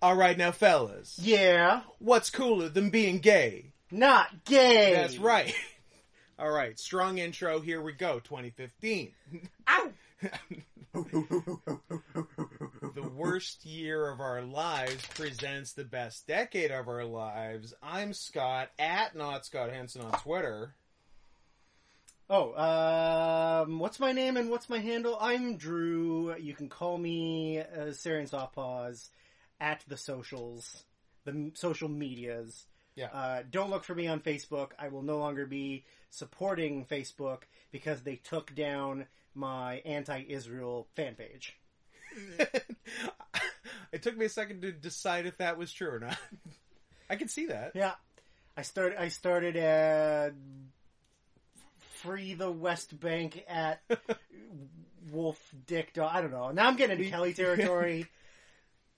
All right, now, fellas, Yeah. what's cooler than being gay? Not gay. That's right. All right, strong intro. Here we go. 2015, Ow. the worst year of our lives presents the best decade of our lives. I'm Scott at not Scott Henson on Twitter. Oh, um, what's my name and what's my handle? I'm Drew. You can call me uh, Sarian Softpaws at the socials, the m- social medias. Yeah. Uh, don't look for me on Facebook. I will no longer be supporting Facebook because they took down my anti-Israel fan page. it took me a second to decide if that was true or not. I can see that. Yeah, I started. I started at free the West Bank at Wolf Dick. Dog. I don't know. Now I'm getting into Leave- Kelly territory.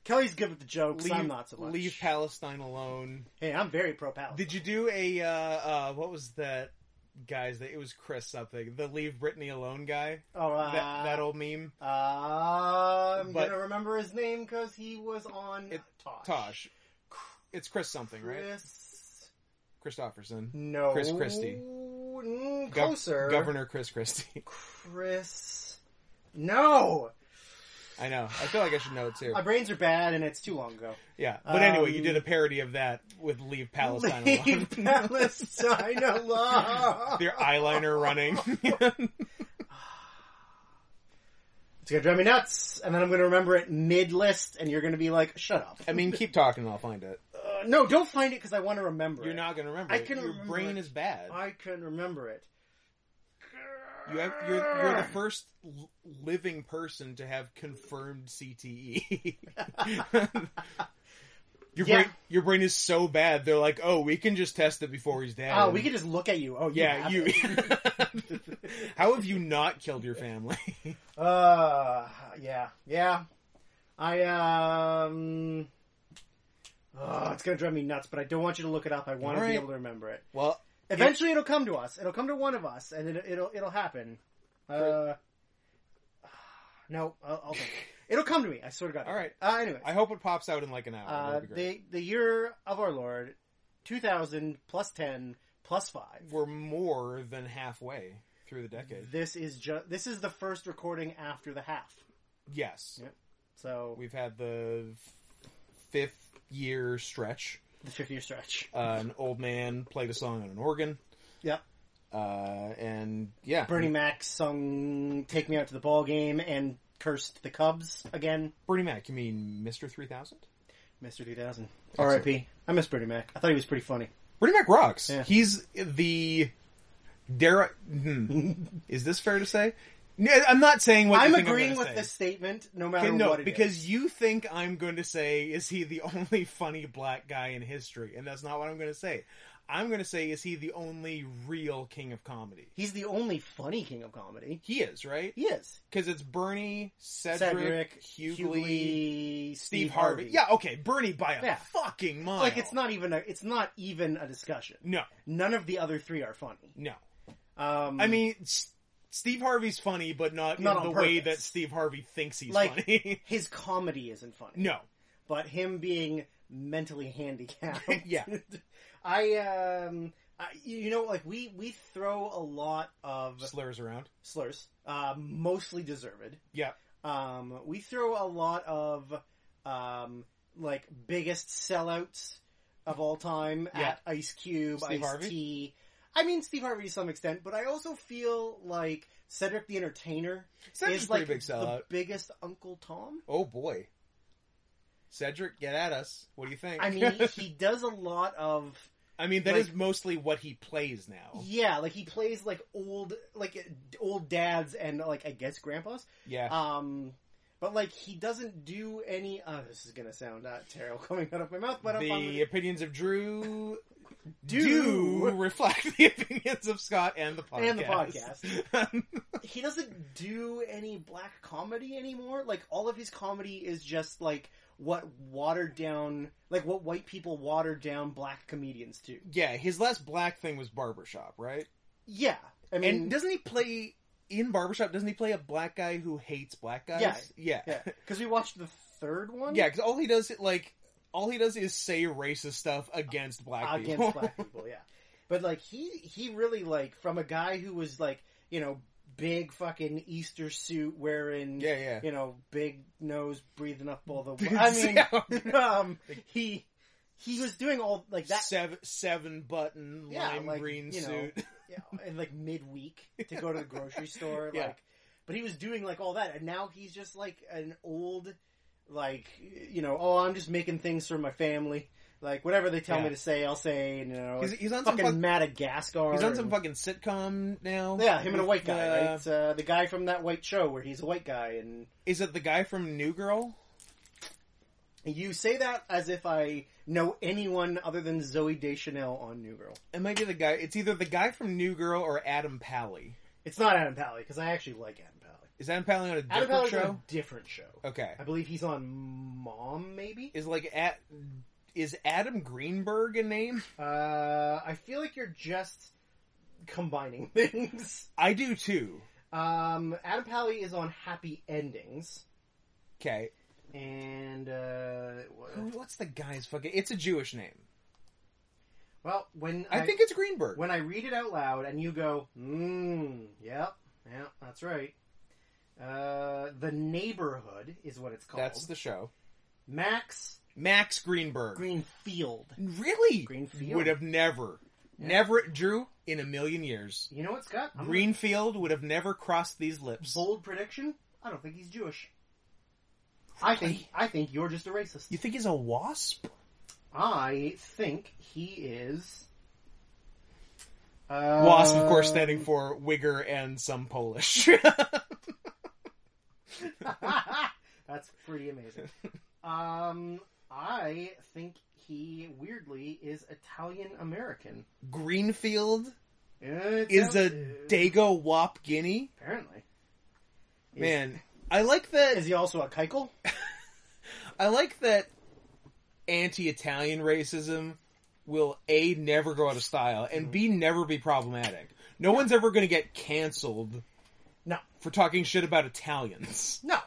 Kelly's good with the jokes. Leave, I'm not so much. leave Palestine alone. hey, I'm very pro Palestine. Did you do a uh, uh, what was that guy's that it was Chris something the leave Britney alone guy oh, uh, that, that old meme uh, I'm But- gonna remember his name because he was on It- Tosh. Tosh it's Chris something right Chris. Christopherson No. Chris Christie. Mm, Gov- closer. Governor Chris Christie Chris. No, I know I feel like I should know it too my brains are bad, and it's too long ago. yeah but anyway you um, did a parody of that with leave Palestine alone Leave Palestine alone. their eyeliner running It's gonna drive me nuts, and then I'm gonna remember it mid list, and you're gonna be like, "Shut up." I mean keep talking and I'll find it Uh, no, don't find it because I want to remember. you're it. not gonna remember I it. can your remember brain it. is bad I can remember it. you have, you're, you're the first l- living person to have confirmed CTE. your Yeah. brain, your brain is so bad. They're like, oh, we can just test it before he's dead. Oh, we can just look at you. Oh, you Yeah, have you. it. How have you not killed your family? Uh, yeah, yeah. I um. Oh, it's gonna drive me nuts, but I don't want you to look it up. I want to Alright. be able to remember it. well, Eventually, it'll come to us. It'll come to one of us, and it, it'll it'll happen. Uh, no, I'll, I'll think. it'll come to me. I swear to God. all right. Uh, anyways, I hope it pops out in like an hour. uh, That'd be great. the the year of our Lord, two thousand plus ten plus five. We're more than halfway through the decade. This is just this is the first recording after the half. Yes, Yeah. So we've had the fifth year stretch. the fifth year stretch. uh, an old man played a song on an organ. Yeah. Uh, and yeah, Bernie Mac sung "Take Me Out to the Ball Game" and cursed the Cubs again. Bernie Mac. You mean Mister Three Thousand? Mister Two Thousand. R.I.P. I miss Bernie Mac. I thought he was pretty funny. Bernie Mac rocks. Yeah. He's the dare. I, hmm. Is this fair to say? No, I'm not saying what you I'm think agreeing gonna with say. the statement, no matter Okay, no, what. it because is. you think I'm going to say, is he the only funny black guy in history? And that's not what I'm going to say. I'm going to say, is he the only real king of comedy? he's the only funny king of comedy. He is, right? He is. Because it's Bernie, Cedric, Cedric, Hughley Hughley, Steve Harvey. Yeah, okay, Bernie by a Yeah. fucking mile. like it's not even a it's not even a discussion. No, None of the other three are funny. no. Um, I mean, S- Steve Harvey's funny, but not, Not in on the way purpose. that Steve Harvey thinks he's Like- funny. his comedy isn't funny. no, but him being mentally handicapped. Yeah. I um. I, you know, like we we throw a lot of slurs around. slurs, uh, mostly deserved. Yeah, um, we throw a lot of um, like biggest sellouts of all time Yeah. at Ice Cube, Steve Ice Harvey? T. I mean Steve Harvey to some extent, but I also feel like Cedric the Entertainer Cedric's a is pretty like big sellout. the biggest Uncle Tom. Oh boy, Cedric, get at us. What do you think? I mean, he does a lot of I mean, that is like- mostly what he plays now. yeah, like he plays like old like old dads and like I guess grandpas. Yeah, Um, but like he doesn't do any. Oh, this is gonna sound uh, terrible coming out of my mouth, but I'm fine with the it. opinions of Drew Do. do reflect the opinions of Scott and the podcast. And the podcast. he doesn't do any black comedy anymore. Like all of his comedy is just like what watered down, like what white people watered down black comedians to. yeah, his last black thing was barbershop, right? Yeah, I mean, and doesn't he play in barbershop? Doesn't he play a black guy who hates black guys? Yeah. yeah, yeah, because we watched the third one. yeah. Because all he does, like, all he does is say racist stuff against black Uh, against people. black people. Yeah, but like he he really like from a guy who was like you know big fucking Easter suit wearing yeah, yeah. you know big nose breathing up all the. I mean, um, he he was doing all like that seven seven button Yeah, lime like, green you know, suit. yeah, and like midweek to go to the grocery store. Yeah. Like, but he was doing like all that, and now he's just like an old, like you know, oh, I'm just making things for my family. Like whatever they tell Yeah. me to say, I'll say. And, you know, he's, like, he's on some fucking fuck, Madagascar. he's on some and- fucking sitcom now. yeah, him and a white guy, Uh, right? Uh, the guy from that white show where he's a white guy, and Is it the guy from New Girl? you say that as if I know anyone other than Zoe Deschanel on New Girl. It might be the guy. It's either the guy from New Girl or Adam Pally. It's not Adam Pally because I actually like Adam Pally. Is Adam Pally on a Adam different Pally's show? on a different show. Okay. I believe he's on Mom, maybe. Is like at is Adam Greenberg a name? Uh, I feel like you're just combining things. I do too. Um, Adam Pally is on Happy Endings, Okay. and uh, Who, what's the guy's fucking? It's a Jewish name. well, when I, think it's Greenberg. when I read it out loud and you go, mmm, yep, yeah, that's right. Uh, the neighborhood is what it's called. That's the show. Max Max Greenberg. Greenfield. Really? Greenfield. Would have never, Yeah. never, Drew, in a million years. You know what, Scott? I'm gonna- Greenfield would have never crossed these lips. bold prediction. I don't think he's Jewish. I think I think you're just a racist. You think he's a wasp? I think he is. wasp, of course, um, standing for Wigger and some Polish. That's pretty amazing. Um, I think he weirdly is Italian American. Greenfield is a Dago Wop Guinea. apparently. Is- Man, I like that. is he also a Keikel? I like that anti-Italian racism will a never go out of style and b never be problematic. No one's ever going to get canceled. No. for talking shit about Italians. No,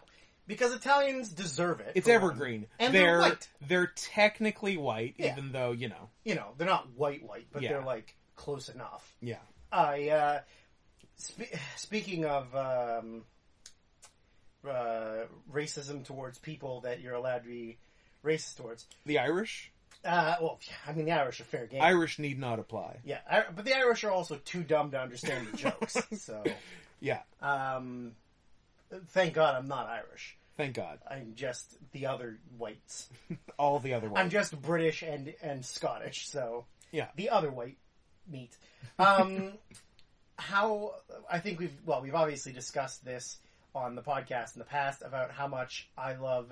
because Italians deserve it. It's for one. evergreen. And they're they're white. they're technically white, Yeah. even though you know. You know, they're not white white, but Yeah. they're like close enough. Yeah, I uh, spe- speaking of um, uh, racism towards people that you're allowed to be racist towards. the Irish Uh, well, yeah, I mean the Irish are fair game. Irish need not apply. yeah, I, but the Irish are also too dumb to understand the jokes. so, Yeah, um, thank God I'm not Irish. thank God. I'm just the other whites. All the other I'm ones. just British and and Scottish, so Yeah. the other white meat. Um, how I think we've well, we've obviously discussed this on the podcast in the past about how much I love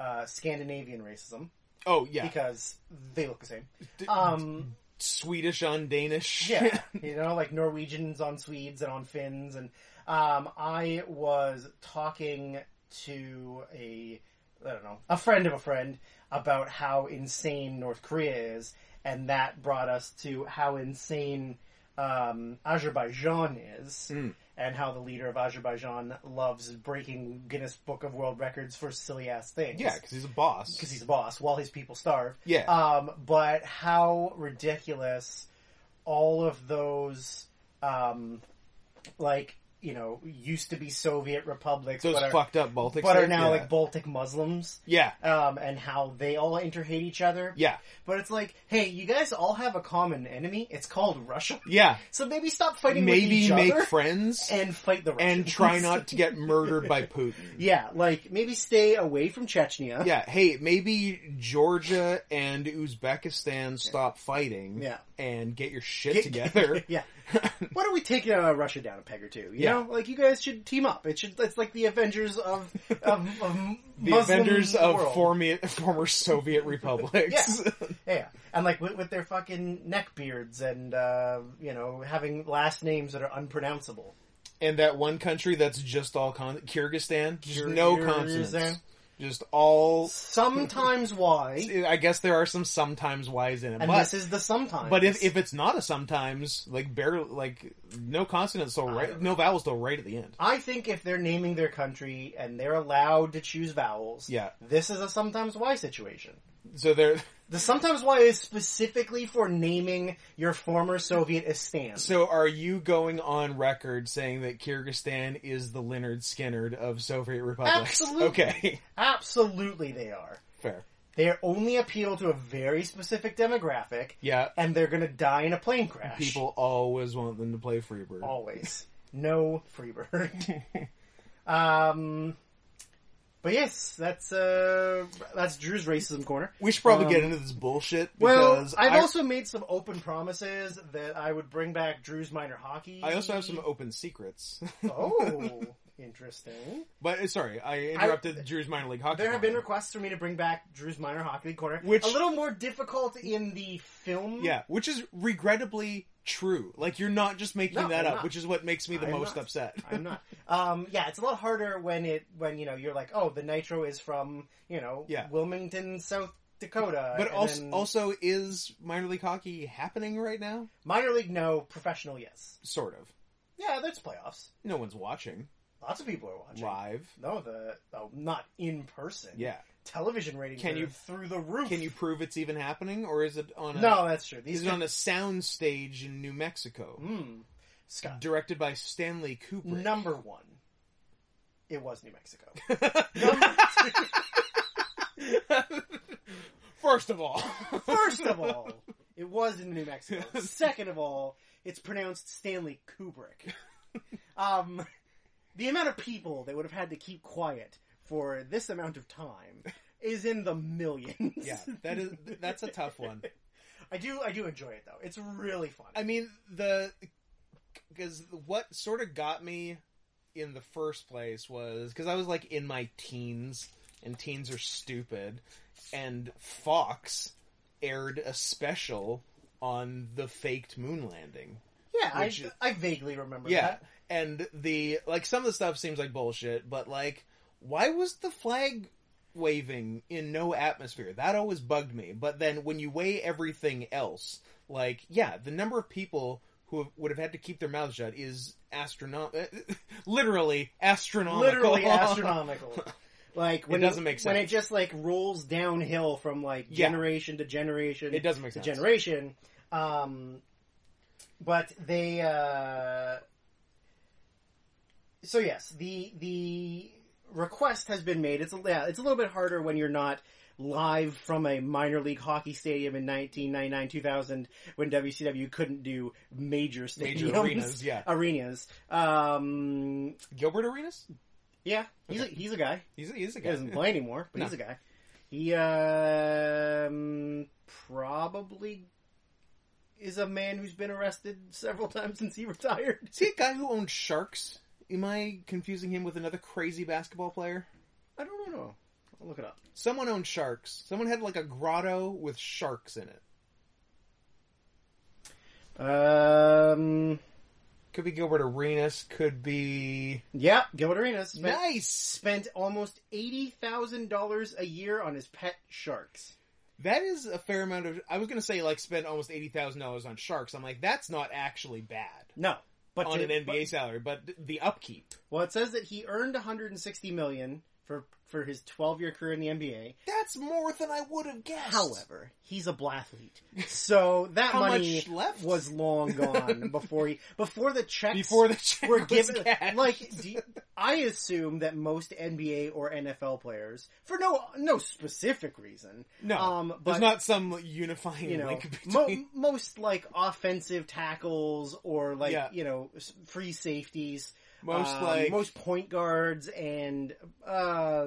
uh, Scandinavian racism Oh yeah, because they look the same. D- Um, Swedish on Danish. yeah, you know, like Norwegians on Swedes and on Finns, and um, I was talking to a I don't know a friend of a friend about how insane North Korea is, and that brought us to how insane um, Azerbaijan is, Mm. and how the leader of Azerbaijan loves breaking Guinness Book of World Records for silly ass things. yeah, because he's a boss. because he's a boss while his people starve. yeah. Um, but how ridiculous all of those, um, like, you know, used to be Soviet republics, those but, are, fucked up Baltics. but are there? now yeah. like Baltic Muslims, yeah, um, and how they all inter hate each other. yeah, But it's like, hey, you guys all have a common enemy. It's called Russia. yeah. So maybe stop fighting with maybe each make other friends and fight the Russians. and try not to get murdered by Putin. yeah, like maybe stay away from Chechnya. Yeah, hey, maybe Georgia and Uzbekistan stop fighting Yeah. and get your shit together. yeah. Why don't we take uh, Russia down a peg or two? You Yeah. know, like you guys should team up. It should. It's like the Avengers of of, of the Muslim Avengers of world. former, former Soviet republics. Yeah, and like with, with their fucking neck beards and uh, you know having last names that are unpronounceable. and that one country that's just all con- Kyrgyzstan, just no Kyrgyzstan. consonants. Just all. Sometimes why? I guess there are some sometimes whys in it, And but this is the sometimes. But if, if it's not a sometimes, like barely, like no consonants till right, no vowels till right at the end. I think if they're naming their country and they're allowed to choose vowels, Yeah. this is a sometimes why situation. So they're The sometimes why is specifically for naming your former Soviet Estan. so are you going on record saying that Kyrgyzstan is the Leonard Skinner of Soviet republics? Absolutely. Okay. Absolutely they are. Fair. They only appeal to a very specific demographic, Yeah. and they're gonna die in a plane crash. People always want them to play Freebird. Always. No Freebird. um, but yes, that's, uh, that's Drew's racism corner. We should probably Um, get into this bullshit Well, because I've I, also made some open promises that I would bring back Drew's minor hockey. I also have some open secrets. oh, interesting. but uh, sorry, I interrupted Drew's minor league hockey. There have been corner. requests for me to bring back Drew's minor hockey league corner, Which- a little more difficult in the film. yeah, which is regrettably true. Like you're not just making No, that I'm up, not. which is what makes me the I'm most not. upset. I'm not. Um, yeah, it's a lot harder when it when you know you're like, oh, the Nitro is from you know Yeah. Wilmington, South Dakota, But and also, then also, is minor league hockey happening right now? minor league, no, professional, yes. Sort of. Yeah, that's playoffs. No one's watching Lots of people are watching. live. No, the oh, not in person. Yeah. television ratings. Can are you- through the roof? Can you prove it's even happening, or is it on a No, that's true. is These it on a sound stage in New Mexico, Mm. Scott directed by Stanley Kubrick? number one. It was New Mexico. number two. First of all, First of all, it was in New Mexico. Second of all, it's pronounced Stanley Kubrick. Um, the amount of people they would have had to keep quiet for this amount of time is in the millions. yeah, that is that's a tough one. I do I do enjoy it though. It's really fun. I mean, the because what sort of got me in the first place was because I was like in my teens, and teens are stupid, and Fox aired a special on the faked moon landing. yeah, I, which- I vaguely remember Yeah, that. and the like some of the stuff seems like bullshit, but like, why was the flag? waving in no atmosphere that always bugged me but then when you weigh everything else like yeah the number of people who have, would have had to keep their mouths shut is astronom literally astronomical Literally astronomical. Like when doesn't make when it sense. just like rolls downhill from like Yeah. generation to generation. it doesn't make the sense generation. Um, but they, uh, so yes, the the request has been made. It's a, yeah, it's a little bit harder when you're not live from a minor league hockey stadium in 1999 2000 when WCW couldn't do major stadiums major arenas yeah arenas. Um, gilbert arenas yeah, he's a, he's a guy. he's, a- he's a He guy doesn't play anymore, but No. he's a guy. He um, probably is a man who's been arrested several times since he retired. is he a guy who owned sharks am i confusing him with another crazy basketball player I don't know. I'll look it up. Someone owned sharks. Someone had like a grotto with sharks in it. Um, Could be Gilbert Arenas. Could be yeah, Gilbert Arenas spent, nice. spent almost eighty thousand dollars a year on his pet sharks. That is a fair amount of. I was gonna say like spend almost eighty thousand dollars on sharks. I'm like that's not actually bad No, but on to- an NBA salary, but th- the upkeep. but- well, it says that he earned one hundred and sixty million for for his twelve year career in the NBA. That's more than I would have guessed. However, he's a blathlete, so that how money much left was long gone before he before the checks before the check were was given. cashed. Like do you- I assume that most NBA or NFL players, for no no specific reason, no, um, but there's not some unifying you know link between. mo- most like offensive tackles or like Yeah. you know s- free safeties, most um, like most point guards and uh,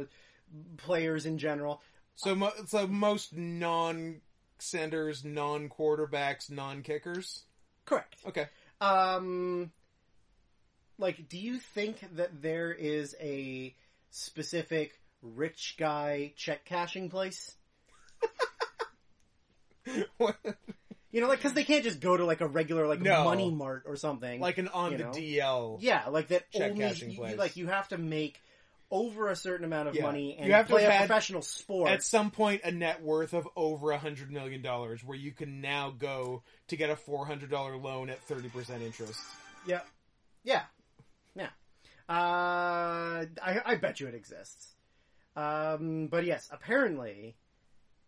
players in general. so. Mo- so most non centers, non quarterbacks, non kickers. Correct. Okay. Um, like, do you think that there is a specific rich guy check cashing place? You know, like because they can't just go to like a regular like No. money mart or something. like an on You the know? DL. yeah, like that Check only cashing you- place. like you have to make over a certain amount of Yeah. money and You have to play a have had- professional sport. At some point, a net worth of over a hundred million dollars, where you can now go to get a four hundred dollar loan at thirty percent interest. Yeah, yeah, yeah. Uh, I I bet you it exists. Um, but yes, apparently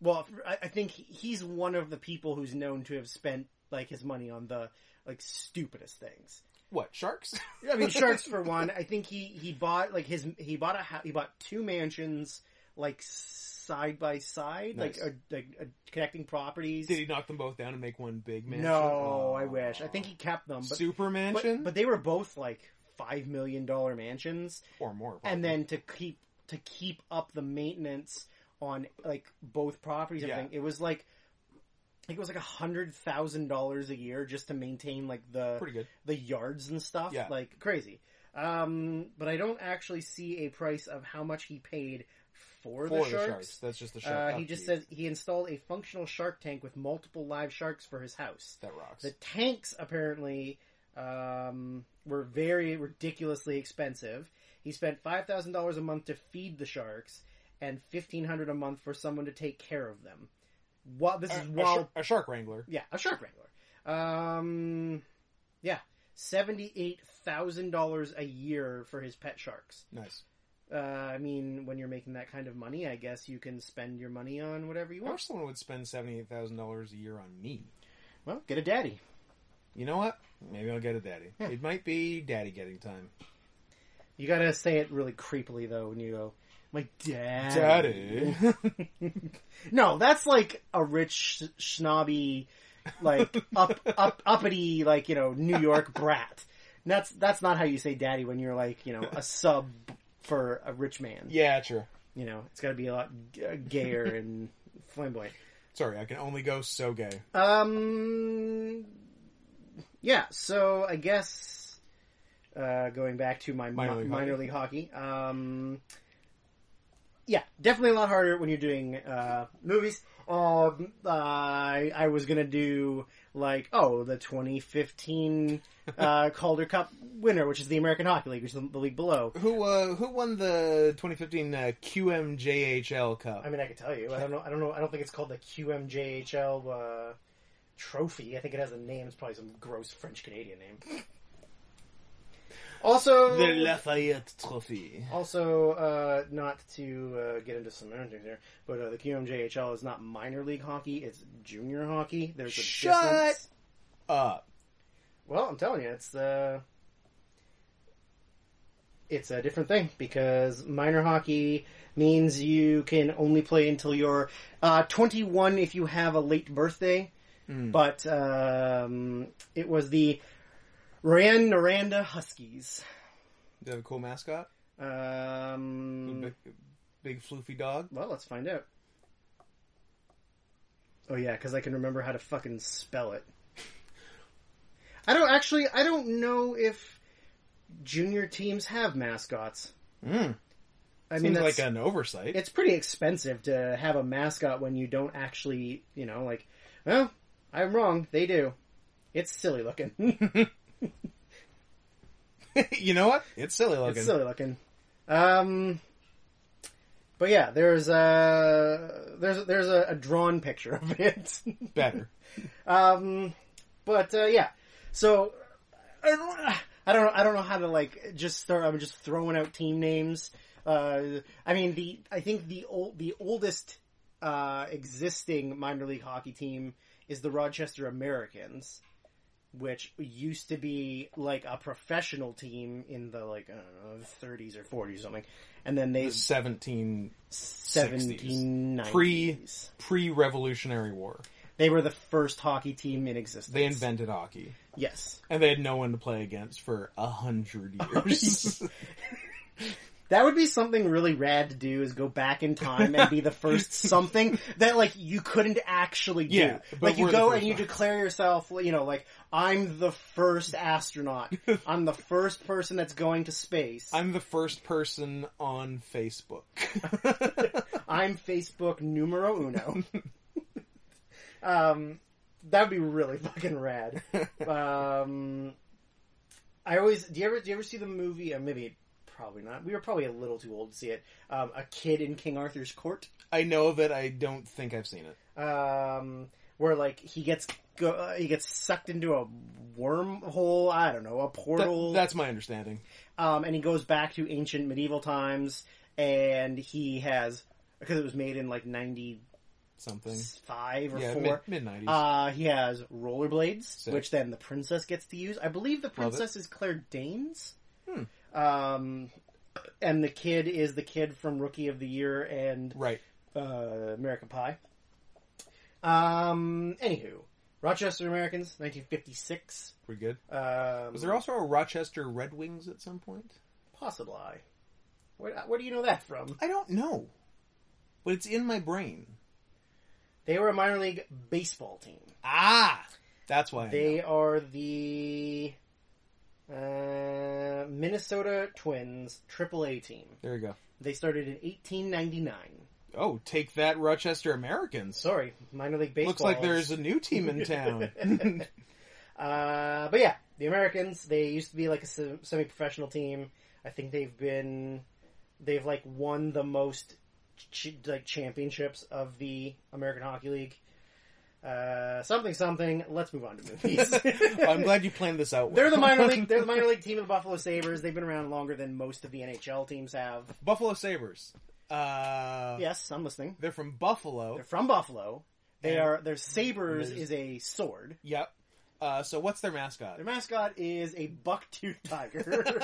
well, I, I think he- he's one of the people who's known to have spent like his money on the like stupidest things. What sharks? I mean, sharks for one. I think he he bought like his he bought a hou- he bought two mansions like side by side, Nice. like a, like a, connecting properties. Did he knock them both down and make one big mansion? No, I Aw. wish. I think he kept them, but super but, mansion, but they were both like five million dollar mansions. or more. and probably. then to keep to keep up the maintenance on like both properties and Yeah. everything it was like I think it was like a hundred thousand dollars a year just to maintain like the pretty good. the yards and stuff Yeah. like crazy um but i don't actually see a price of how much he paid for, Four the of sharks, That's just the shark. Uh, he just upkeep. said he installed a functional shark tank with multiple live sharks for his house that rocks. the tanks apparently um, were very ridiculously expensive. He spent five thousand dollars a month to feed the sharks, and fifteen hundred a month for someone to take care of them. What this A- is a, while shar- a shark wrangler. yeah a shark wrangler. Um, yeah, seventy eight thousand dollars a year for his pet sharks. Nice. Uh, I mean, when you're making that kind of money, I guess you can spend your money on whatever you I want. wish someone would spend seventy eight thousand dollars a year on me. Well, get a daddy. You know what? Maybe I'll get a daddy. Yeah. It might be daddy getting time. You gotta say it really creepily though when you go, my dad. Daddy. no, that's like a rich sh- snobby, like up up uppity, like you know New York brat. And that's that's not how you say daddy when you're like you know a sub for a rich man. yeah, sure. You know, it's got to be a lot g- gayer and flamboyant. Sorry, I can only go so gay. Um, yeah. So I guess uh, going back to my Minor minor, league minor hockey. league hockey. Um, yeah, definitely a lot harder when you're doing uh, movies. Um, I, I was gonna do like oh the 2015 uh, Calder Cup winner, which is the American Hockey League, which is the, the league below. Who uh, who won the 2015 uh, QMJHL Cup? I mean, I could tell you. I don't know. I don't know. I don't think it's called the QMJHL uh, trophy. I think it has a name. It's probably some gross French Canadian name. Also, the Lafayette Trophy. also uh, not to uh, get into semantics here, but uh, the QMJHL is not minor league hockey. It's junior hockey. There's a Shut difference. Uh, Well, I'm telling you, it's uh, it's a different thing because minor hockey means you can only play until you're uh, 21 if you have a late birthday. Mm. But um, it was the Ryan Naranda Huskies. do they have a cool mascot? Um, Big, big floofy dog. Well, let's find out. Oh yeah, because I can remember how to fucking spell it. I don't actually. I don't know if junior teams have mascots. Mm. I Seems mean, that's, like an oversight. it's pretty expensive to have a mascot when you don't actually, you know, like. Well, I'm wrong. They do. It's silly looking. you know what? It's silly looking. It's silly looking. Um, but yeah, there's a there's there's a, a drawn picture of it. Better. Um, but uh, yeah, so I don't, I don't know. I don't know how to like just start. I'm just throwing out team names. Uh, I mean the I think the old the oldest uh, existing minor league hockey team is the Rochester Americans, which used to be like a professional team in the like I don't know 30s or 40s or something, and then they The 17 1790s. Pre- pre-revolutionary war. They were the first hockey team in existence. They invented hockey. yes. And they had no one to play against for a hundred years. That would be something really rad to do is go back in time and be the first something that like you couldn't actually do. Yeah, but like you we're the go first and you ones. declare yourself, you know, like I'm the first astronaut. I'm the first person that's going to space. I'm, I'm the first person on Facebook. Facebook numero uno. um that would be really fucking rad. Um I always do you ever do you ever see the movie uh, maybe probably not. We were probably a little too old to see it. Um, a kid in King Arthur's court. I know that I don't think I've seen it. um, where like he gets go, uh, he gets sucked into a wormhole. I don't know a That- portal, that's my understanding. um, and he goes back to ancient medieval times, and he has because it was made in like ninety something. five or yeah, four. mid nineties. Uh, he has rollerblades, Sick. which then the princess gets to use. I believe the Love it. princess is Claire Danes. Hmm. Um, and the kid is the kid from Rookie of the Year and right. uh, American Pie. Um, anywho, Rochester Americans, 1956. We're good. Um, Was there also a Rochester Red Wings at some point? possibly? Where, where do you know that from? I don't know, but it's in my brain. They were a minor league baseball team. Ah, that's why. I They know. are the uh, Minnesota Twins AAA team. There you go. They started in 1899. Oh, take that, Rochester Americans. Sorry, minor league baseball. Looks like there's is- a new team in town. uh, but yeah, the Americans. They used to be like a se- semi-professional team. I think they've been, they've like won the most ch- like championships of the American Hockey League. Uh, something, something. Let's move on to movies. I'm glad you planned this out. well. They're the minor league. They're the minor league team of the Buffalo Sabers. They've been around longer than most of the NHL teams have. Buffalo Sabers. Uh, Yes, I'm listening. they're from Buffalo. They're from Buffalo. They And- are their sabers There's- is a sword. Yep. Uh, so what's their mascot? Their mascot is a buck-toothed tiger.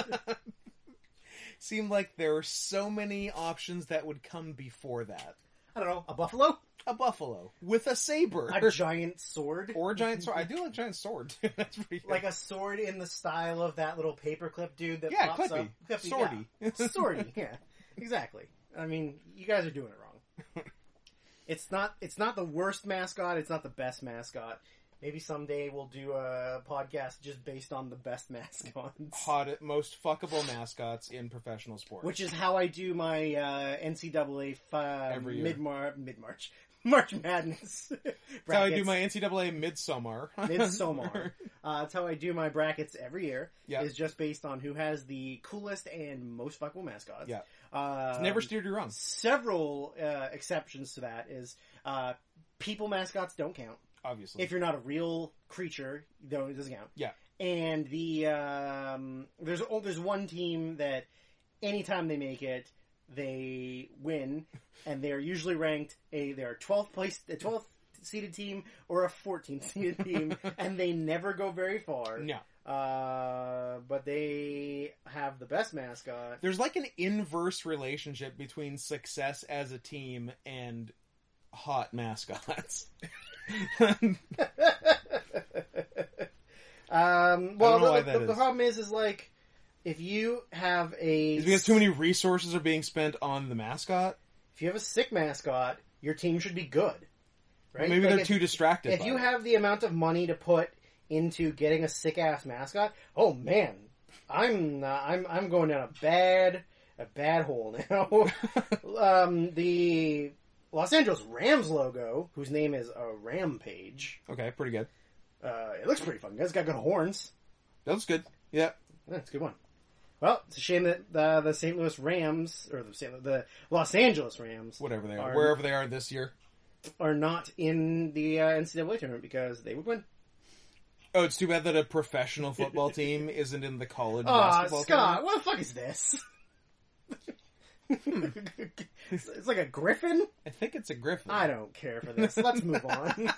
Seemed like there were so many options that would come before that. I don't know a buffalo, A buffalo with a saber a giant sword, or a giant sword. I do like giant sword. That's pretty good. like a sword in the style of that little paperclip dude that yeah, pops Clippy, up. Clippy, yeah. swordy. Sorty, yeah, exactly. I mean, you guys are doing it wrong. It's not. It's not the worst mascot. It's not the best mascot. Maybe someday we'll do a podcast just based on the best mascots, Hot, most fuckable mascots in professional sports. which is how I do my uh, NCAA fi- Every year. mid March, mid March, March Madness. That's how I do brackets. my NCAA Midsummer. Midsommar. Uh, that's how I do my brackets every year. Yeah. Is just based on who has the coolest and most fuckable mascots. Yeah. Uh, It's never steered you wrong. several uh, exceptions to that is uh, people mascots don't count Obviously, if you're not a real creature though it doesn't count Yeah. and the um, there's oh, there's one team that anytime they make it they win and they're usually ranked a they're 12th place a 12th seeded team or a 14th seeded team and they never go very far no. uh, but they have the best mascot There's like an inverse relationship between success as a team and hot mascots. um, I well, don't know why the, that the, is. the problem is, is like if you have a It's because too many resources are being spent on the mascot. if you have a sick mascot, your team should be good, right? Maybe Like, they're if, too distracted. If by you it. have the amount of money to put into getting a sick ass mascot, oh man, I'm uh, I'm I'm going down a bad a bad hole now. um, the Los Angeles Rams logo, whose name is a Rampage. okay, pretty good. Uh, it looks pretty fucking good. It's got good horns. That's good. Yeah, That's a good one. Well, it's a shame that uh, the St. Louis Rams or the St. Lu- the Los Angeles Rams whatever they are, Are- wherever they are this year. are not in the uh, NCAA tournament because they would win. Oh, it's too bad that a professional football team isn't in the college Ah, basketball. Scott, what the fuck is this? Hmm. it's it's like a griffin. tournament. I think it's a Griffin. I don't care for this. Let's move on.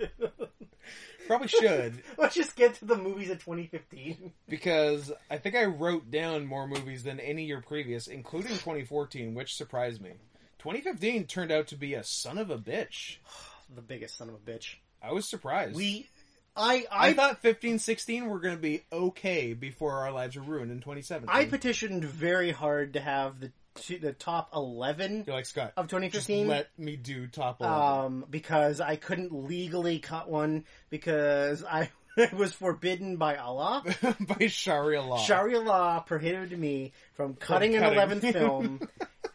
Probably should Let's just get to the movies of 2015. because I think I wrote down more movies than any year previous, including 2014, which surprised me. 2015 turned out to be a son of a bitch. The biggest son of a bitch. I was surprised. We, I, I I, thought 15, 16 were going to be okay before our lives were ruined in 2017. I petitioned very hard to have the two, the top 11 You're like Scott. of Just 2015. let me do top eleven. um, because I couldn't legally cut one because I was forbidden by Allah. by Sharia law. Sharia law prohibited me from cutting an cutting. 11th film.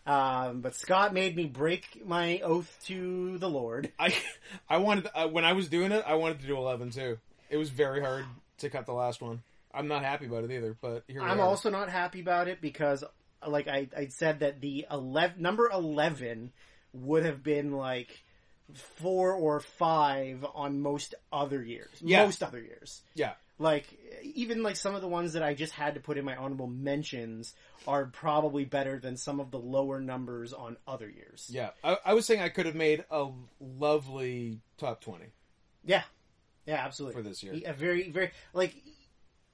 um, but Scott made me break my oath to the Lord. I I wanted uh, when I was doing it, I wanted to do eleven too. It was very hard to cut the last one. I'm not happy about it either, but here we I'm are. also not happy about it because, like I, I said, that the 11, number 11 would have been like four or five on most other years. Yeah. Most other years. yeah. Like even like some of the ones that I just had to put in my honorable mentions are probably better than some of the lower numbers on other years. Yeah, I, I was saying I could have made a lovely top twenty Yeah, yeah, absolutely. E, for this year. A very, very like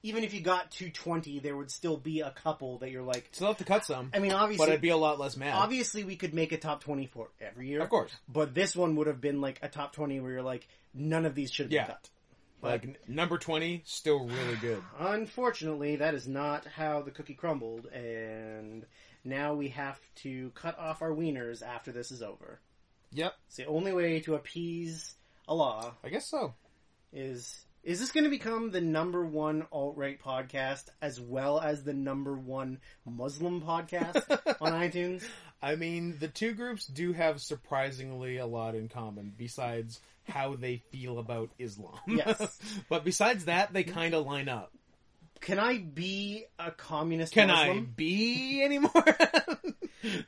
even if you got to twenty, there would still be a couple that you're like. Still have to cut some, I mean, obviously, but I'd be a lot less mad. obviously, we could make a top twenty for every year, Of course, but this one would have been like a top twenty where you're like, none of these should have Yeah. been cut. like n- number twenty, still really good. Unfortunately, that is not how the cookie crumbled, and now we have to cut off our wieners after this is over. Yep, It's the only way to appease Allah. I guess so. Is is this going to become the number one alt right podcast as well as the number one Muslim podcast on iTunes? I mean, the two groups do have surprisingly a lot in common, besides how they feel about Islam. Yes. but besides that, they kind of line up. Can I be a communist Can I Muslim? be anymore?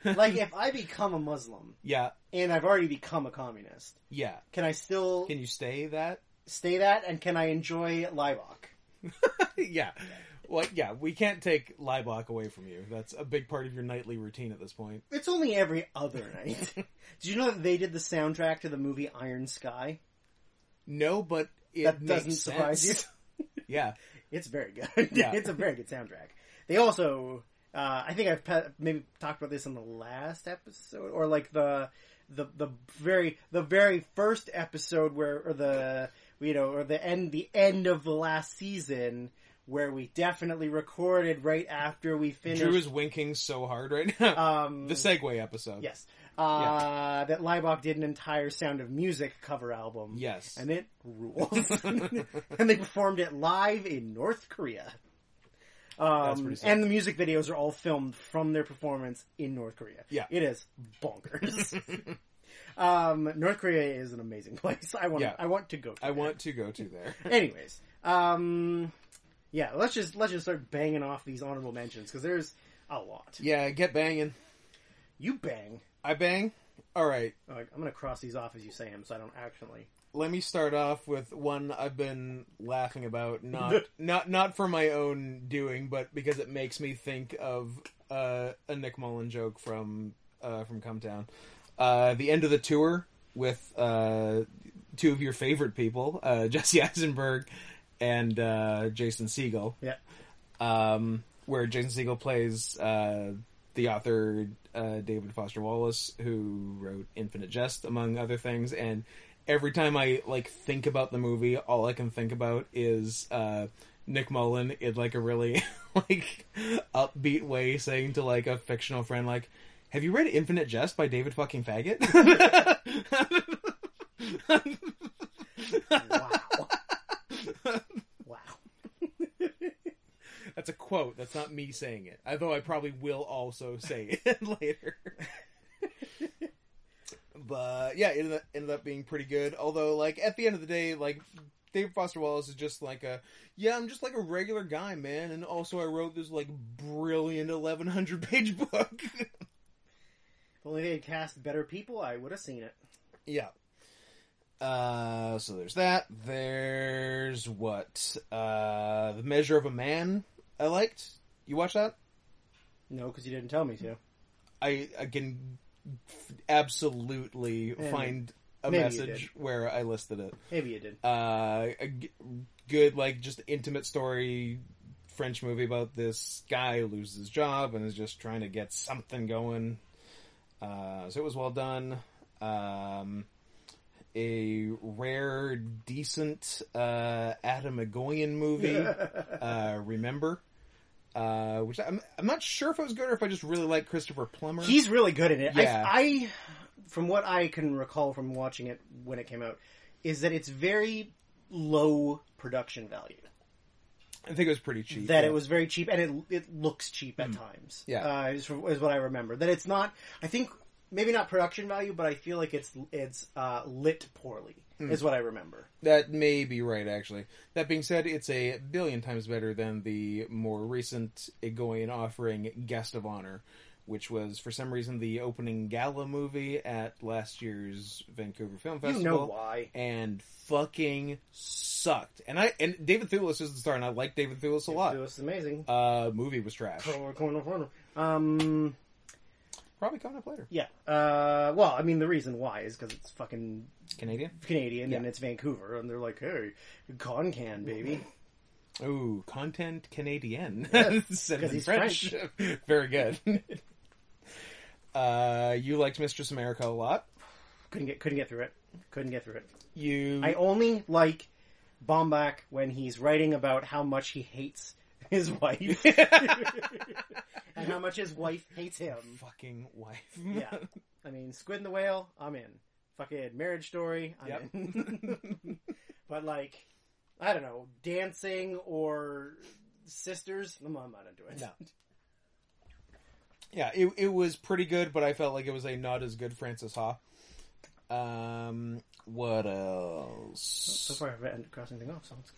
like, if I become a Muslim yeah, and I've already become a communist, yeah. can I still Can you stay that? stay that? And can I enjoy Liebach? yeah. Well, yeah, we can't take Liebach away from you. That's a big part of your nightly routine at this point. It's only every other night. Did you know that they did the soundtrack to the movie Iron Sky? No, but it That makes doesn't surprise sense. yeah, It's very good. Yeah. it's a very good soundtrack. They also, uh, I think I've pe- maybe talked about this in the last episode, or like the the the very the very first episode where, or the you know, or the end the end of the last season where we definitely recorded right after we finished. Drew is winking so hard right now. um, the Segway episode. yes, uh, that Liebach did an entire Sound of Music cover album. Yes. and it rules. and they performed it live in North Korea. That's Um, pretty sick. and the music videos are all filmed from their performance in North Korea. Yeah. it is bonkers. um, North Korea is an amazing place. I want. Yeah. I want to go. To I there. want to go to there. Anyways, um, yeah, let's just let's just start banging off these honorable mentions because there's a lot. Yeah, get banging. You bang. I bang. All right, All right, I'm gonna cross these off as you say them, so I don't actually. let me start off with one I've been laughing about, not not not for my own doing, but because it makes me think of uh, a Nick Mullen joke from uh, from Come Town. Uh, the end of the tour with uh, two of your favorite people, uh, Jesse Eisenberg and uh, Jason Siegel Yeah. um, where Jason Siegel plays uh, the author uh, David Foster Wallace, who wrote Infinite Jest among other things. And every time I like think about the movie, all I can think about is uh, Nick Mullen in like a really like upbeat way, saying to like a fictional friend, like. Have you read Infinite Jest by David fucking Faggot? Wow. wow. That's a quote. That's not me saying it. Although I probably will also say it later. but yeah, it ended up- ended up being pretty good. Although, like at the end of the day, like David Foster Wallace is just like a yeah, I'm just like a regular guy, man. And also, I wrote this like brilliant 1100 page book. If only they had cast better people, I would have seen it. yeah. Uh, so there's that. There's what? Uh, The Measure of a Man. I liked. You watch that? No, because you didn't tell me to. I, I can f- absolutely Maybe. find a Maybe you message where I listed it. Maybe you did. Uh, a g- good, like, just intimate story French movie about this guy who loses his job and is just trying to get something going. Uh, so it was well done. Um, a rare, decent uh, Adam Egoyan movie uh, remember. Uh, which I'm, I'm not sure if it was good or if I just really like Christopher Plummer. He's really good in it. Yeah. I, I, from what I can recall from watching it when it came out, is that it's very low production value. I think it was pretty cheap. That yeah. it was very cheap, and it it looks cheap at times. Yeah. uh, is, from- is what I remember. That it's not. I think maybe not production value, but I feel like it's it's uh, lit poorly. Is what I remember. that may be right actually. That being said, it's a billion times better than the more recent Egoyan offering Guest of Honor, which was for some reason the opening gala movie at last year's Vancouver Film Festival. You know why? and fucking sucked. And I and David Thewlis is the star, and I like David Thewlis a lot. It's amazing. Uh, movie was trash. Corner, corner, corner. Um, Probably coming up later. yeah. Uh, well, I mean, the reason why is because it's fucking Canadian. Canadian and Yeah. it's Vancouver, and they're like, hey, con can, baby. Ooh, content Canadian. Yeah, Said 'cause in he's French. Very good. uh, you liked Mistress America a lot. couldn't get couldn't get through it. Couldn't get through it. You I only like Bombach when he's writing about how much he hates his wife and how much his wife hates him. fucking wife. Yeah. I mean, Squid and the Whale, I'm in. Fucking Marriage Story, I'm Yep. in. but like, I don't know, dancing or sisters, I'm, I'm not into it. No. yeah, it it was pretty good, but I felt like it was a not as good Francis Ha. Um, what else? So far, I've ended up crossing anything off. So it's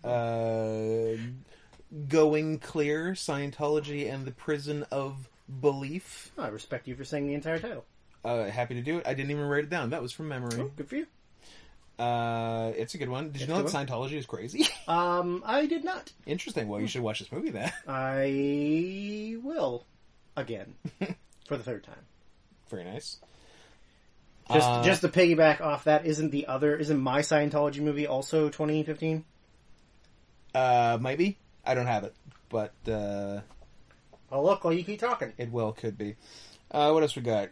good. uh, Going Clear, Scientology and the Prison of Belief. I respect you for saying the entire title. Uh, happy to do it. I didn't even write it down. That was from memory. Oh, good for you. Uh, it's a good one. Did you It's know a that Scientology is crazy? Um, I did not. Interesting. Hmm. Well, you should watch this movie then I will again for the third time. Very nice. Just Uh, just to piggyback off that, isn't the other isn't my Scientology movie also 2015? Uh, might be. I don't have it, but uh, Oh look, while you keep talking. it well could be. Uh, what else we got?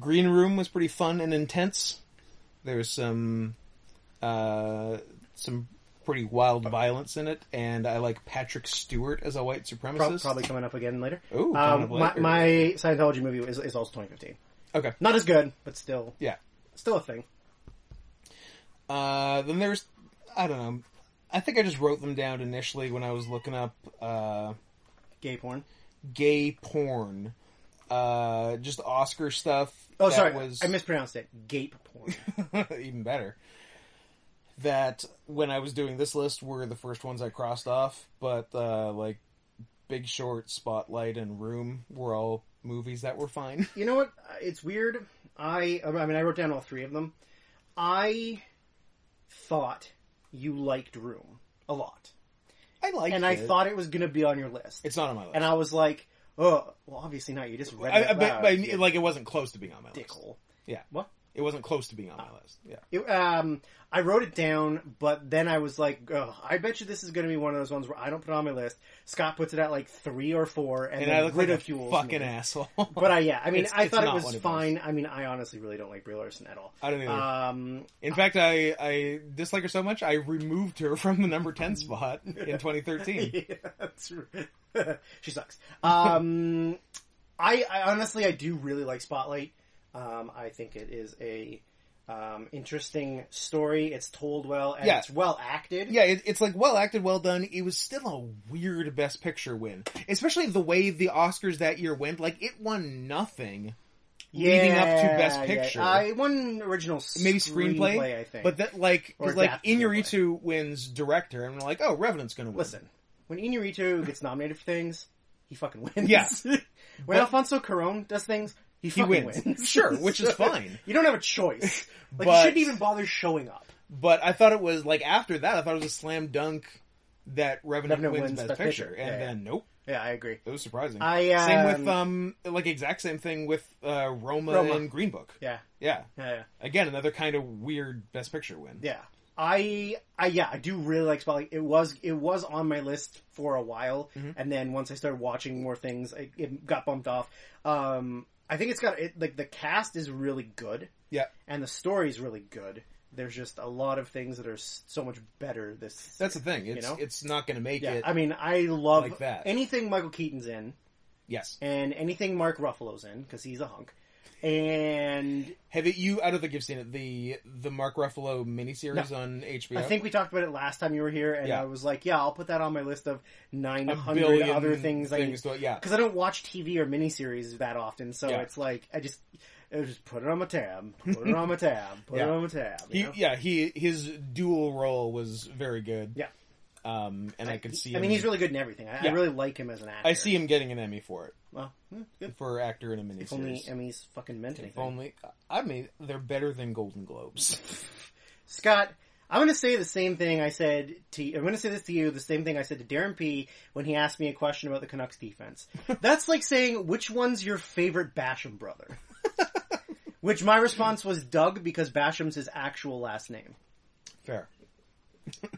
Green Room was pretty fun and intense. There was some uh, some pretty wild violence in it, and I like Patrick Stewart as a white supremacist. Prob- probably coming up again later. Ooh, coming um, up my, later. my Scientology movie is, is also 2015. Okay. Not as good, but still Yeah. still a thing. Uh, then there's, I don't know. I think I just wrote them down initially when I was looking up uh, Gay porn. gay porn, uh, just Oscar stuff. Oh, that sorry, was I mispronounced it. Gape porn. even better. That when I was doing this list were the first ones I crossed off, but uh, like Big Short, Spotlight, and Room were all movies that were fine. you know what? Uh, It's weird. I I mean, I wrote down all three of them. I thought you liked Room a lot. I like, and I thought it was going to be on your list. it's not on my list. And I Ah, was like, oh, well, obviously not. You just read I, it I, out but, loud, but, you like it wasn't close to being on my list. dickhole. Yeah, What? it wasn't close to being on my list. Yeah. It, um, I wrote it down, but then I was like, oh, I bet you this is going to be one of those ones where I don't put it on my list. Scott puts it at like three or four, and, and then I look like a ridicules fucking me. asshole. But I, yeah, I mean, It's- I it's thought it not was one of fine. I mean, I honestly really don't like Brie Larson at all. I don't either. Um, in fact, I, I dislike her so much I removed her from the number ten spot in 2013. yeah, that's r- she sucks. Um, I, I honestly I do really like Spotlight. Um, I think it is a um, interesting story. It's told well and Yeah. it's well acted. Yeah, it, it's like well acted, well done. It was still a weird Best Picture win, especially the way the Oscars that year went. Like it won nothing, leading up to Best yeah. Picture. I won original maybe screenplay, screenplay, I think. but that like 'cause, Or like adapted Inarritu wins director, and we're like, oh, Revenant's gonna win. listen, when Inarritu gets nominated for things, he fucking wins. Yeah. when Alfonso Cuarón does things, he he fucking wins, sure, which is fine. You don't have a choice. But- Like you shouldn't even bother showing up. But I thought it was like after that, I thought it was a slam dunk that Revenant, Revenant wins, Best, wins Best Picture, Picture. and Yeah, yeah. then nope. Yeah, I agree. It was surprising. I, um, same with um, like exact same thing with uh, Roma, Roma. and Green Book. Yeah, Yeah, yeah, yeah. again another kind of weird Best Picture win. yeah. I, I, yeah, I do really like Spotlight. It was, it was on my list for a while, Mm-hmm. and then once I started watching more things, it, it got bumped off. Um, I think it's got it, like the cast is really good, Yeah. and the story is really good. There's just a lot of things that are s- so much better. This, that's the thing. It's know? it's not going to make yeah. it. I mean, I love Like that. anything Michael Keaton's in, yes, and anything Mark Ruffalo's in because he's a hunk. And have it, you? I don't think you've seen it. The the Mark Ruffalo miniseries on HBO. I think we talked about it last time you were here, and Yeah. I was like, "Yeah, I'll put that on my list of nine a hundred billion other things." I things to- yeah, because I don't watch TV or miniseries that often, so Yeah. it's like I just I just put it on my tab, put it on my tab, put Yeah. it on my tab. you he, know? yeah. He his dual role was very good. Yeah. Um, and I, could see. I him- mean, he's really good in everything. I, Yeah. I really like him as an actor. I see him getting an Emmy for it Well, yeah, good. for actor in a miniseries. If only Emmys fucking meant If anything. only- I mean, they're better than Golden Globes. Scott, I'm going to say the same thing I said to you. I'm going to say this to you, the same thing I said to Darren P when he asked me a question about the Canucks defense. That's like saying, which one's your favorite Basham brother? Which my response was Doug because Basham's his actual last name. Fair.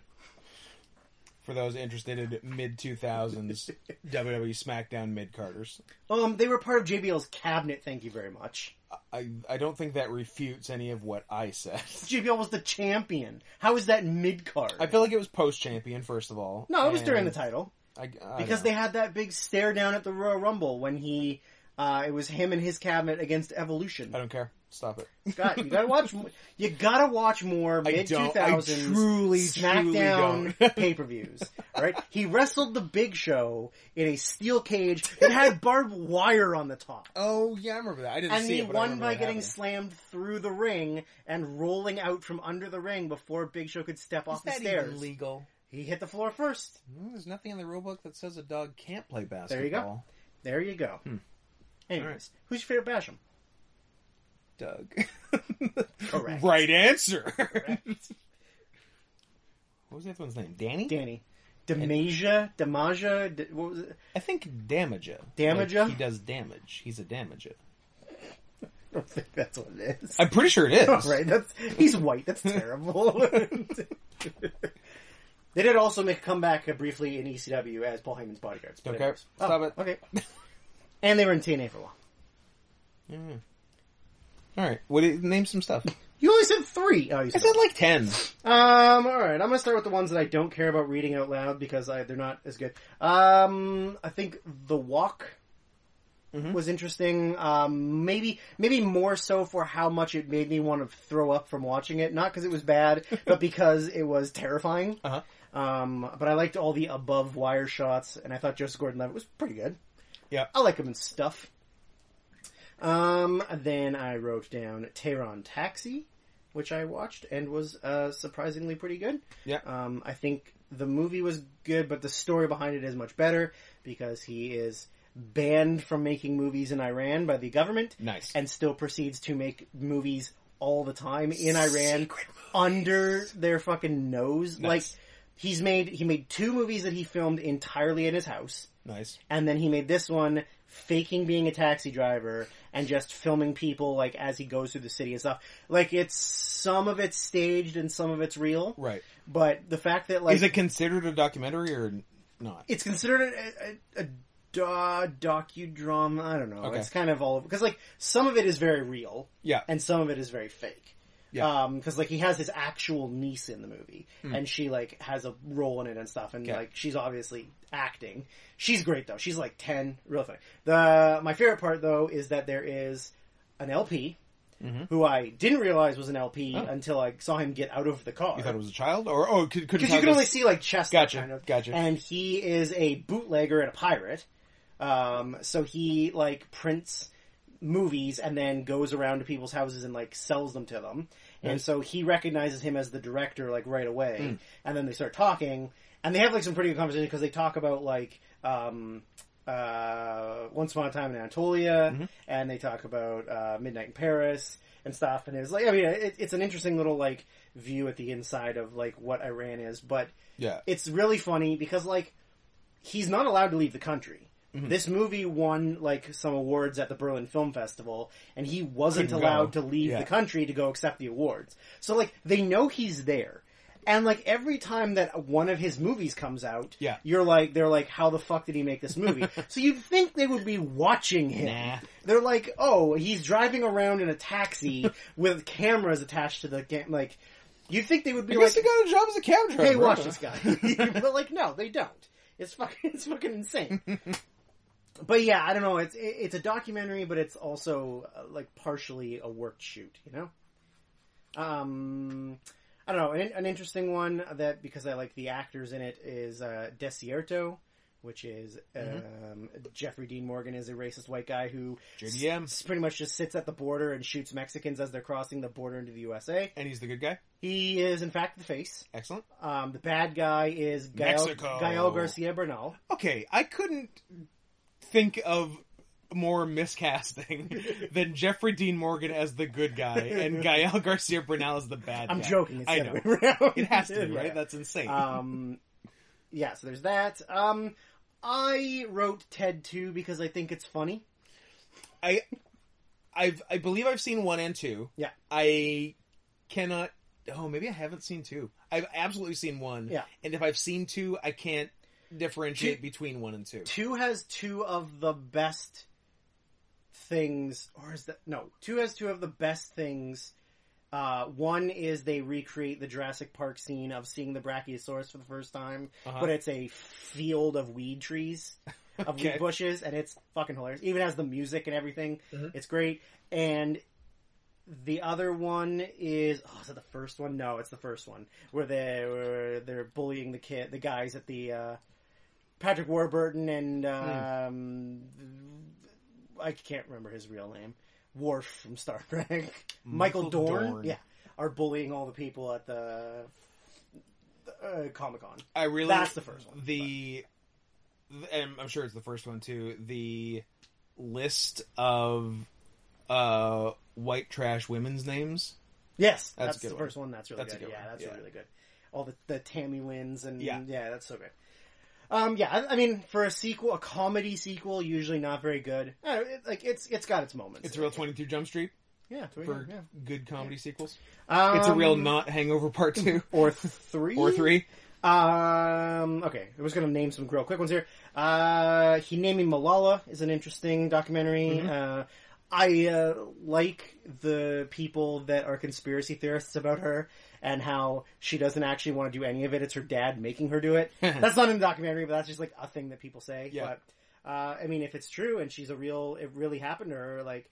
For those interested in mid 2000s WWE E SmackDown mid Carters, Um, they were part of JBL's cabinet, thank you very much. I, I don't think that refutes any of what I said. JBL was the champion. How is that mid card? I feel like it was post champion, first of all. No, it was and during the title. I, I know. because they had that big stare down at the Royal Rumble when he, uh, it was him and his cabinet against Evolution. I don't care. Stop it. God, you gotta watch. mo- You gotta watch more I mid two don't. I thousands truly, truly SmackDown don't. pay per views. Right? He wrestled the Big Show in a steel cage that had barbed wire on the top, oh yeah, I remember that. I didn't and see he it. but I won remember by that getting happening. slammed through the ring and rolling out from under the ring before Big Show could step off the stairs. legal? He hit the floor first. Mm, There's nothing in the rule book that says a dog can't play basketball. you go. There you go. Hmm. Anyways, Alright. who's your favorite Basham? Doug. Correct. Right answer. What was the other one's name? Danny? Danny. Demasia, Demasia, D- what was it? I think Damager. Damager? Like, he does damage. He's a damager. I don't think that's what it is. I'm pretty sure it is. right? That's he's white. That's terrible. they did also make a comeback briefly in ECW as Paul Heyman's bodyguards. but Okay. anyways. Oh, Stop it. Okay. And they were in TNA for a while. Mm. All right. What do you- name some stuff? You only said three. Oh, you I said. said like ten. Um. All right. I'm gonna start with the ones that I don't care about reading out loud because I, they're not as good. Um. I think the walk. Mhm. Was interesting. Um, maybe, maybe more so for how much it made me want to throw up from watching it. Not because it was bad, but because it was terrifying. Uh huh. Um, but I liked all the above wire shots, and I thought Joseph Gordon-Levitt was pretty good. Yeah. I like him in stuff. Um, then I wrote down Tehran Taxi, which I watched and was uh, surprisingly pretty good. Yeah. Um, I think the movie was good, but the story behind it is much better because he is banned from making movies in Iran by the government Nice. and still proceeds to make movies all the time in Iran under their fucking nose. Nice. Like he's made he made two movies that he filmed entirely in his house, nice. and then he made this one faking being a taxi driver and just filming people like as he goes through the city and stuff. Like it's some of it's staged and some of it's real, Right. but the fact that like is it considered a documentary or not? it's considered a, a, a da- docudrama. I don't know. Okay. It's kind of all over because like some of it is very real Yeah. and some of it is very fake. Yeah. Hmm. because like he has his actual niece in the movie, and she like has a role in it and stuff, and Okay. like she's obviously acting. She's great though. She's like ten, real funny. The my favorite part though is that there is an LP. Mm-hmm. Who I didn't realize was an LP until I saw him get out of the car. Oh. You thought it was a child, or oh, could could Because you can only see like chest. Gotcha, Kind of. gotcha. And he is a bootlegger and a pirate. Um, so he like prints movies and then goes around to people's houses and like sells them to them. And so he recognizes him as the director like right away. Hmm. And then they start talking and they have like some pretty good conversations because they talk about like, um, uh, Once Upon a Time in Anatolia, Mm-hmm. and they talk about uh, Midnight in Paris and stuff. And it's like, I mean, it, it's an interesting little like view at the inside of like what Iran is, but yeah. it's really funny because like he's not allowed to leave the country. Mm-hmm. This movie won like some awards at the Berlin Film Festival, and he wasn't Couldn't go. allowed to leave Yeah. the country to go accept the awards. So like they know he's there. And like every time that one of his movies comes out, Yeah. you're like, they're like, how the fuck did he make this movie? so you'd think they would be watching him. Nah. They're like, oh, he's driving around in a taxi with cameras attached to the cam. Like, you'd think they would be I like, guess he got a job as a cab driver. hey, watch this guy. but like, no, they don't. It's fucking, it's fucking insane. but yeah, I don't know. It's it, it's a documentary, but it's also uh, like partially a work shoot. You know. Um, I don't know. An, an interesting one that because I like the actors in it is uh, Desierto, which is um, Jeffrey Dean Morgan is a racist white guy who JDM. s- pretty much just sits at the border and shoots Mexicans as they're crossing the border into the USA. And he's the good guy. He is in fact the face. Excellent. Um, the bad guy is Gael, Mexico. Gael Garcia Bernal. Okay, I couldn't think of more miscasting than Jeffrey Dean Morgan as the good guy and Gael Garcia Bernal as the bad I'm guy. joking. It's I the know. other way around. It has to be, Yeah. right? That's insane. um, yeah, so there's that. Um, I wrote Ted 2 because I think it's funny. I I've I believe I've seen 1 and 2. Yeah. I cannot Oh, maybe I haven't seen 2. I've absolutely seen 1. Yeah. And if I've seen 2, I can't differentiate between 1 and 2. 2 has two of the best things, or is that, no, 2 has two of the best things. Uh, one is they recreate the Jurassic Park scene of seeing the Brachiosaurus for the first time, Uh-huh. but it's a field of weed trees, of Okay. weed bushes, and it's fucking hilarious. Even has the music and everything. Mhm. It's great. And the other one is oh, is it the first one? No, it's the first one where they where they're bullying the kid, the guys at the uh, Patrick Warburton and Hmm. um, I can't remember his real name. Worf from Star Trek, Michael, Michael Dorn, Dorn. yeah, are bullying all the people at the uh, Comic Con. I really That's the first one. the, th- and I'm sure it's the first one too. The list of uh, white trash women's names. That's Yes, a that's, good the one. first one. That's really That's a good. good Yeah, one, that's yeah. really good. All the, the Tammy wins and yeah. Yeah. that's so good. Um, yeah, I, I mean, for a sequel, a comedy sequel, usually not very good. Uh, it, like it's it's got its moments. It's a real 22 Jump Street yeah, three, for Oh, yeah. good comedy sequels. Um, It's a real not Hangover Part Two or three or three. Um, okay, I was gonna name some real quick ones here. Uh, he naming Malala is an interesting documentary. Mm-hmm. Uh, I uh, like the people that are conspiracy theorists about her and how she doesn't actually want to do any of it. It's her dad making her do it. that's not in the documentary, but that's just like a thing that people say. Yeah. But uh, I mean, if it's true and she's a real, it really happened to her. Like,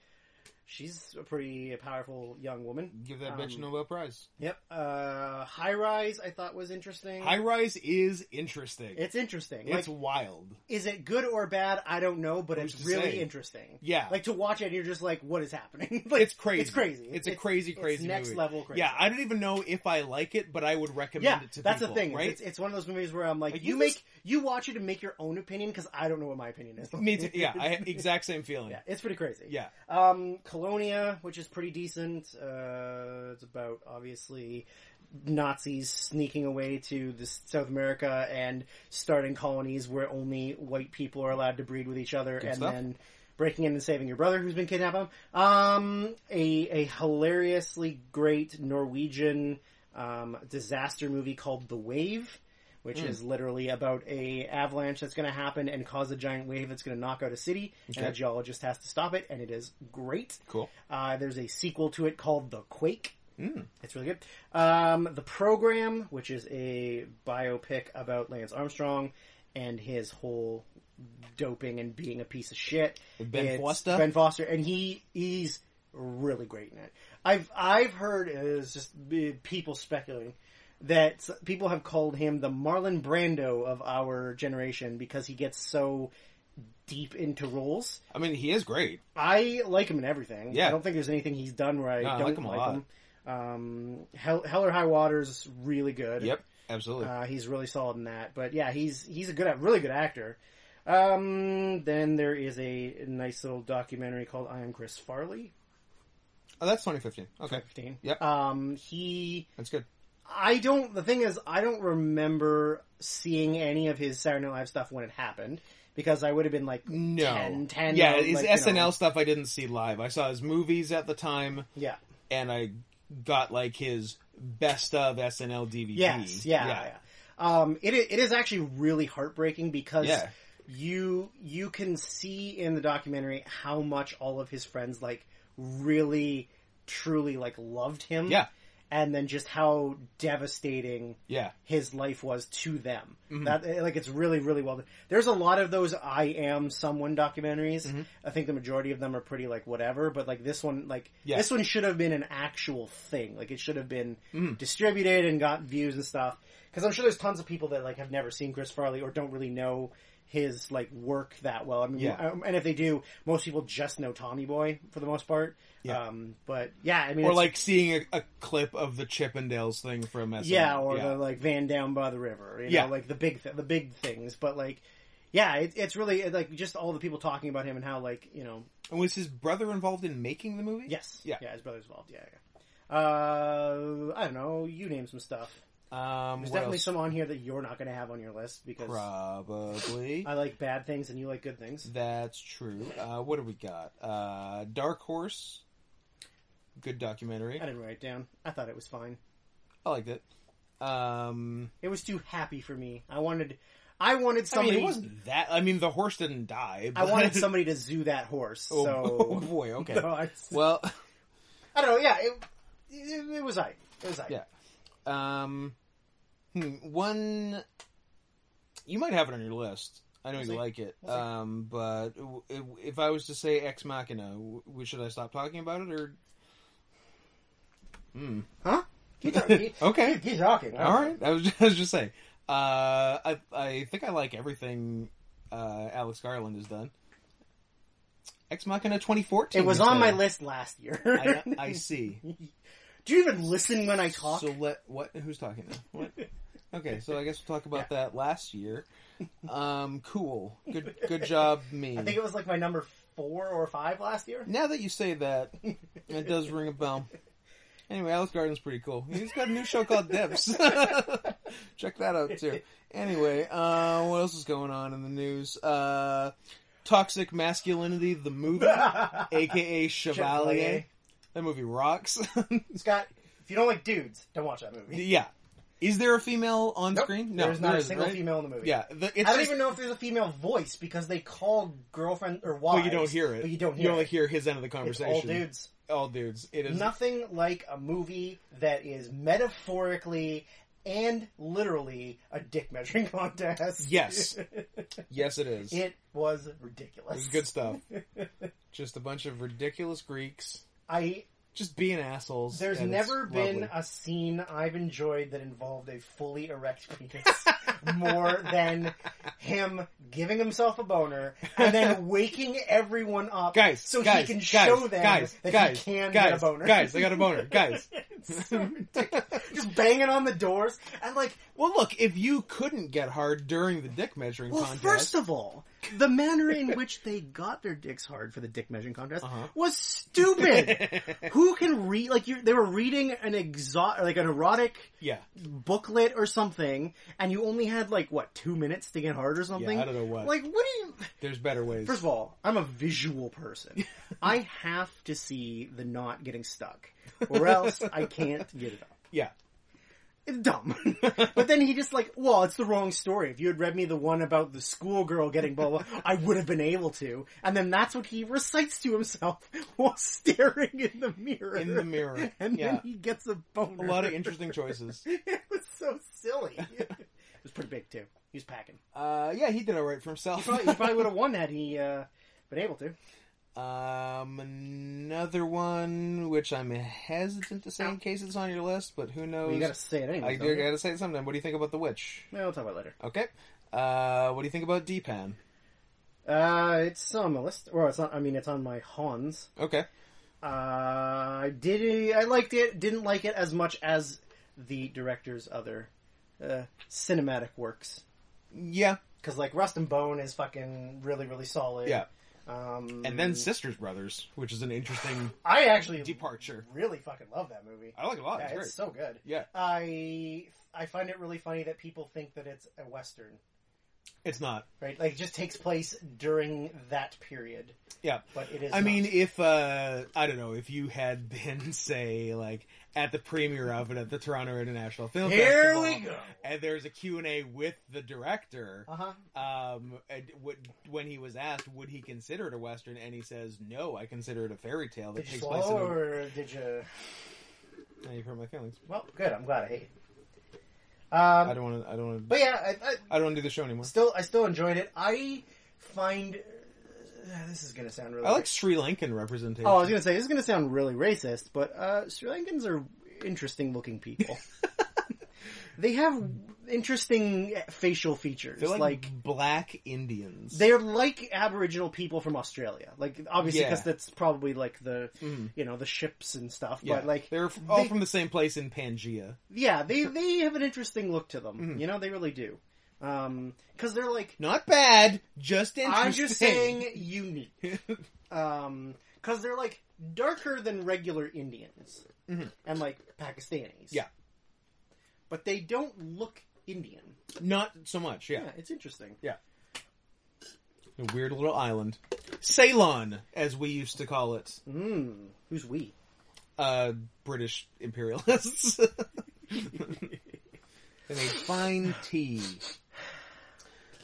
she's a pretty powerful young woman. Give that bitch Um, a Nobel Prize. Yep. Uh, High Rise, I thought was interesting. High Rise is interesting. It's, It's interesting. Like, wild. is it good or bad? I don't know, but Who's it's to really say? interesting. Yeah, Like to watch it, and you're just like, what is happening? like, it's crazy. It's crazy. It's, a crazy, it's crazy next movie. level crazy. Yeah, I don't even know if I like it, but I would recommend yeah. it to That's people. the thing. is right? It's, it's one of those movies where I'm like, Like, you, you make just- you watch it and make your own opinion because I don't know what my opinion is. Me too. Yeah, I exact same feeling. yeah, it's pretty crazy. yeah. Um, Colonia, which is pretty decent. Uh, it's about obviously Nazis sneaking away to this South America and starting colonies where only white people are allowed to breed with each other, and stuff. then breaking in and saving your brother who's been kidnapped. Um, a a hilariously great Norwegian um, disaster movie called The Wave. Which is literally about a avalanche that's going to happen and cause a giant wave that's going to knock out a city, and a Okay. geologist has to stop it, and it is great. Cool. Uh, there's a sequel to it called The Quake. Mm. It's really good. Um, the Program, which is a biopic about Lance Armstrong and his whole doping and being a piece of shit. Ben It's Foster? Ben Foster, and he he's really great in it. I've I've heard is just uh, people speculating that s- people have called him the Marlon Brando of our generation because he gets so deep into roles. I mean, he is great. I like him in everything. Yeah. I don't think there's anything he's done where I No, I don't like him a like lot. him. Um, Hell, Hell or High Water's really good. Yep, absolutely. Uh, he's really solid in that. But yeah, he's he's a good, a- really good actor. Um, then there is a nice little documentary called I Am Chris Farley. oh, that's 2015. Okay, 15. Yep. Um, he, that's good. I don't, the thing is, I don't remember seeing any of his Saturday Night Live stuff when it happened because I would have been like, No, 10, 10, yeah, no, his like, you SNL know. stuff I didn't see live. I saw his movies at the time, yeah. and I got like his best of SNL DVD. Yes, yeah, yeah. Um, it i- it is actually really heartbreaking because Yeah. you you can see in the documentary how much all of his friends like really truly like loved him. Yeah. and then just how devastating yeah. his life was to them. Mhm. That eh, like it's really really well. done. There's a lot of those I am someone documentaries. Mhm. I think the majority of them are pretty like whatever, but like this one like Yeah. this one should have been an actual thing. Like it should have been Mhm. distributed and got views and stuff. Cuz I'm sure there's tons of people that like have never seen Chris Farley or don't really know his like work that well. I mean, Yeah. um, and if they do, most people just know Tommy Boy for the most part. Yeah. Um, but yeah, I mean, or it's- like seeing a, a clip of the Chippendales thing from SNL. yeah, or the like Van Down by the river, you know, Yeah. like the big th- the big things. But like, yeah, it, it's really it, like just all the people talking about him and how like you know, and was his brother involved in making the movie? yes, Yeah. yeah, his brother's involved, yeah, yeah. Uh, I don't know, you name some stuff. um, There's what definitely else? some on here that you're not going to have on your list because probably. I like bad things and you like good things. That's true. Uh, what do we got? Uh, Dark Horse, good documentary. I didn't write it down. I thought it was fine. I liked it. Um, It was too happy for me. I wanted, I wanted I mean, somebody. it wasn't that. I mean, the horse didn't die. I But... wanted somebody to zoo that horse. Oh, oh, So boy, okay. No, I, Well, I don't know. Yeah, it, it, it was I. It was I. Yeah. um, hmm, one you might have it on your list. I know We'll you see. like it. We'll see. um, but w- w- if I was to say Ex Machina, w- w- should I stop talking about it or? Hmm. Keep talking. Keep, Okay. keep- keep talking. All right, I was, I was just saying. Uh, I I think I like everything uh, Alex Garland has done. Ex Machina 2014. It was you on said. my list last year. I, I see. Do you even listen when I talk? So let what? Who's talking now? What? Okay, so I guess we'll talk about that last year. Um, cool. Good. Good job, me. I think it was like my number four or five last year. Now that you say that, it does ring a bell. Anyway, Alice Garden's pretty cool. He's got a new show called Debs. Check that out too. Anyway, uh, what else is going on in the news? Uh, Toxic Masculinity, the movie, aka Chevalier. Chevalier. That movie rocks. Scott, if you don't like dudes, don't watch that movie. yeah. Is there a female on Nope, screen? No, there's not there a isn't, single right? female in the movie. Yeah, the, it's I don't just- even know if there's a female voice because they call girlfriend or wife. but you don't hear it. But you don't hear You only it. hear his end of the It's conversation. all dudes. All dudes. It is Nothing like a movie that is metaphorically and literally a dick measuring contest. Yes. Yes, it is. it was It ridiculous. was good stuff. Just a bunch of ridiculous Greeks I just being assholes. there's and it's never been lovely. a scene I've enjoyed that involved a fully erect penis more than him giving himself a boner and then waking everyone up guys. so guys, he can guys, show them guys, that guys, he can guys, get a boner. Guys, I got a boner. Guys. It's so ridiculous. Just banging on the doors and like well, look, if you couldn't get hard during the dick measuring Well, contest, first of all, the manner in which they got their dicks hard for the dick measuring contest Uh-huh. was stupid. Who can read like you? They were reading an exo- like an erotic yeah, booklet or something, and you only had like what two minutes to get hard or something. Yeah, I don't know what. Like, what do you? there's better ways. First of all, I'm a visual person. I have to see the knot getting stuck, or else I can't get it up. yeah, It's dumb. but then he just like, well, it's the wrong story. If you had read me the one about the schoolgirl getting blah blah, I would have been able to. And then that's what he recites to himself while staring in the mirror. in the mirror. And yeah, then he gets a boner. a lot of interesting choices. it was so silly. it was pretty big too. He was packing. Uh, yeah, he did all right for himself. Probably, he probably would have won had he uh, been able to. Um, another one which I'm hesitant to say in case it's on your list, but who knows? Well, you gotta say it anyway. I do gotta say it sometime. What do you think about the witch? We'll talk about it later. Okay. Uh, what do you think about D-Pan? Uh, it's on my list. Or it's on, I mean, it's on my Hans. Okay. Uh, did I liked it? Didn't like it as much as the director's other uh, cinematic works. Yeah. Because like Rust and Bone is fucking really really solid. Yeah. Um, And then Sisters Brothers, which is an interesting I actually departure. really fucking love that movie. I like it a lot. yeah, it's great. it's so good. Yeah. I I find it really funny that people think that it's a western, It's not. right? Like it just takes place during that period. Yeah. But it is. I mean, not. if, uh, I don't know, if you had been, say, like, at the premiere of it at the Toronto International Film here Festival. we go. And there's a Q&A with the director. Uh huh. um, and would, when he was asked, would he consider it a Western? And he says, no, I consider it a fairy tale that Did you takes place in swallow a... or did you? Now you've hurt my feelings. Well, good. I'm glad I hate it. I Um, don't want to, I don't want to, but yeah, I, I I don't want to do the show anymore. still I still enjoyed it. I find uh, this is gonna sound really. I like Sri Lankan representation. Oh, I was gonna say this is gonna sound really racist, but uh, Sri Lankans are interesting looking people. they have interesting facial features. They're like, like black Indians. they're like Aboriginal people from Australia. Like obviously, Yeah. because that's probably like the Mhm. you know the ships and stuff. yeah, But like, they're f- all they- from the same place in Pangea. yeah, they they have an interesting look to them. Mhm. You know, they really do. Because they're like, Not bad, just interesting. I'm just saying, unique. Um, because they're like darker than regular Indians Mhm. and like Pakistanis. Yeah. but they don't look Indian. Not so much. Yeah, Yeah, it's interesting. a weird little island, Ceylon, as we used to call it. Mm, who's we? uh, British imperialists. they made fine tea.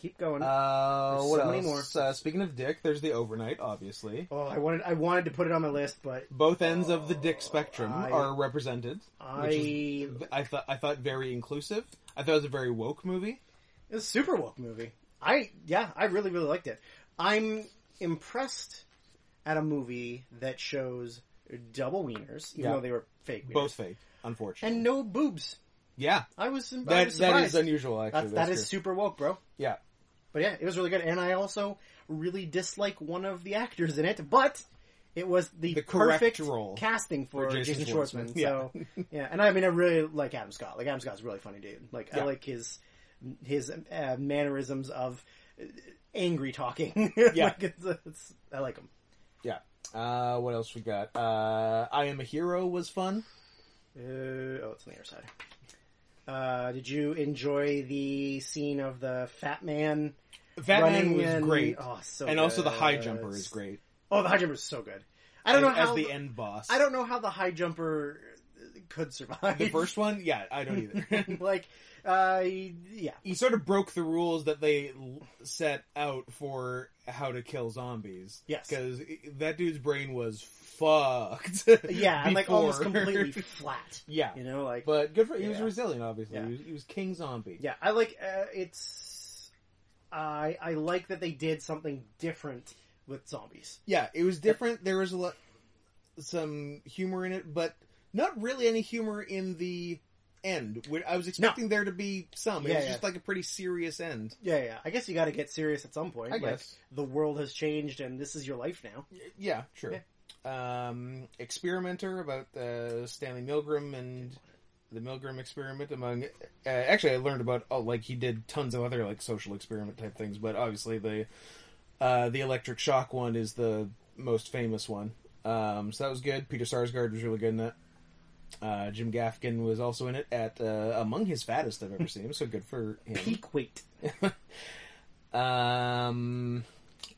Keep going. Uh, There's what so else? many Uh, speaking of dick, there's the overnight, obviously. oh, I wanted I wanted to put it on my list, but Both ends of the dick spectrum I- are represented. I I thought I thought very inclusive. I thought it was a very woke movie. It's a super woke movie. I yeah, I really really liked it. I'm impressed at a movie that shows double wieners, even Yeah. though they were fake wieners, Both fake, unfortunately. and no boobs. yeah, I was, I that was that surprised. is unusual. Actually, That's, that That's is super woke, bro. true. yeah. But yeah, it was really good, and I also really dislike one of the actors in it, but. It was the, The correct perfect role casting for, for Jason, Jason Schwartzman. Schwartzman. Yeah. So yeah, and I mean, I really like Adam Scott. Like Adam Scott's a really funny dude. Like I Yeah. like his his uh, mannerisms of uh, angry talking. Yeah. like it's, it's, I like him. Uh, what else we got? Uh, I am a hero was fun. Uh, oh, it's on the other side. Uh, did you enjoy the scene of the fat man That man running was and- great. Oh, so and also the high good. jumper is great. Oh, the high jumper is so good. I don't as, know how as the the- end boss. I don't know how the high jumper could survive. The first one, yeah, I don't either. like, uh, yeah, he sort of broke the rules that they l- set out for how to kill zombies. Yes. because that dude's brain was fucked. yeah, and like almost before. completely flat. yeah, You know, like, but good for he was Yeah. resilient. Obviously, Yeah. he, was, he was king zombie. yeah, I like uh, it's. I I like that they did something different with zombies. Yeah, it was different. There was a lot, some humor in it, but not really any humor in the end. Wh- I was expecting there to be some. It Yeah, was yeah. just like a pretty serious end. Yeah, yeah. I guess you got to get serious at some point. I like, guess. the world has changed, and this is your life now. Y- Yeah, sure. Um, Experimenter about uh, Stanley Milgram and the Milgram experiment. Among uh, actually, I learned about oh, like he did tons of other like social experiment type things, but obviously the uh, the electric shock one is the most famous one. Um, so that was good. Peter Sarsgaard was really good in that. Uh, Jim Gaffigan was also in it at uh, among his fattest I've ever seen him, so good for him. Peak weight. Um,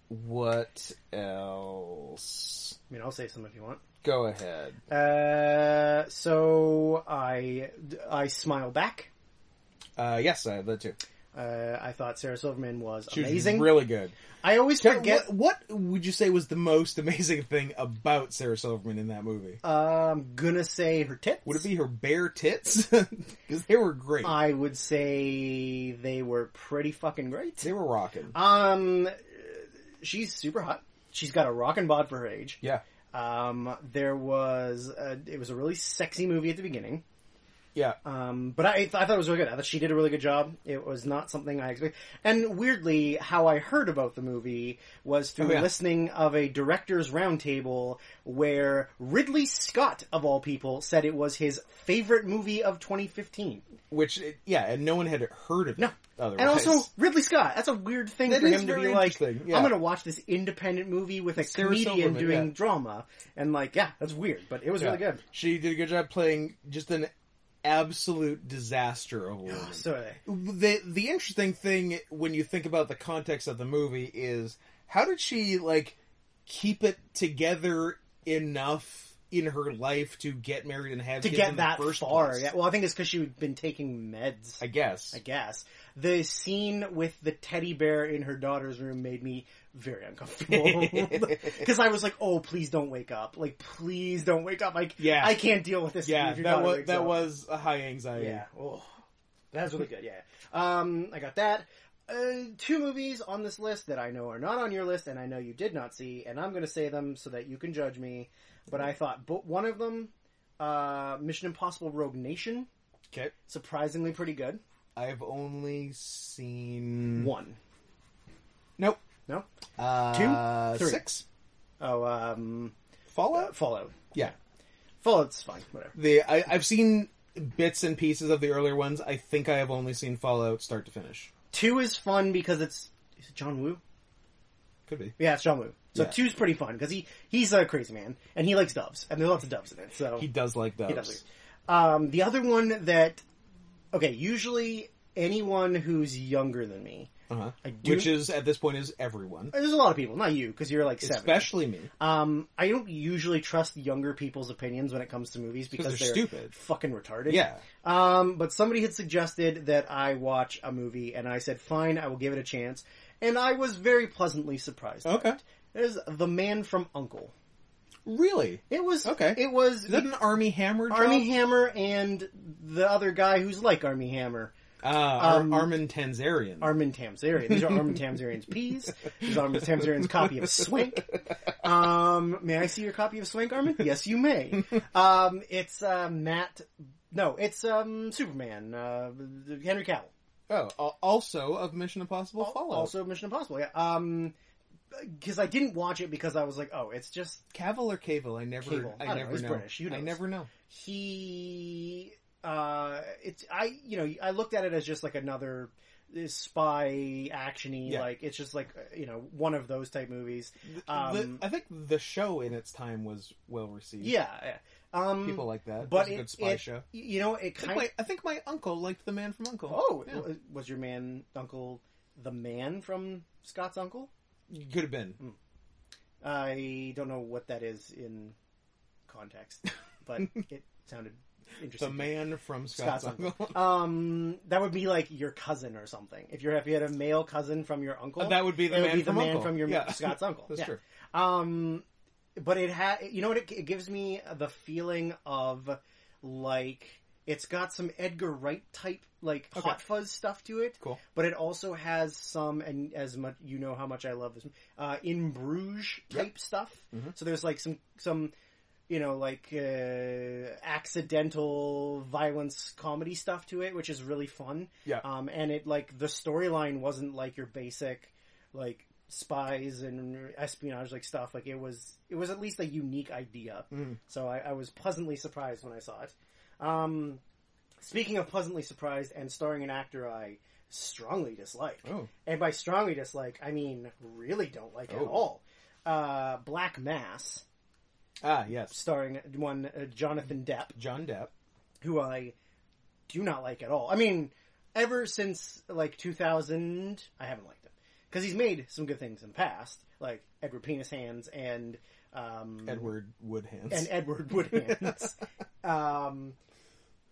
what else? I mean, I'll say some if you want. Go ahead. Uh, so I I smile back. Uh, yes, I have that too. Uh, I thought Sarah Silverman was She was amazing. really good. I always forget. what, what would you say was the most amazing thing about Sarah Silverman in that movie? Uh, I'm gonna say her tits. Would it be her bare tits? Because they were great. I would say they were pretty fucking great. they were rocking. Um, she's super hot. She's got a rockin' bod for her age. yeah, Um, there was a, it was a really sexy movie at the beginning. yeah. Um, but I, I thought it was really good. I thought she did a really good job. It was not something I expected. And weirdly, how I heard about the movie was through Oh, yeah. listening of a director's roundtable where Ridley Scott, of all people, said it was his favorite movie of 2015. Which, yeah, and no one had heard of No. it. Otherwise. And also, Ridley Scott. That's a weird thing That for is him to be very like, interesting, yeah. I'm going to watch this independent movie with a Sarah comedian Silverman, doing yeah. drama. And like, yeah, that's weird, but it was really Yeah. good. she did a good job playing just an absolute disaster of a woman. So, uh, the the interesting thing when you think about the context of the movie is how did she like keep it together enough in her life to get married and have to kids in get the that first far. place? Yeah. Well, I think it's because she'd been taking meds. I guess. I guess. The scene with the teddy bear in her daughter's room made me very uncomfortable. Because I was like, oh, please don't wake up. Like, please don't wake up. Like, Yeah. I can't deal with this. yeah, if your that daughter was wakes that up. was a high anxiety. Yeah. Oh, that was really good. Yeah. Um, I got that. Uh, two movies on this list that I know are not on your list, and I know you did not see, and I'm going to say them so that you can judge me. But I thought, but one of them, uh, Mission Impossible: Rogue Nation, Okay. surprisingly pretty good. I've only seen One. Nope. No? Uh, Two? Three. Six. Oh, um, Fallout. Fallout. Yeah. Fallout's fine. Whatever. The I, I've seen bits and pieces of the earlier ones. I think I have only seen Fallout start to finish. Two is fun because it's is it John Woo. Could be. Yeah, it's John Woo. So Yeah. two's pretty fun because he he's a crazy man and he likes doves and there's lots of doves in it. So He does like those. He does. Um, the other one that, okay, usually anyone who's younger than me, Uh-huh. I do. Which is at this point is everyone, there's a lot of people, not you, because you're like seven. especially me. um, I don't usually trust younger people's opinions when it comes to movies because they're stupid. fucking retarded. Yeah. Um, but somebody had suggested that I watch a movie, and I said, "Fine, I will give it a chance," and I was very pleasantly surprised. by Okay. it. It is The Man from Uncle. Really? It was Okay. It was Is that an Army Hammer? Job? Army Hammer and the other guy who's like Army Hammer. Uh, Ar- Um, Armin Tanzarian. Armin Tamsarian. These are Armin Tamsarian's peas. These are Armin Tamsarian's copy of Swank. Um, may I see your copy of Swank, Armin? Yes, you may. Um, it's uh, Matt. No, it's um, Superman. Uh, Henry Cavill. oh, al- also of Mission Impossible Fallout. Also Mission Impossible. Yeah. Um, because I didn't watch it because I was like, oh, it's just Cavill or Cavill? I never, Cavill. I I, don't know, never he's know. British, who I knows? never know. he uh it's i you know i looked at it as just like another uh, spy actiony Yeah. like it's just like uh, you know one of those type movies Th- Um, the, I think the show in its time was well received. yeah yeah. um Mm-hmm. people like that. it was but a it- good spy it- show. y- you know it I think, kind of my, I think my uncle liked The Man from Uncle. oh Yeah. w- was your man uncle the man from scott's uncle could have been. i don't know what that is in context but it sounded interesting The Man from Scott's, Scott's Uncle. um that would be like your cousin or something if you're if you had a male cousin from your uncle Uh, that would be the it would man be the from man Uncle. from your yeah. Scott's uncle. That's yeah. true. Um, but it had, you know what? It, it gives me the feeling of like it's got some Edgar Wright type like Okay. Hot Fuzz stuff to it, Cool. but it also has some, and as much you know how much I love this, uh, in Bruges type stuff. Mhm. So there's like some some. You know, like uh, accidental violence comedy stuff to it, which is really fun. Yeah. Um, and it like the storyline wasn't like your basic like spies and espionage like stuff. Like it was it was at least a unique idea. Mm. So I, I was pleasantly surprised when I saw it. Um, speaking of pleasantly surprised and starring an actor I strongly dislike, Oh, and by strongly dislike I mean really don't like at Oh. all. Uh, Black Mass, ah, yes, starring one uh, Jonathan Depp John Depp. who I do not like at all. I mean, ever since like 2000, I haven't liked him because he's made some good things in the past, like Edward Penis Hands and um, Edward Woodhands. and Edward Woodhands. um,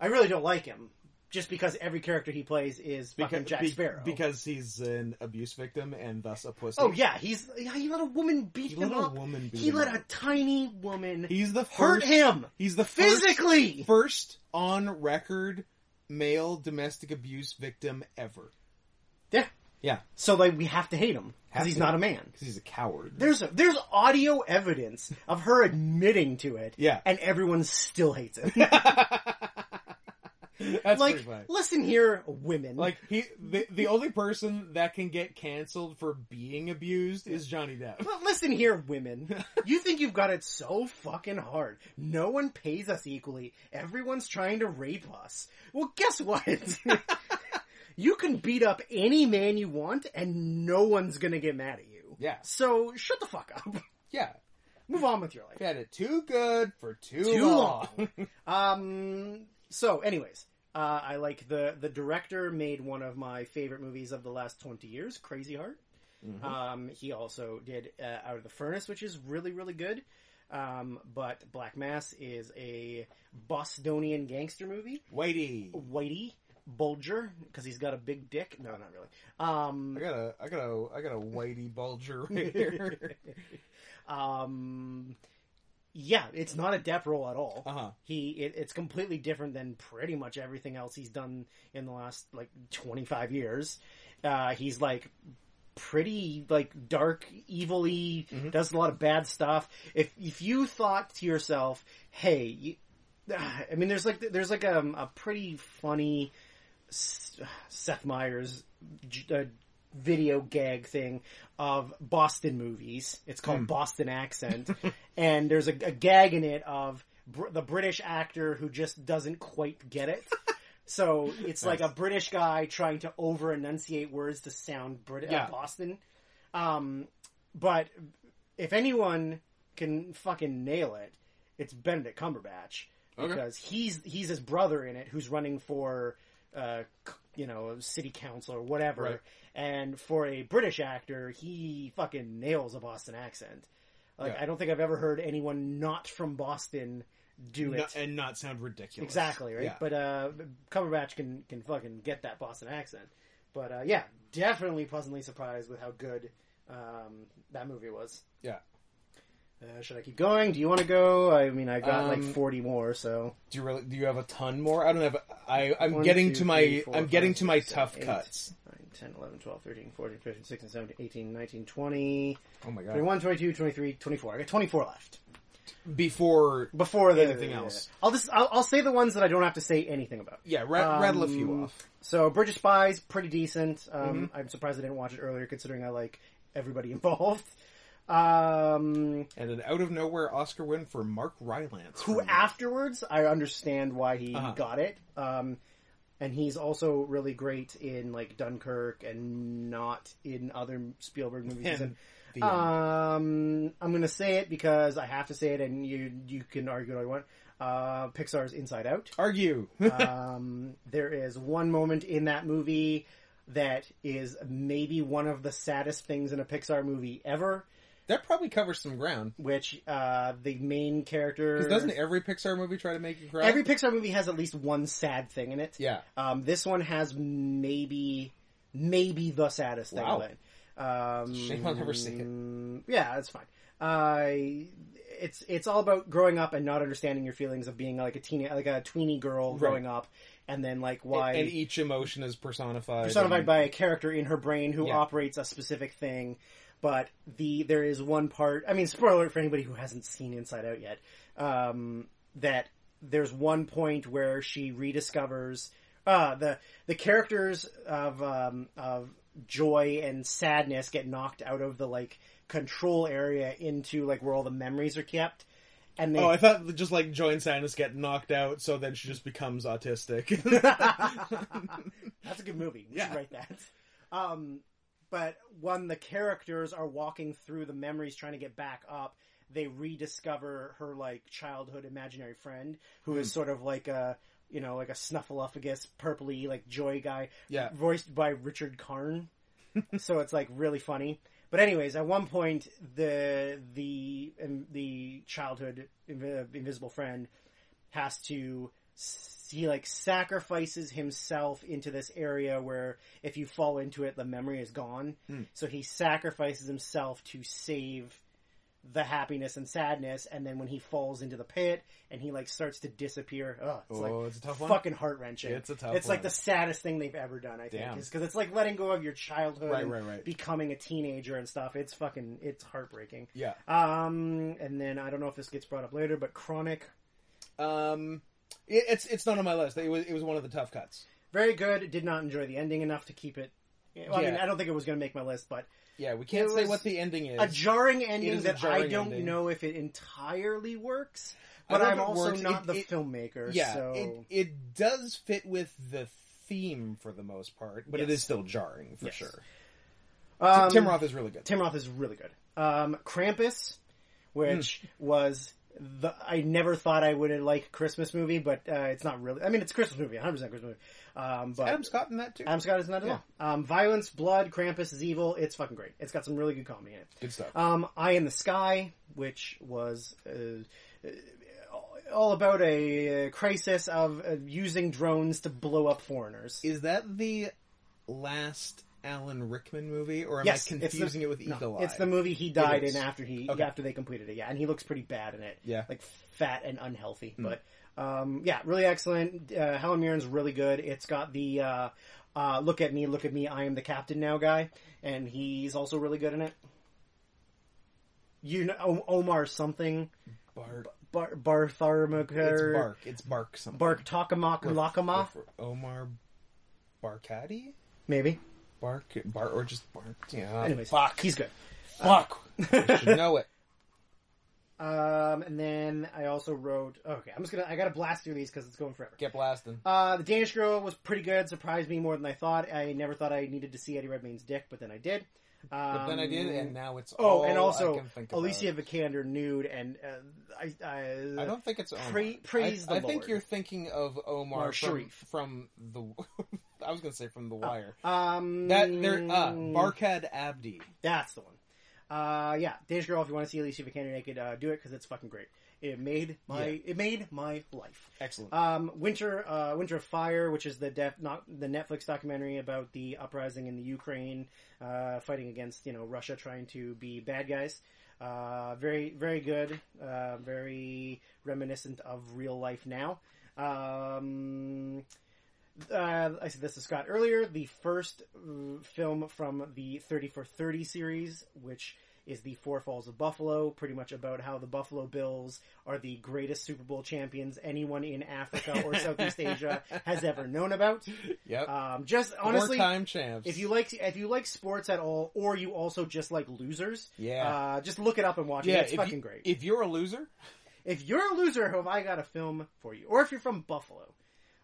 I really don't like him just because every character he plays is fucking Jack be- Sparrow. because he's an abuse victim and thus a pussy. oh yeah, he's yeah, he let a woman beat he him let a up. woman beat he him let up. a tiny woman He's the hurt first, him He's the first, physically. first on record male domestic abuse victim ever Yeah. Yeah. So like we have to hate him because Have he's to. not a man. because he's a coward. There's there's audio evidence of her admitting to it, yeah, and everyone still hates it. that's like, pretty funny. listen here, women. Like he, the, the only person that can get canceled for being abused is Johnny Depp. L- listen here, women. You think you've got it so fucking hard? No one pays us equally. Everyone's trying to rape us. Well, guess what? you can beat up any man you want, and no one's gonna get mad at you. Yeah, So shut the fuck up. yeah. Move on with your life. He had it too good for too, too long. long. um. So, anyways, uh, I like the the director made one of my favorite movies of the last twenty years, Crazy Heart. Mhm. Um, he also did uh, Out of the Furnace, which is really really good. Um, but Black Mass is a Bostonian gangster movie. Whitey, Whitey Bulger, because he's got a big dick. No, not really. Um, I got a, I got a, I got a Whitey Bulger right here. um, yeah, it's not a Depp role at all. uh huh. he it, it's completely different than pretty much everything else he's done in the last like 25 years uh, he's like pretty like dark evilly Mhm. does a lot of bad stuff if if you thought to yourself hey you, i mean there's like there's like um, a pretty funny s- Seth Meyers j- uh, video gag thing of Boston movies. It's called Boston Accent, and there's a, a gag in it of br- the British actor who just doesn't quite get it. So it's like a British guy trying to over enunciate words to sound Brit- Yeah. uh, Boston. Um, but if anyone can fucking nail it, it's Benedict Cumberbatch Okay. because he's he's his brother in it who's running for uh c- you know city council or whatever. Right. And for a British actor, he fucking nails a Boston accent. Like Yeah. I don't think I've ever heard anyone not from Boston do it. No- and not sound ridiculous. Exactly right, Yeah. but uh, Cumberbatch can can fucking get that Boston accent. But uh, yeah, definitely pleasantly surprised with how good um, that movie was. Yeah. Uh, should I keep going? Do you want to go? I mean, I got like Um, forty more, so Do you really? Do you have a ton more? I don't have. I I'm One, getting two, to my. three, four, I'm getting five, to my six, tough seven, eight. cuts. 9, 10, 11, 12, 13, 14, 15, 16, 17, 18, 19, 20, Oh my god! 21, 22, 23, 24. I got 24 left. Before, Before the, Anything else? I'll just, I'll, I'll say the ones that I don't have to say anything about. yeah, ra- rattle a few Um, off. So Bridge of Spies, pretty decent. Um, Mm-hmm. I'm surprised I didn't watch it earlier, considering I like everybody involved. Um, And an out of nowhere Oscar win for Mark Rylance. who from- afterwards, I understand why he Uh-huh. got it. Um, and he's also really great in like Dunkirk and not in other Spielberg movies. he's in. And the, Uh, Um, I'm gonna say it because I have to say it, and you you can argue what you want. Uh, Pixar's Inside Out. argue. Um, there is one moment in that movie that is maybe one of the saddest things in a Pixar movie ever. that probably covers some ground. Which uh, the main character 'Cause doesn't every Pixar movie try to make you cry? every Pixar movie has at least one sad thing in it. yeah. Um, this one has maybe maybe the saddest thing Wow. in it. Um, Shame I'll never see Yeah, that's fine. Uh, it's it's all about growing up and not understanding your feelings of being like a teen like a tweeny girl growing up, and then like why and each emotion is personified. personified and- by a character in her brain who Yeah. operates a specific thing. But the there is one part. I mean, spoiler alert for anybody who hasn't seen Inside Out yet. Um, that there's one point where she rediscovers uh, the the characters of um, of joy and sadness get knocked out of the like control area into like where all the memories are kept, and they Oh, I thought that just like Joy and Sadness get knocked out, so then she just becomes autistic. That's a good movie. We should Yeah. write that. Um, but when the characters are walking through the memories trying to get back up, they rediscover her like childhood imaginary friend who is Hmm. sort of like a you know like a snuffleupagus purpley like joy guy yeah. voiced by Richard Karn. so it's like really funny. But anyways, at one point the the um, the childhood inv- invisible friend has to s- he like sacrifices himself into this area where if you fall into it the memory is gone. Hmm. So he sacrifices himself to save the happiness and sadness and then when he falls into the pit and he like starts to disappear, ugh, it's oh, like it's a tough one. fucking heart wrenching. It's a tough It's like one. the saddest thing they've ever done. I think Damn. because it's like letting go of your childhood, Right, and right, right. becoming a teenager and stuff. It's fucking it's heartbreaking. Yeah. Um, and then I don't know if this gets brought up later, but Chronic, Um, it, it's it's not on my list. It was it was one of the tough cuts. very good. Did not enjoy the ending enough to keep it. Well, I mean, Yeah. I don't think it was going to make my list, but Yeah, we can't It say was what the ending is. a jarring ending is a that I jarring don't ending. know if it entirely works. I But don't I'm know if it also works. not It- the it- filmmaker, yeah, so it it does fit with the theme for the most part, but it Yes. is still jarring for Yes. sure. um, Tim Roth is really good. Tim Roth is really good. Um, Krampus, which Hmm. was the I never thought I would like Christmas movie, but uh, it's not really. I mean, it's a Christmas movie, 100 percent Christmas movie. Um, but Adam Scott in that too. Adam Scott is not at Yeah. all. Um, violence, blood, Krampus is evil. It's fucking great. It's got some really good comedy in it. good stuff. Um, Eye in the Sky, which was uh, uh, all about a uh, crisis of uh, using drones to blow up foreigners. is that the last Alan Rickman movie, or am Yes, I it's the- confusing it with no, Eagle Eye? It's the movie he died is. in after he Okay. after they completed it. Yeah, and he looks pretty bad in it. Yeah. Hmm. like fat and unhealthy. But um, yeah, really excellent. Uh, Helen Mirren's really good. It's got the uh, uh, "Look at me, look at me, I am the captain now" guy, and he's also really good in it. You know O- Omar something Bark. Bar Bartharmaker It's Bark. It's Bark something. Bark Takama Or- Lakama. or for Omar Barcati? Maybe. Bark, bar, or just bark. Yeah. Anyways, fuck, he's good. fuck. I should know it. Um, and then I also wrote. Okay, I'm just gonna. I gotta blast through these because it's going forever. Get blasting. Uh, the Danish Girl was pretty good. Surprised me more than I thought. I never thought I needed to see Eddie Redmayne's dick, but then I did. Um, But then I did, and now it's oh, all and I also can think about. Alicia Vikander nude, and uh, I, I, I don't think it's Omar. Pra- praise I, the I think Lord. you're thinking of Omar Omar from, Sharif. Uh, from the. I was going to say from The Wire. um that there, uh, Mm. Barkad Abdi. That's the one. Uh, yeah, Danish Girl. If you want to see Alicia Vikander naked, uh, do it because it's fucking great. It made my Yeah. it made my life. Excellent. Um, Winter, uh, Winter of Fire, which is the def- not the Netflix documentary about the uprising in the Ukraine, uh, fighting against you know Russia trying to be bad guys. Uh, very, very good. Uh, very reminiscent of real life now. Um, uh, I said this to Scott earlier. The first uh, film from the Thirty for Thirty series, which is the Four Falls of Buffalo, pretty much about how the Buffalo Bills are the greatest Super Bowl champions anyone in Africa or Southeast Asia has ever known about. yep. Um, just honestly, Wartime champs. if you like if you like sports at all, or you also just like losers, Yeah. uh, just look it up and watch yeah, it. It's if fucking you, great. If you're a loser, If you're a loser, have I got a film for you? Or if you're from Buffalo.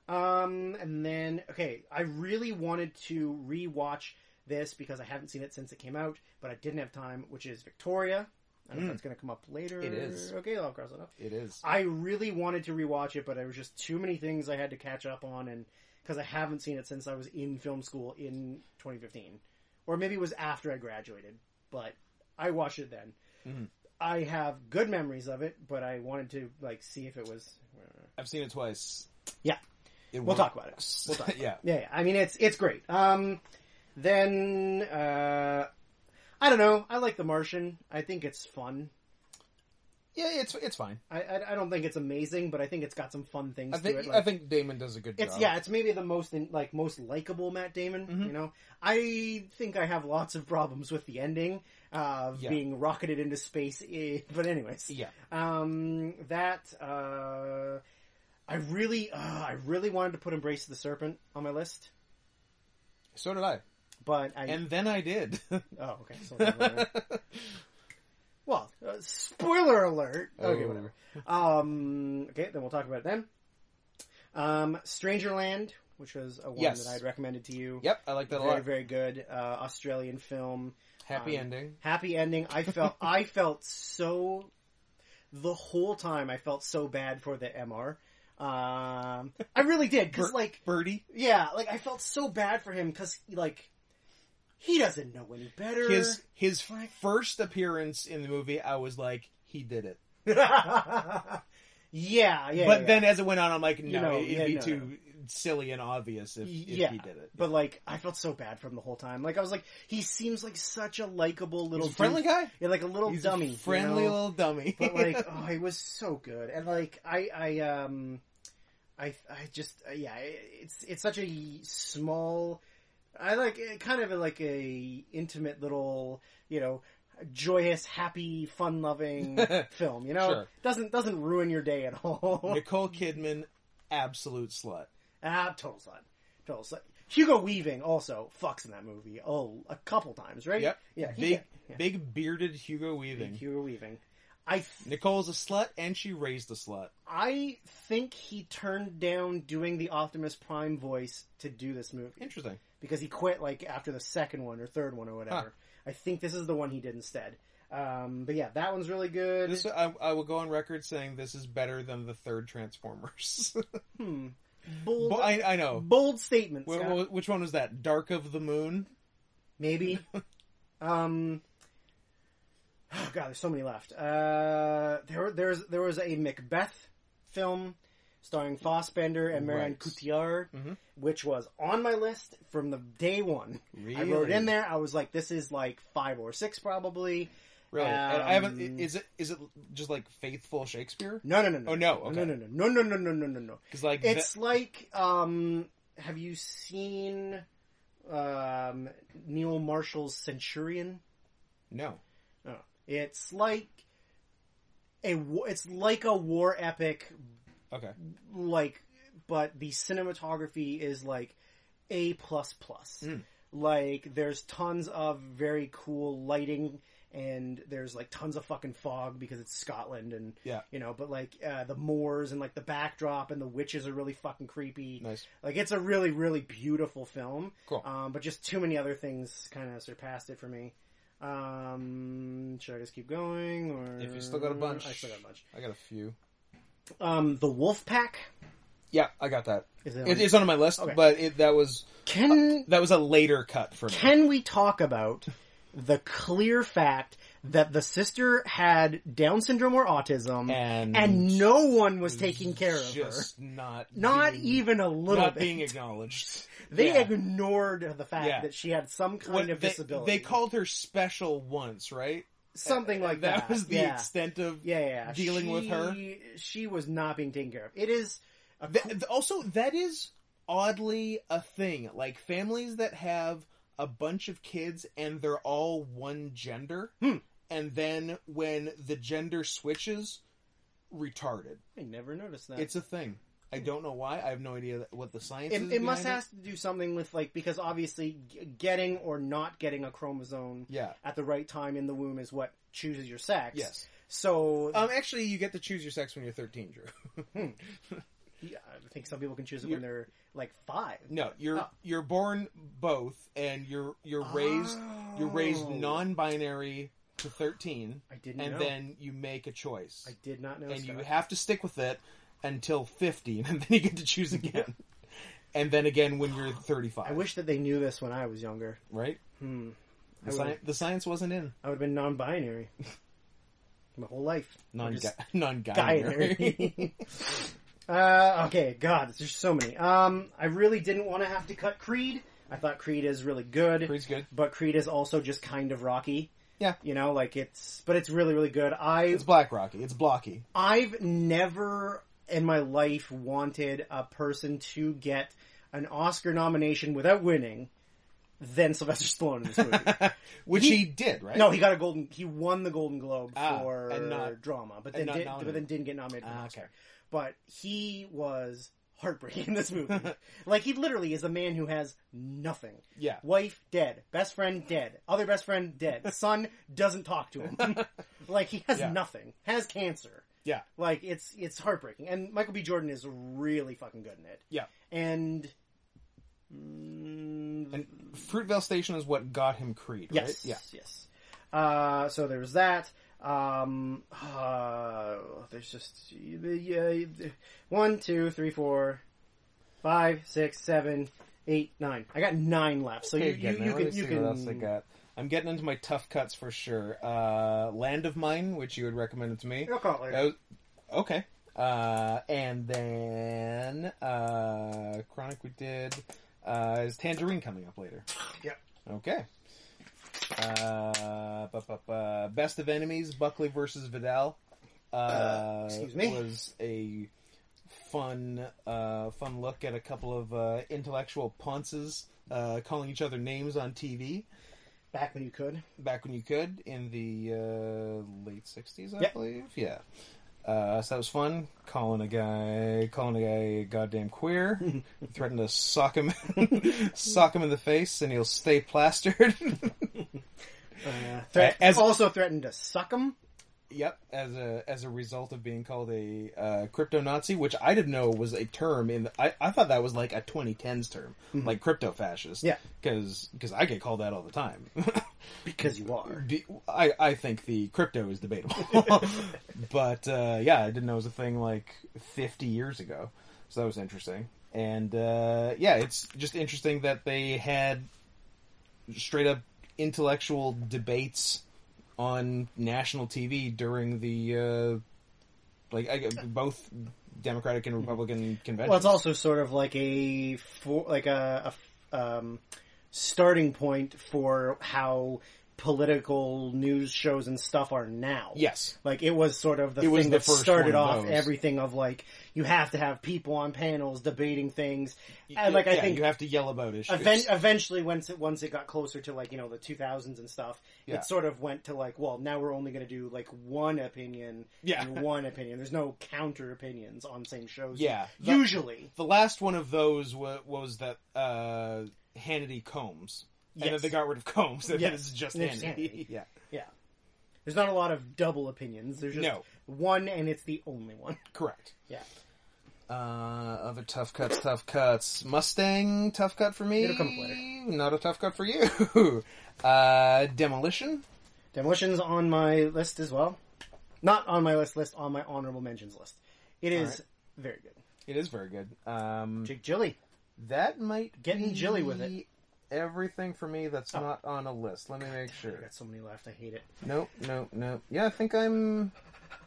Um, and then, okay, I really wanted to rewatch this because I haven't seen it since it came out, but I didn't have time, which is Victoria. I don't know if that's going to come up later. Hmm. It is. Okay, I'll cross it off. it is. I really wanted to rewatch it, but there was just too many things I had to catch up on, and because I haven't seen it since I was in film school in 2015, or maybe it was after I graduated, but I watched it then. Mhm. I have good memories of it, but I wanted to like see if it was. I've seen it twice. Yeah. It We'll talk about it. works. We'll talk about yeah. Yeah, yeah, I mean it's it's great. Um, then uh, I don't know. I like The Martian. I think it's fun. Yeah, it's it's fine. I, I, I don't think it's amazing, but I think it's got some fun things I think to it. I like- think Damon does a good It's job. yeah, it's maybe the most in, like most likable Matt Damon. Mhm. You know, I think I have lots of problems with the ending uh, of Yeah. being rocketed into space. eh, But anyways, Yeah. um, that uh, I really, uh, I really wanted to put Embrace of the Serpent on my list, So did I. but I And then I did. oh okay. So whatever. well, uh, spoiler alert. Okay, Oh. whatever. Um, okay, then we'll talk about it then. Um, Strangerland, which was a one Yes. that I'd recommended to you. yep, I like that a very lot. very good uh, Australian film. Happy um, ending. Happy ending. I felt I felt so the whole time. I felt so bad for the MR. Um, I really did because Bir- like Birdie. yeah, like I felt so bad for him because like he doesn't know any better. His his first appearance in the movie, I was like, he did it. yeah, yeah. but yeah. then as it went on, I'm like, no, You know, it'd yeah, be no, too silly and obvious if, if Yeah, he did it. But like, I felt so bad for him the whole time. Like, I was like, he seems like such a likable little He's a friendly dude. guy. Yeah, like a little He's a dummy, you friendly know? little dummy. but like oh he was so good and like i i um i i just uh, yeah it's it's such a small i like it kind of like a intimate little you know joyous happy fun loving film you know Sure. doesn't doesn't ruin your day at all Nicole Kidman, absolute slut. ah total slut total slut hugo weaving also fucks in that movie oh a couple times right Yep. yeah he Big, yeah. big bearded Hugo Weaving. hugo weaving i Nicole's a slut, and she raised a slut. I think he turned down doing the Optimus Prime voice to do this movie Interesting. because he quit like after the second one or third one or whatever. Huh. I think this is the one he did instead. Um, but yeah, that one's really good. This, I, I will go on record saying this is better than the third Transformers. hmm. Bold, Well, I, I know. bold statements. Wh- Scott. wh- which one was that? Dark of the Moon. Maybe. um. Oh god, there's so many left. Uh, there, there's there was a Macbeth film starring Fossbender and Marion Right. Cotillard, Mhm. which was on my list from the day one. I wrote Really? in there. I was like, this is like five or six probably. Really? And I haven't. Um, Is it? Is it just like faithful Shakespeare? No, no, no, no, Oh, no, okay. no, no, no, no, no, no, no, no, no, no. Because like the- It's like, um, have you seen um, Neil Marshall's Centurion? no. Oh. It's like a wa- it's like a war epic, Okay. like but the cinematography is like A plus plus. Mm. Like there's tons of very cool lighting and there's like tons of fucking fog because it's Scotland and Yeah. you know, but like uh, the moors and like the backdrop and the witches are really fucking creepy. Nice. Like it's a really really beautiful film. Cool. Um, but just too many other things kind of surpassed it for me. Um, should I just keep going or If you still got a bunch. I still got a bunch. I got a few. Um, the Wolf Pack. Yeah, I got that. Is it on- It, it's on my list, Okay. but it, that was can that was a later cut for me. can we talk about the clear fact that the sister had Down syndrome or autism, and and no one was taking care of her? just not Not being, even a little not bit. being acknowledged. They Yeah. ignored the fact Yeah. that she had some kind What of they, disability. They called her special once, right? something like that. That was the yeah. extent of yeah, yeah, yeah. dealing with her. She- She was not being taken care of. It is a Th- th- also, that is oddly a thing. Like families that have a bunch of kids and they're all one gender, Hmm. and then when the gender switches, retarded. I never noticed that. It's a thing. I don't know why. I have no idea that- what the science. is Hmm. it, it must behind has to do something with like because obviously g- getting or not getting a chromosome it. Yeah. at the right time in the womb is what chooses your sex. Yes. So Um. Actually, you get to choose your sex when you're 13, Drew. yeah, I think some people can choose it when they're like five. No, you're Oh. you're born both, and you're you're raised you're raised Oh. non-binary to 13, I didn't and know. then you make a choice. I did not know. and you Scott. have to stick with it until 50 and then you get to choose again and then again when you're 35 I wish that they knew this when I was younger. right Hmm. the, I sci- would've- the science wasn't in I would have been non-binary my whole life. Or non just non binary binary. uh, okay, God, there's so many. Um, I really didn't want to have to cut Creed. I thought Creed is really good, Creed's good but Creed is also just kind of rocky. Yeah. you know, like it's, but it's really, really good. I it's black rocky it's blocky I've never in my life wanted a person to get an Oscar nomination without winning than Sylvester Stallone in this movie. which he, He- did right No, he got a golden. He won the Golden Globe Ah, for and not- drama, but and then not did, but nominated. then didn't get nominated. For an Ah, Oscar. okay. But he was heartbreaking in this movie. like he literally is a man who has nothing. yeah Wife dead, best friend dead, other best friend dead, son doesn't talk to him. like he has Yeah. nothing. Has cancer. yeah Like it's it's heartbreaking. And Michael B. Jordan is really fucking good in it. yeah And. mm, and fruitvale station is what got him creed right Yes. yeah Yes. Uh, so there was that. Um, uh, there's just the uh, one, two, three, four, five, six, seven, eight, nine. I got nine left. So Okay, you, you, good. Now you let can me you see what else I can. got. I'm getting into my tough cuts for sure. Uh, Land of Mine, which you had recommended to me. I'll call it That later. was- Oh, okay. Uh, and then uh, Chronic we did. Uh, is Tangerine coming up later? Yep. Okay. Uh, bu- bu- bu- Best of Enemies, Buckley versus Vidal. Uh, excuse me? Was a fun, uh, fun look at a couple of uh, intellectual punces uh, calling each other names on TV Back when you could. back when you could in the uh, late sixties, I Yep. believe. Yeah. Uh, so that was fun. Calling a guy, calling a guy, a goddamn queer, threatened to sock him, sock him in the face, and he'll stay plastered. Uh, threat, Uh, as- also threatened to suck him. yep, as a as a result of being called a uh, crypto Nazi, which I didn't know was a term. In the, I I thought that was like a 2010s term, like crypto fascist. Yeah. because I get called that all the time. Because you are. Do- I, I think the crypto is debatable. but uh, yeah, I didn't know it was a thing like 50 years ago. So that was interesting. And uh, yeah, it's just interesting that they had straight up intellectual debates on national TV during the uh, like I, both Democratic and Republican conventions. Well, it's also sort of like a for, like a, a um, starting point for how political news shows and stuff are now. Yes. Like it was sort of the It thing was the that first started one of off those. everything of like you have to have people on panels debating things, and like I Yeah, think you have to yell about issues. Even- eventually, once it once it got closer to like you know the 2000s and stuff, Yeah. it sort of went to like, well, now we're only going to do like one opinion Yeah. and one opinion. There's no counter opinions on same shows. Yeah. The, usually. the last one of those was, was that uh, Hannity Combs. And Yes. then they got rid of Combs. And then Yes. it's just It's Hannity. Hannity. yeah. Yeah, there's not a lot of double opinions. There's just No. one, and it's the only one. Correct. Yeah, Uh, other tough cuts, tough cuts. Mustang, tough cut for me. It'll come later. Not a tough cut for you. Uh, Demolition. demolitions on my list as well. Not on my list list on my honorable mentions list. It is right. very good. It is very good. Um, Jake Gilly. that might Getting be jilly with it. Oh. Everything for me that's not on a list. Let me make I sure. got so many left. I hate it. Nope, nope, nope. Yeah, I think I'm.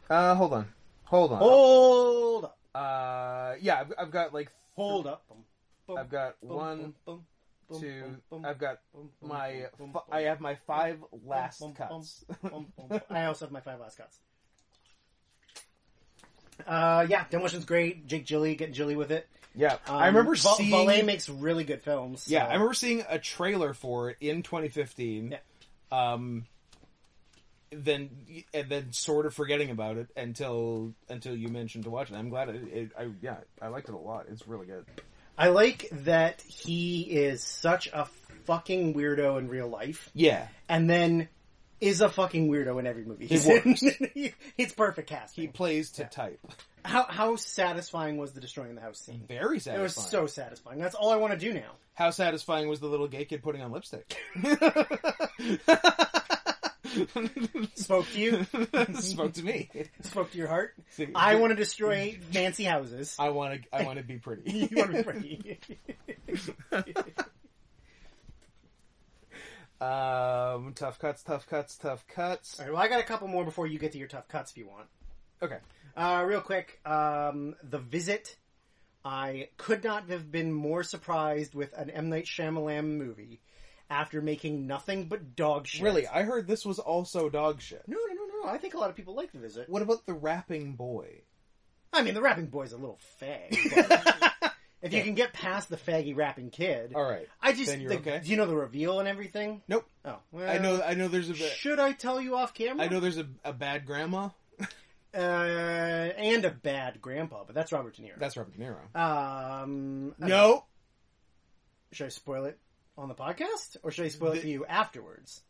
Uh, hold on, hold Oh, on. Hold up. Uh, yeah, I've, I've got like Hold up. I've got one, boom, two. I've got my. fi- I have my five last cuts. I also have my five last cuts. Uh, yeah, Demolition's great. Jake Gilly getting Gilly with it. Yeah, Um, I remember Val- seeing. Valet makes really good films. so- yeah, I remember seeing a trailer for it in 2015. Yeah. Um. Then and then sort of forgetting about it until until you mentioned to watch it. I'm glad it. it I yeah, I liked it a lot. It's really good. I like that he is such a fucking weirdo in real life, Yeah, and then is a fucking weirdo in every movie. He's works. in. it's perfect casting. he plays to type. how how satisfying was the destroying the house scene? Very It satisfying. was so satisfying. That's all I want to do now. How satisfying was the little gay kid putting on lipstick? Spoke to you. Spoke to me. spoke to your heart. See, I want to destroy fancy houses. I want to. I want to be pretty. you want to be pretty. Um, tough cuts, tough cuts, tough cuts. All right, well, I got a couple more before you get to your tough cuts if you want. Okay. Uh, real quick, um, The Visit. I could not have been more surprised with an M. Night Shyamalan movie after making nothing but dog shit. Really, I heard this was also dog shit. No, no, no, no. I think a lot of people like The Visit. What about the rapping boy? I mean, the rapping boy's a little fag. but if you can get past the faggy rapping kid, All right. I just then you're the- okay. do you know the reveal and everything? Nope. Oh, well, I know. I know. There's a. ba- Should I tell you off camera? I know. There's a, a bad grandma. Uh, and a bad grandpa, but that's Robert De Niro. That's Robert De Niro. um, I don't know. No. Should I spoil it on the podcast, or should I spoil it The- for you afterwards?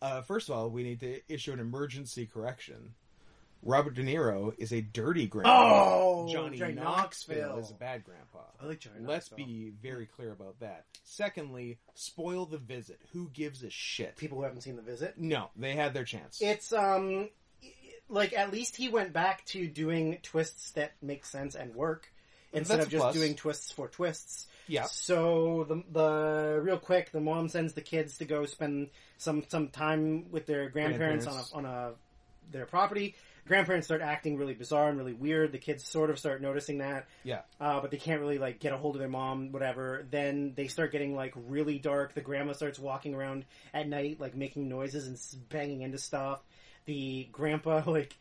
Uh, first of all, we need to issue an emergency correction. Robert De Niro is a dirty grandpa. Oh, Johnny, Johnny Knoxville, Knoxville. is a bad grandpa. I like Johnny Let's Knoxville. be very clear about that. Secondly, spoil the visit. Who gives a shit? people who haven't seen the visit. No, they had their chance. It's um, like at least he went back to doing twists that make sense and work instead That's of a just plus. doing twists for twists. yeah. So the the real quick, the mom sends the kids to go spend some some time with their grandparents, Grandparents. on a, on a their property. Grandparents start acting really bizarre and really weird. The kids sort of start noticing that, Yeah. uh, but they can't really like get a hold of their mom, whatever. Then they start getting like really dark. The grandma starts walking around at night, like making noises and s- banging into stuff. The grandpa like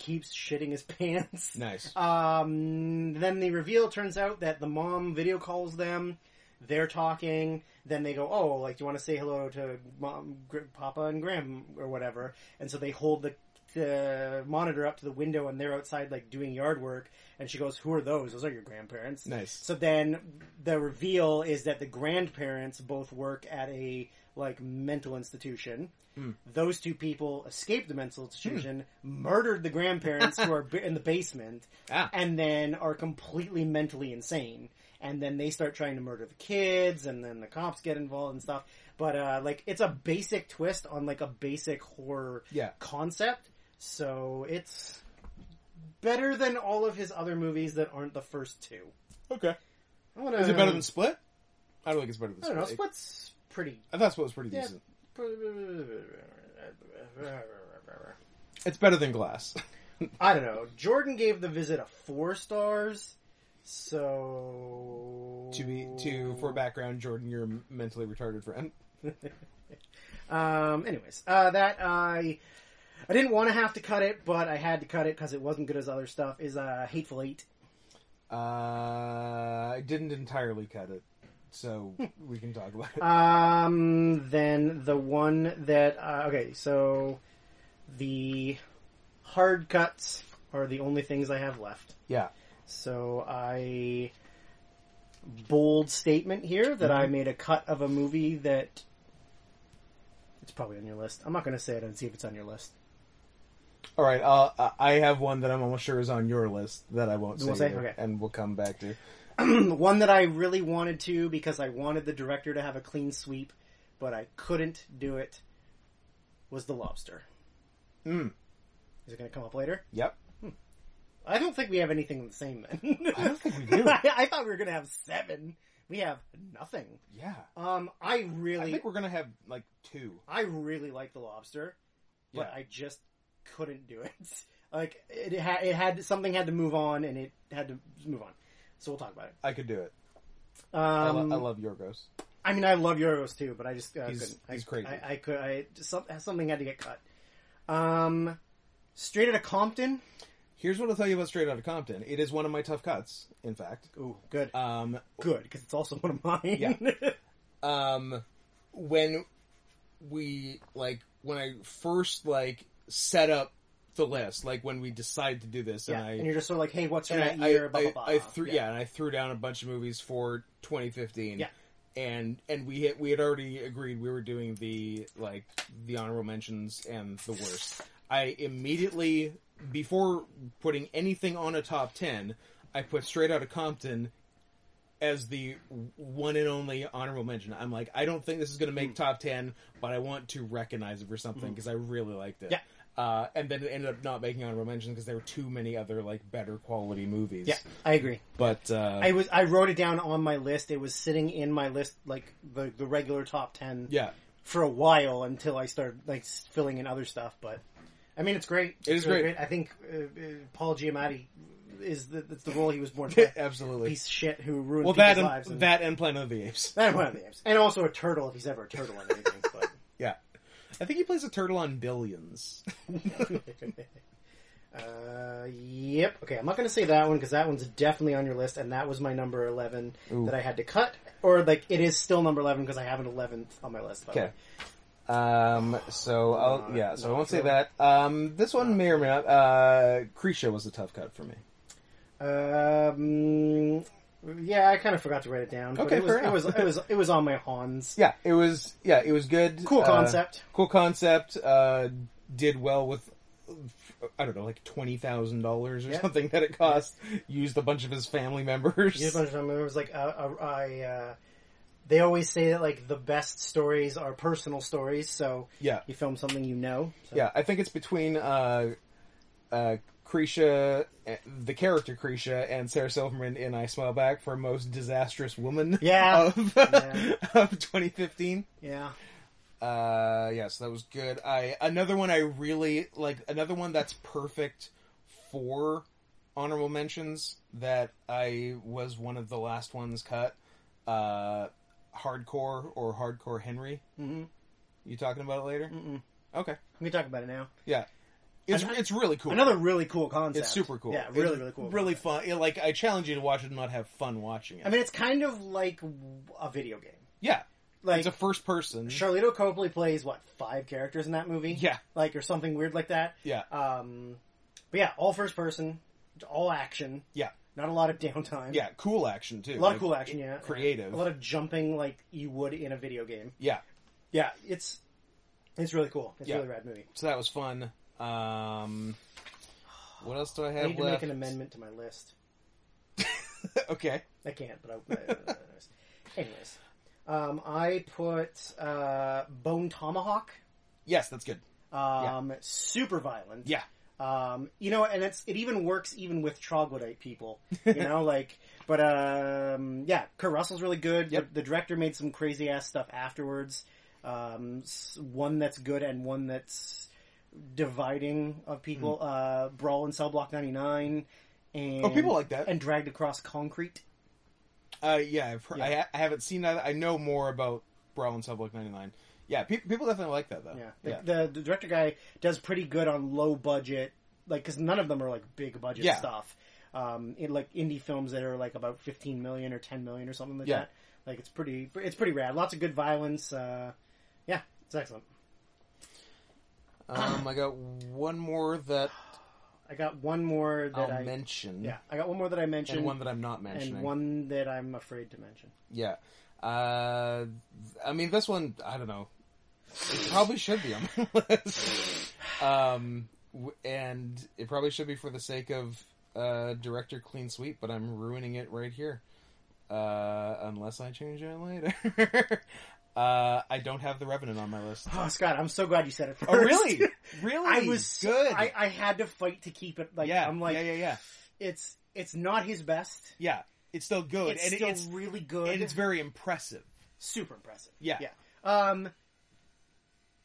keeps shitting his pants. Nice. Um, then the reveal turns out that the mom video calls them. They're talking. Then they go, "Oh, like, do you want to say hello to mom, gr- Papa, and Graham, or whatever?" And so they hold the, the monitor up to the window, and they're outside, like, doing yard work. And she goes, "Who are those? Those are your grandparents." nice. So then the reveal is that the grandparents both work at a like mental institution. Hmm. Those two people escaped the mental institution, murdered the grandparents who are b- in the basement, Ah. and then are completely mentally insane. And then they start trying to murder the kids, and then the cops get involved and stuff. But uh, like, it's a basic twist on like a basic horror Yeah. concept. So it's better than all of his other movies that aren't the first two. Okay. I wanna, Is it better than Split? I don't think it's better than I Split. don't know. Split's pretty. I thought Split was pretty Yeah. decent. It's better than Glass. I don't know. Jordan gave the visit a four stars, so to be to for background, Jordan, your mentally retarded friend. um, anyways, uh, that I I didn't want to have to cut it, but I had to cut it because it wasn't good as other stuff. Is uh, Hateful Eight. Uh, I didn't entirely cut it, so we can talk about it. Um, then the one that uh, okay, so the hard cuts are the only things I have left. Yeah. So I bold statement here that Mm-hmm. I made a cut of a movie that it's probably on your list. I'm not going to say it and see if it's on your list. All right. Uh, I- I have one that I'm almost sure is on your list that I won't say, We'll say? here, Okay. and we'll come back to. One that I really wanted to because I wanted the director to have a clean sweep, but I couldn't do it. Was the lobster? Mm. Is it going to come up later? Yep. I don't think we have anything the same then. I don't think we do. I, I thought we were going to have seven. We have nothing. Yeah. Um, I really, I think we're gonna have like two. I really like the lobster, but Yeah. I just couldn't do it. Like it had, it had something had to move on, and it had to move on. So we'll talk about it. I could do it. I, lo- Um, I love Yorgos. I mean, I love Euros too, but I just uh, He's- couldn't. he's I, crazy. I, I could. I just, some- something had to get cut. Um, straight out of Compton. Here's what I'll tell you about Straight Outta Compton. It is one of my tough cuts. In fact, Ooh, good, um, good, because it's also one of mine. Yeah. um, when we like when I first like set up the list, like when we decided to do this, Yeah, and I and you're just sort of like, hey, what's from and that I, year? I- blah, I- blah, blah. I threw yeah. and I threw down a bunch of movies for 2015. Yeah. And and we hit we had already agreed we were doing the like the honorable mentions and the worst. I immediately before putting anything on a top 10, I put straight out of Compton as the one and only honorable mention. I'm like, I don't think this is going to make top 10, but I want to recognize it for something because I really liked it. Yeah. Uh, and then it ended up not making honorable mentions because there were too many other like better quality movies. Yeah, I agree. But uh, I was I wrote it down on my list. It was sitting in my list like the the regular top ten yeah, for a while until I started like s- filling in other stuff. But I mean, it's great. It is It's really great. I think uh, uh, Paul Giamatti is the that's the role he was born for. absolutely. Piece of shit who ruined well, people's that and, lives. And, that and Planet of the Apes. that one of the names, and also a turtle if he's ever a turtle in anything. But Yeah. I think he plays a turtle on Billions. Uh, yep. Okay, I'm not going to say that one because that one's definitely on your list, and that was my number 11 Ooh. that I had to cut, or like it is still number 11 because I have an 11th on my list. by the way. Um. So I'll, yeah. So I won't say that. Um. This one may or may not. Uh. Creature was a tough cut for me. Um, yeah, I kind of forgot to write it down. but Okay, it was, fair it was enough. it was it was on my Hans. Yeah. It was. Yeah. It was good. Cool Uh, concept. cool concept. Uh. Did well with. I don't know, like twenty thousand dollars or Yeah. something that it cost. Used a bunch of his family members. You just understand, It was like a, a, I, uh, they always say that like the best stories are personal stories, so Yeah. you film something you know. So. Yeah, I think it's between uh, uh, Cretia, the character Cretia, and Sarah Silverman in I Smile Back for most disastrous woman Yeah. of, Yeah. of 2015. Yeah. Uh, yeah, so that was good. I Another one I really like, another one that's perfect for honorable mentions that I was one of the last ones cut. Uh, Hardcore or Hardcore Henry. Mm-hmm. You talking about it later? Mm-mm. Okay. We can talk about it now. Yeah. It's, Ano- it's really cool. Another really cool concept. It's super cool. Yeah, It's really, really cool. Really concept. fun. It, like I challenge you to watch it and not have fun watching it. I mean, it's kind of like a video game. yeah, Like it's a first person. Charlito Copley plays what five characters in that movie? Yeah. like or something weird like that. Yeah, Um, but yeah, all first person, all action, yeah, not a lot of downtime. yeah. Cool action too. a lot Like, of cool action. Yeah, creative. A lot of jumping like you would in a video game. yeah, Yeah, it's it's really cool. It's Yeah. a really rad movie. so that was fun. Um, what else do I I have need to left? make an amendment to my list. okay. I can't, but I. anyways. anyways, um, I put uh, Bone Tomahawk. Yes, that's good. Um, super violent. Yeah, Um, you know, and it's it even works even with troglodyte people. You know, like, but um, yeah, Kurt Russell's really good. Yep. The, the director made some crazy ass stuff afterwards. Um, s- one that's good and one that's dividing of people. Uh, Brawl in Cell Block ninety nine. And, Hmm. Oh, people like that. And dragged across concrete. uh, yeah. I've heard, Yeah. I, ha- I haven't seen that. I know more about Brawl and Sublock 99. Yeah, pe- people definitely like that though. Yeah. The, The, the director guy does pretty good on low budget, like because none of them are like big budget Yeah. stuff. Um, in like indie films that are like about fifteen million or ten million or something like Yeah. that. Like it's pretty, it's pretty rad. Lots of good violence. Uh, yeah, it's excellent. Um, I got one more that I got one more that I'll I mention, yeah, I got one more that I mentioned and one that I'm not and mentioning. one that I'm afraid to mention. Yeah. Uh, I mean, this one, I don't know. It probably should be on the list. Um, w- and it probably should be for the sake of uh, director clean sweep, but I'm ruining it right here. Uh, unless I change it later. uh, I don't have the Revenant on my list. Oh, Scott, I'm so glad you said it first. Oh, really? Really? I was good. I, I had to fight to keep it. Like yeah, I'm like yeah, yeah, yeah, it's it's not his best. yeah. It's still good, It's and still it's really good. and it's very impressive. super impressive. Yeah. yeah. Um,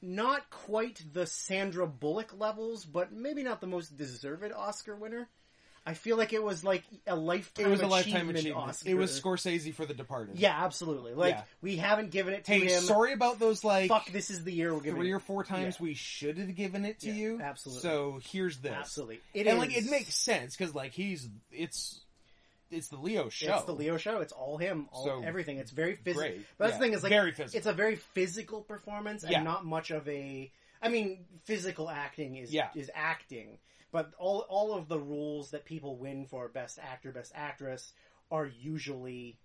not quite the Sandra Bullock levels, but maybe not the most deserved Oscar winner. I feel like it was like a lifetime. It was a lifetime achievement. achievement. Oscar. It was Scorsese for The Departed. Yeah, absolutely. Like Yeah. we haven't given it to Hey, him. sorry about those like Fuck, this is the year we're giving. three it. or four times Yeah. we should have given it to Yeah, you. absolutely. So here's this. Absolutely, it and like is- it makes sense because like he's it's it's the Leo show. It's the Leo show. It's all him, all So, everything. It's very physical. Great. But that's Yeah. the thing is like very physical. it's a very physical performance and Yeah. not much of a I mean physical acting is Yeah. is acting but all all of the rules that people win for best actor best actress are usually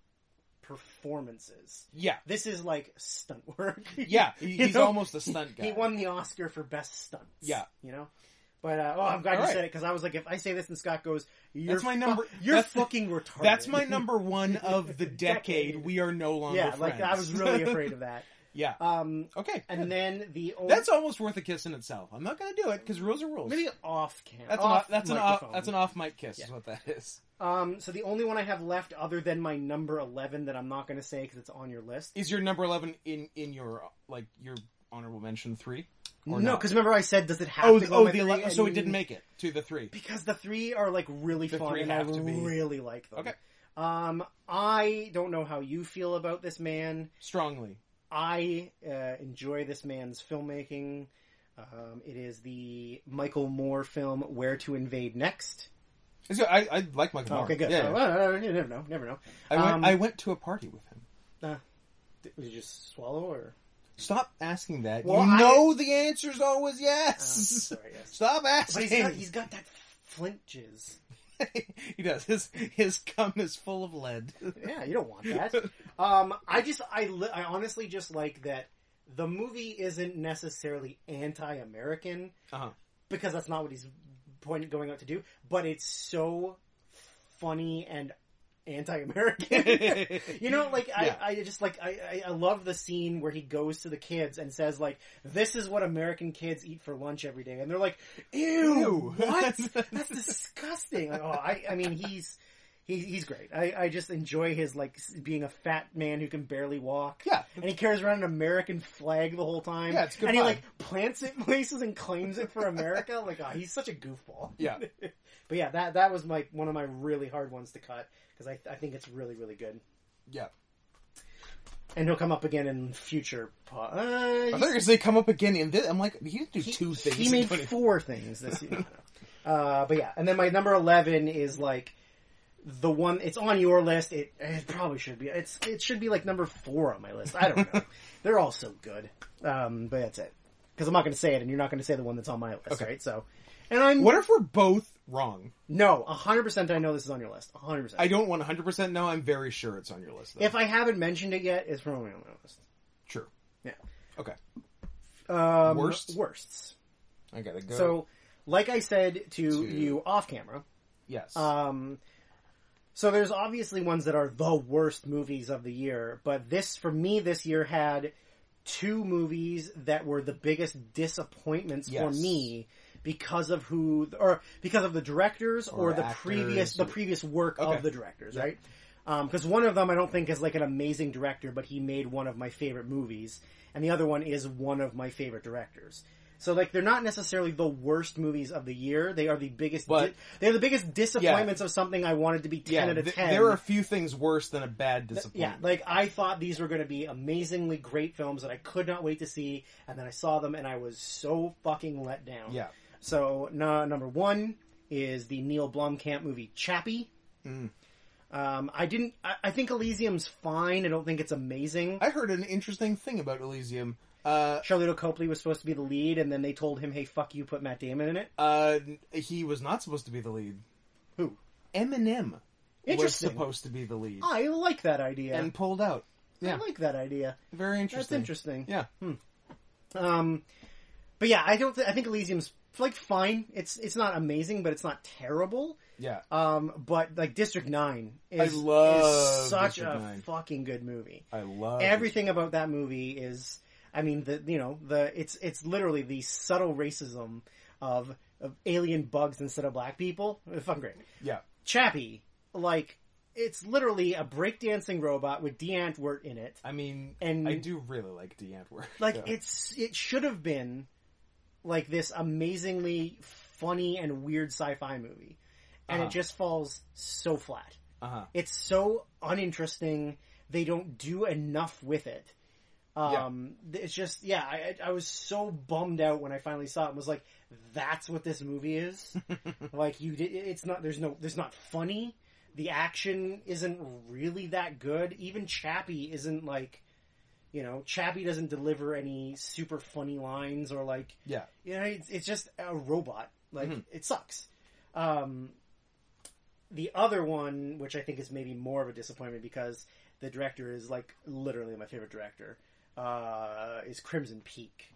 performances yeah, this is like stunt work yeah. He, You he's know? almost a stunt guy. he won the Oscar for best stunts Yeah. you know but uh, oh I'm glad All you right. said it because I was like if I say this and Scott goes you're That's my fu- number- you're that's- fucking retarded That's my number one of the decade. Decade. We are no longer yeah, friends. like I was really afraid of that. yeah. Um, Okay. and good. then the only, that's almost worth a kiss in itself. I'm not gonna do it because rules are rules. maybe off camera. Oh, that's an off, that's an off off, microphone. that's an off mic kiss is Yeah. what that is. Um, so the only one I have left, other than my number eleven, that I'm not going to say because it's on your list. Is your number eleven in in your like your honorable mention three? Or no, not? because remember I said does it have Oh, to go oh, with the three? ele- so it And- didn't make it to the three. because the three are like really The fun three and I have to be. really like them. Okay. Um, I don't know how you feel about this man. Strongly. I uh, enjoy this man's filmmaking. Um, it is the Michael Moore film "Where to Invade Next." So I, I like Michael Moore. Okay, good. Yeah, Oh, yeah. well, you never know. Never know. I, went, um, I went to a party with him. Did you just swallow or? Stop asking that. Well, you I- know the answer's always Oh, yes. sorry, yes. Stop But asking. he's got, he's got that flint jizz. he does. His his cum is full of lead. Yeah, you don't want that. Um, I just, I, li- I honestly just like that the movie isn't necessarily anti-American Uh-huh. because that's not what he's pointed going out to do. But it's so funny and anti-American. You know, like Yeah. I, I just like I, I, I love the scene where he goes to the kids and says like, "This is what American kids eat for lunch every day," and they're like, "Ew, Ew. what? That's disgusting!" Like, oh, I, I mean, he's he, he's great. I, I just enjoy his like s- being a fat man who can barely walk. yeah. And he carries around an American flag the whole time. Yeah, it's a good And he vibe. like plants it places and claims it for America. like, oh, he's such a goofball. Yeah. but yeah, that that was my one of my really hard ones to cut because I I think it's really really good. Yeah. And he'll come up again in future. I Po- thought you were uh, gonna say come up again in this. I'm like, he didn't do he's- two things. He in made 20 four things this year. uh, but yeah, and then my number eleven is like the one. It's on your list. It, it probably should be. It's it should be like number four on my list. I don't know. They're all so good. Um, but that's it. Because I'm not going to say it, and you're not going to say the one that's on my list, Okay. right? So, and I'm What if we're both wrong? no 100. percent I know this is on your list. 100. I percent don't 100 percent know. I'm very sure it's on your list. Though. If I haven't mentioned it yet, it's probably on my list. sure. Yeah. Okay. Um, Worst? Worsts. I gotta go. So, like I said to To- you off camera, yes. um, so there's obviously ones that are the worst movies of the year, but this, for me, this year had two movies that were the biggest disappointments for Yes. me because of who, or because of the directors or, Or the actors previous, the or- previous work Okay. of the directors, right? Because one of them I don't think is like an amazing director, but he made one of my favorite movies, and the other one is one of my favorite directors. So like they're not necessarily the worst movies of the year. They are the biggest. But- di- they're the biggest disappointments of something I wanted to be ten out of th- ten. there are a few things worse than a bad disappointment. yeah, like I thought these were going to be amazingly great films that I could not wait to see, and then I saw them and I was so fucking let down. Yeah. So no, number one is the Neil Blomkamp movie Chappie. Mm. Um, I didn't. I, I think Elysium's fine. I don't think it's amazing. I heard an interesting thing about Elysium. Uh, Charlotte Copley was supposed to be the lead, and then they told him, "Hey, fuck you, put Matt Damon in it." uh, he was not supposed to be the lead. Who? Eminem was Interesting. Ah, supposed to be the lead I like that idea. and pulled out. yeah. I like that idea. Very That's interesting. interesting. Yeah. Um, but yeah, I don't. Th- I think Elysium's like fine. It's it's not amazing, but it's not terrible. Yeah. Um, but like District Nine is, I love is such District a 9. fucking good movie. I love Everything about that movie is, I mean, the you know the it's it's literally the subtle racism of of alien bugs instead of black people. It's fucking great. Yeah. Chappie, like it's literally a breakdancing robot with D. Antwort in it. I mean, And- I do really like D. Antwerp. Like Yeah. it's it should have been like this amazingly funny and weird sci-fi movie, and Uh-huh. it just falls so flat. Uh-huh. It's so uninteresting. They don't do enough with it. Um, it's just yeah. I, I I was so bummed out when I finally saw it. and Was like, that's what this movie is. like you, did, it's not. There's no. There's not funny. The action isn't really that good. Even Chappie isn't like, you know, Chappie doesn't deliver any super funny lines or like Yeah. you know, it's, it's just a robot. Like Mhm. it sucks. Um, the other one, which I think is maybe more of a disappointment because the director is like literally my favorite director, uh, is Crimson Peak.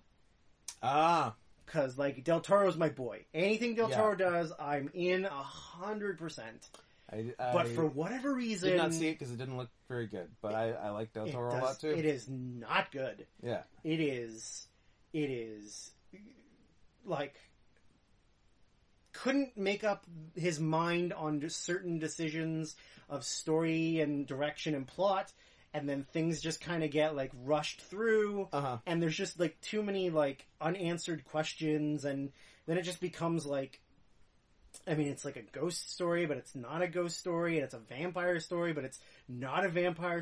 Ah. Because like Del Toro's my boy. Anything Del Yeah. Toro does, I'm in a hundred percent. I, I But for whatever reason, did not see it because it didn't look very good. But I, I like Del it Toro a does- lot too. it is not good. Yeah. It is. It is. Like. Couldn't make up his mind on just certain decisions of story and direction and plot, and then things just kind of get like rushed through, Uh huh. and there's just like too many like unanswered questions, and then it just becomes like. I mean, it's like a ghost story, but it's not a ghost story, and it's a vampire story, but it's not a vampire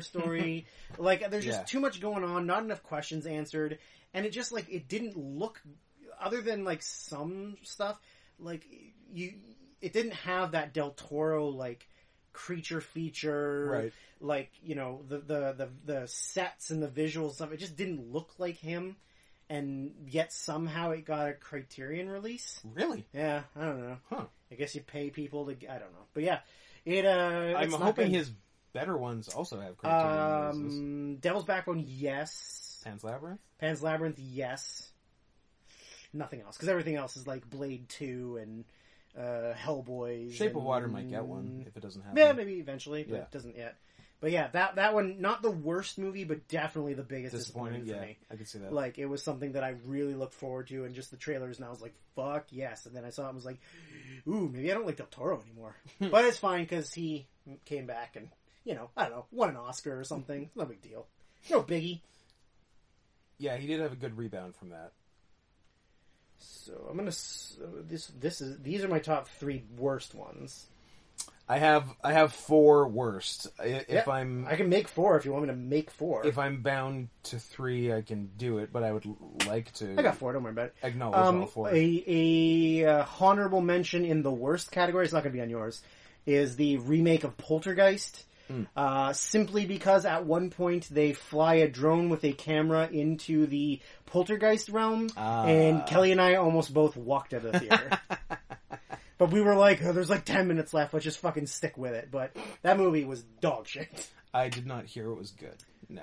story. like, there's just Yeah. too much going on, not enough questions answered, and it just like it didn't look, other than like some stuff, like you, it didn't have that Del Toro like creature feature, Right. like you know the, the the the sets and the visual stuff. It just didn't look like him, and yet somehow it got a Criterion release. Really? Yeah, I don't know. Huh. I guess you pay people to. I don't know, but yeah, it. uh I'm it's not hoping good. his better ones also have criterion. releases. um Devil's Backbone. Yes, Pan's Labyrinth. Pan's Labyrinth. Yes, nothing else because everything else is like Blade Two and uh Hellboy. Shape of Water might get one if it doesn't happen. Yeah, maybe eventually, but Yeah. it doesn't yet. But yeah, that that one not the worst movie, but definitely the biggest Disappointing. disappointment Yeah, for me. I could see that. Like it was something that I really looked forward to, and just the trailers, and I was like, "Fuck yes!" And then I saw it, and was like, "Ooh, maybe I don't like Del Toro anymore." but it's fine because he came back and you know, I don't know, won an Oscar or something. No big deal. No biggie. yeah, he did have a good rebound from that. So I'm gonna s- uh, this this is these are my top three worst ones. I have I have four worst. I- If Yeah, I'm I can make four if you want me to make four. if I'm bound to three, I can do it. But I would l- like to I got four, don't worry about it. acknowledge all Um, four. a a uh, honorable mention in the worst category. It's not going to be on yours. Is the remake of Poltergeist? Hmm. Uh, simply because at one point they fly a drone with a camera into the poltergeist realm, Ah. and Kelly and I almost both walked out of the theater. but we were like, oh, "There's like ten minutes left. Let's just fucking stick with it." But that movie was dog shit. I did not hear it was good. No.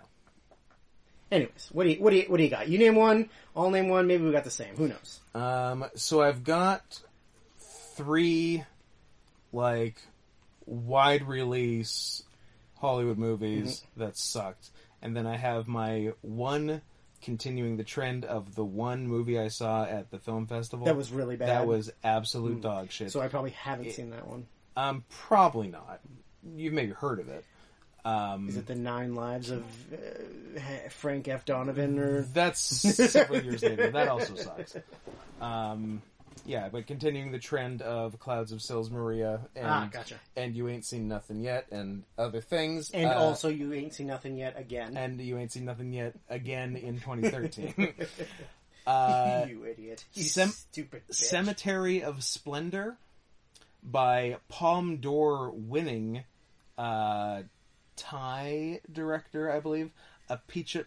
Anyways, what do you what do you what do you got? You name one, I'll name one. Maybe we got the same. Who knows? Um, so I've got three, like, wide release Hollywood movies Mm-hmm. that sucked. And then I have my one continuing the trend of the one movie I saw at the film festival. That was really bad. Uh, That was absolute dog shit. So I probably haven't seen that one. um, probably not. You've maybe heard of it. Um, Is it the Nine Lives of uh, Frank F. Donovan? Or That's several years later. That also sucks. Um, yeah, but continuing the trend of Clouds of Sils Maria and ah, gotcha. and You Ain't Seen Nothing Yet and other things. And uh, also, you ain't seen nothing yet again. and You Ain't Seen Nothing Yet again in 2013. uh, you idiot! You Sem- stupid bitch. Cemetery of Splendor by Palm d'Or winning uh, Thai director, I believe, a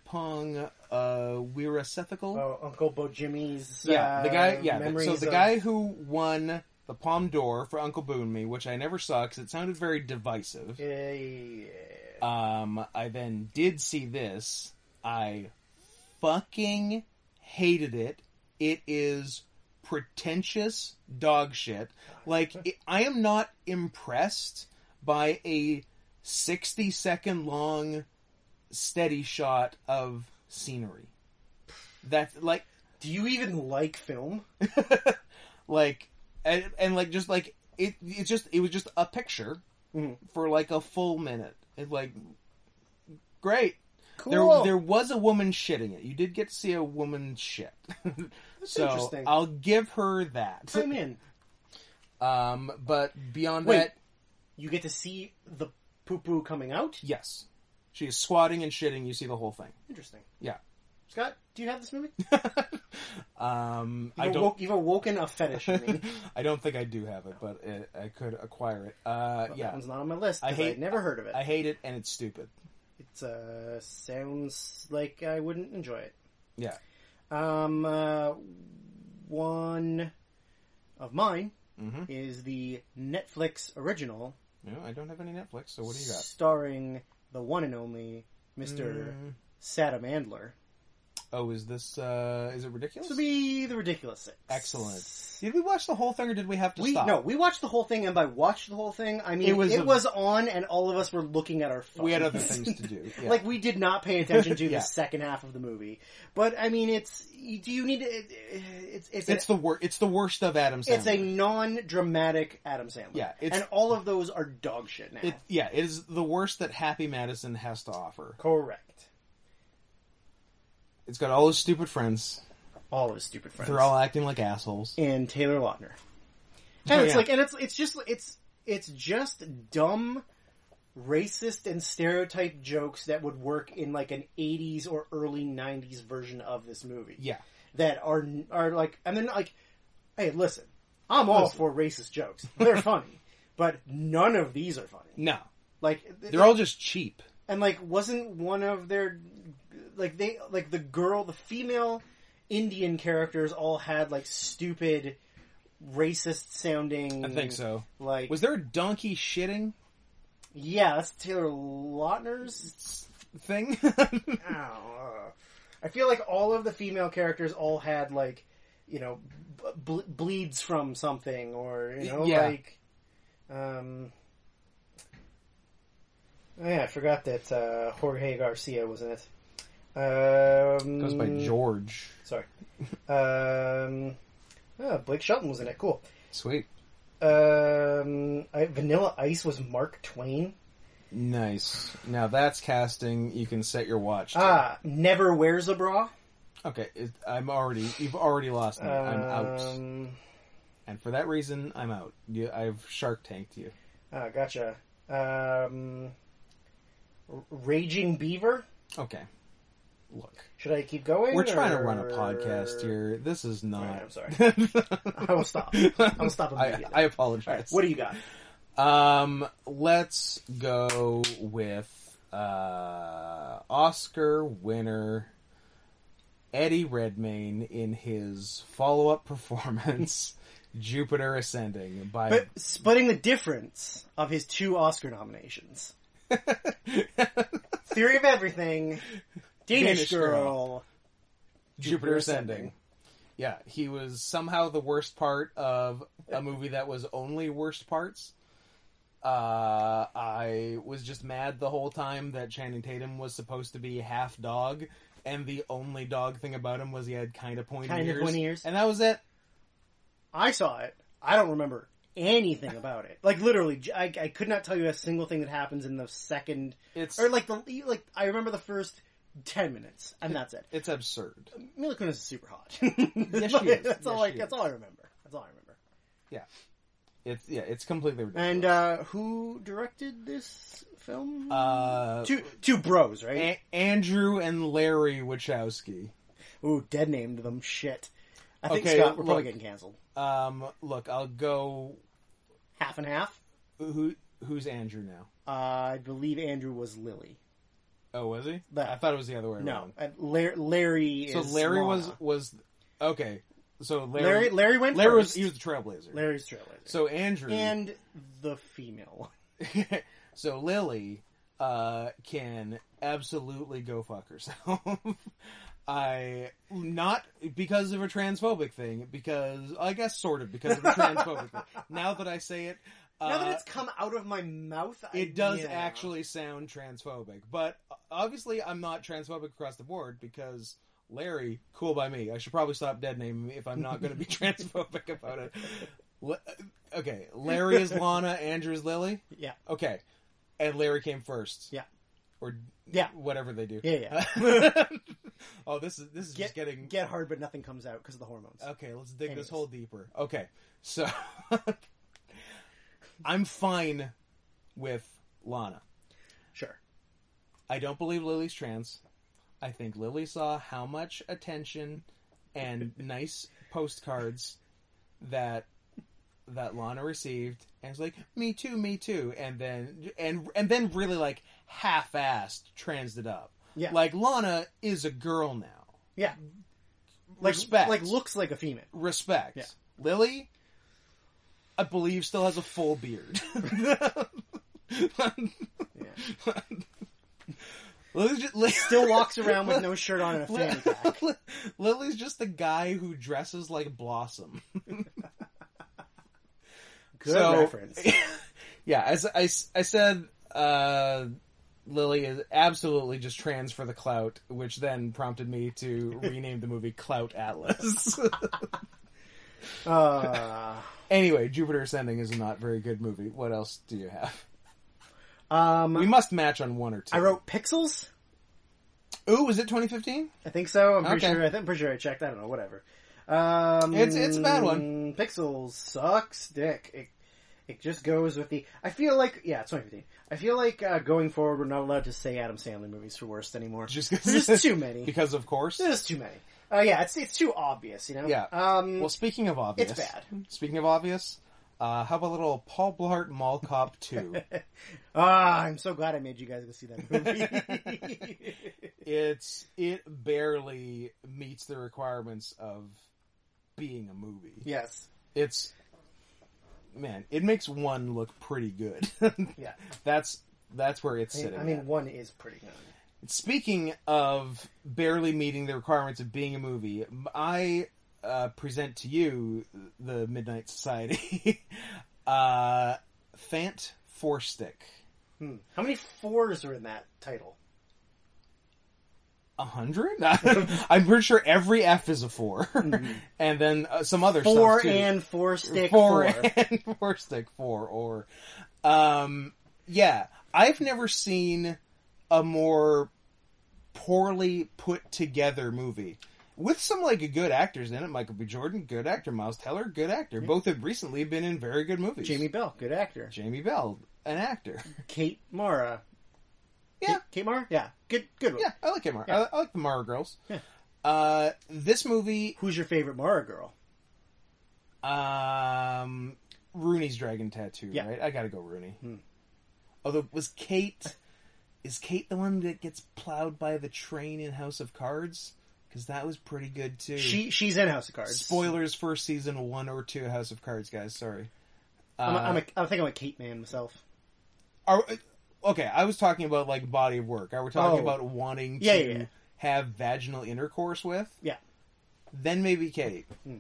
Pong uh, Wira Sethical. oh, Uncle Bo Jimmy's. Yeah, the guy. uh, Yeah, the- so memories the of- guy who won the Palm d'Or for Uncle Boon Me, which I never saw because it sounded very divisive. Yeah, yeah, yeah. Um, I then did see this. I fucking hated it. It is pretentious dog shit. Like it, I am not impressed by a 60 second long steady shot of scenery. That's like Do you even like film? like and, and like just like it it just it was just a picture Mhm. for like a full minute it's like great Cool. there there was a woman shitting it you did get to see a woman shit so interesting. i'll give her that I'm in. um but beyond Wait. that You get to see the poo poo coming out. yes she is squatting and shitting you see the whole thing Interesting. Yeah. Scott, do you have this movie? um i You've, don't awoke, you've awoken a fetish in me. i don't think i do have it but it, i could acquire it uh Well, That yeah one's not on my list. 'cause I hate- I'd never heard of it. i hate it and it's stupid It uh, sounds like I wouldn't enjoy it. Yeah. Um, uh, one of mine mm-hmm is the Netflix original No, I don't have any Netflix, so what do you got? starring the one and only Mr. Mm. Saddam Andler. Oh, is this uh is it ridiculous? This would be the ridiculous six. Excellent. Did we watch the whole thing or did we have to We stop? no, we watched the whole thing, and by watched the whole thing, I mean It it was was, a- on, and all of us were looking at our phones. We had other things to do. Yeah. Like we did not pay attention to Yeah. the second half of the movie, but I mean, it's you- do you need to- it, it's it's it's it's, the wor- it's the worst of Adam an, it's a Sandler. non-dramatic Adam Sandler, Yeah, it's- and all of those are dog shit now. it, yeah, it is the worst that Happy Madison has to offer. Correct. It's got all his stupid friends. All of his stupid friends. They're all acting like assholes. and Taylor Lautner. And Oh, it's yeah. like, and it's it's just it's it's just dumb, racist and stereotype jokes that would work in like an '80s or early '90s version of this movie. Yeah. that are are like, and then like, hey, listen, I'm all Listen. for racist jokes. They're funny, but none of these are funny. No. Like They're all just cheap. and like wasn't one of their like they like the girl the female indian characters all had like stupid racist sounding I think so. like Was there a donkey shitting yeah that's taylor lautner's s- thing? Ow, ugh. i feel like all of the female characters all had like you know b- bleeds from something or you know Yeah. like um oh yeah i forgot that uh jorge garcia was in it um Goes by George. Sorry. Um, oh, Blake Shelton was in it. Cool. Sweet. Um, I, Vanilla Ice was Mark Twain. Nice. Now that's casting. You can set your watch. to. Ah, never wears a bra. Okay, it, I'm already. You've already lost me. I'm out, Um, and for that reason, I'm out. You, I've Shark Tanked you. ah, gotcha. Um, R- Raging Beaver. Okay, look, Should I keep going? we're trying to or- run a podcast here. This is not. Alright, I'm sorry. I I will stop. will stop I, immediately. I apologize. What do you got? um, let's go with uh, Oscar winner Eddie Redmayne in his follow-up performance, Jupiter Ascending by But splitting the difference of his two Oscar nominations. Theory of Everything, Danish, Danish Girl. Girl. Jupiter Jupiter Ascending. Ascending. Yeah, he was somehow the worst part of a movie that was only worst parts. Uh, I was just mad the whole time that Channing Tatum was supposed to be half dog, and the only dog thing about him was he had kind of pointy Kinda ears. pointy ears. And that was it. I saw it. I don't remember anything about it. Like literally, j- I, I could not tell you a single thing that happens in the second It's or like the like. I remember the first ten minutes, and that's it. it's absurd. Mila Kunis is super hot. is. Like, That's Yes, all. I, she that's is. all I remember. That's all I remember. It's yeah, it's completely ridiculous. And uh, who directed this film? Uh, two two bros, right? A- Andrew and Larry Wachowski. Ooh, dead named them. Shit. I think Okay, Scott. We're probably look. getting canceled. Um, look, I'll go. Half and half. Who who's Andrew now? Uh, I believe Andrew was Lily. Oh, was he? But- I thought it was the other way No, around. uh, Larry. Larry So is Larry Lana. was was okay. So Larry Larry. Larry, Larry went was first. he was the trailblazer. Larry's trailer. So Andrew and the female. so Lily uh, can absolutely go fuck herself. I not because of a transphobic thing, because I guess sort of because of a transphobic thing. Now that I say it, uh, now that it's come out of my mouth, I- it does yeah. actually sound transphobic. But obviously, I'm not transphobic across the board because Larry, cool by me. I should probably stop dead naming me if I'm not going to be transphobic about it. Le- okay, Larry is Lana, Andrew is Lily. Yeah. Okay. And Larry came first. Yeah. Or Yeah. whatever they do. Yeah, oh, this is this is just getting Get hard, but nothing comes out because of the hormones. Okay, let's dig Anyways. this hole deeper. Okay. So I'm fine with Lana. sure. I don't believe Lily's trans. I think Lily saw how much attention and nice postcards that that Lana received and was like, "Me too, me too." And then and and then really like half-assed transed it up. Yeah. Like Lana is a girl now. Yeah. Like, Respect. Like looks like a female. respect. Yeah. Lily I believe still has a full beard. Yeah. Lily's just, Still walks around with no shirt on and a fanny pack. Lily's just the guy who dresses like Blossom. Good So- reference. yeah, as I, s- I said, uh, Lily is absolutely just trans for the clout, which then prompted me to rename the movie Clout Atlas. Uh, anyway, Jupiter Ascending is a not very good movie. What else do you have? We um, must match on one or two. I wrote pixels. Ooh, was it 2015? I think so. I'm pretty Okay. sure. I think, I'm pretty sure I checked. I don't know. Whatever. Um, It's- it's a bad one. Pixels sucks dick. It it just goes with the. I feel like yeah, it's 2015. I feel like uh, going forward, we're not allowed to say Adam Sandler movies for worst anymore. Just 'cause- there's just too many. Because of course. There's just too many. Oh yeah, it's it's too obvious, you know. Yeah. Um. Well, speaking of obvious, It's bad. Speaking of obvious, uh, how about a little Paul Blart Mall Cop Two? ah, I'm so glad I made you guys go see that movie. it's it barely meets the requirements of being a movie. yes. It's man, it makes one look pretty good. Yeah. that's that's where it's I mean, sitting. I mean, at. one is pretty good. Speaking of barely meeting the requirements of being a movie, I uh, present to you the Midnight Society, uh, Fant Four Stick, Hmm. How many fours are in that title? a hundred. I'm pretty sure every F is a 4 and then uh, some other stuff, Mm-hmm. four too. and four stick four, four. and four stick four or um yeah i've never seen a more poorly put together movie with some like good actors in it michael b jordan good actor miles teller good actor both have recently been in very good movies Jamie Bell, good actor. jamie bell an actor Kate Mara. Yeah. Kate, Kate Mara? Yeah. Good good one. yeah i like him Mara. Yeah. I, I like the mara girls Yeah. uh this movie Who's your favorite Mara girl? Um, Rooney's dragon tattoo, Yeah. right? I gotta go Rooney. Hmm. Although was Kate, is Kate the one that gets plowed by the train in House of Cards? Because that was pretty good too. She she's in House of Cards. Spoilers for season one or two of House of Cards, guys. Sorry. I'm a, Uh, I'm a, I think I'm a Kate man myself. are, okay, I was talking about like body of work. I were talking Oh. about wanting Yeah, to yeah, yeah. have vaginal intercourse with. Yeah. Then maybe Kate. Hmm.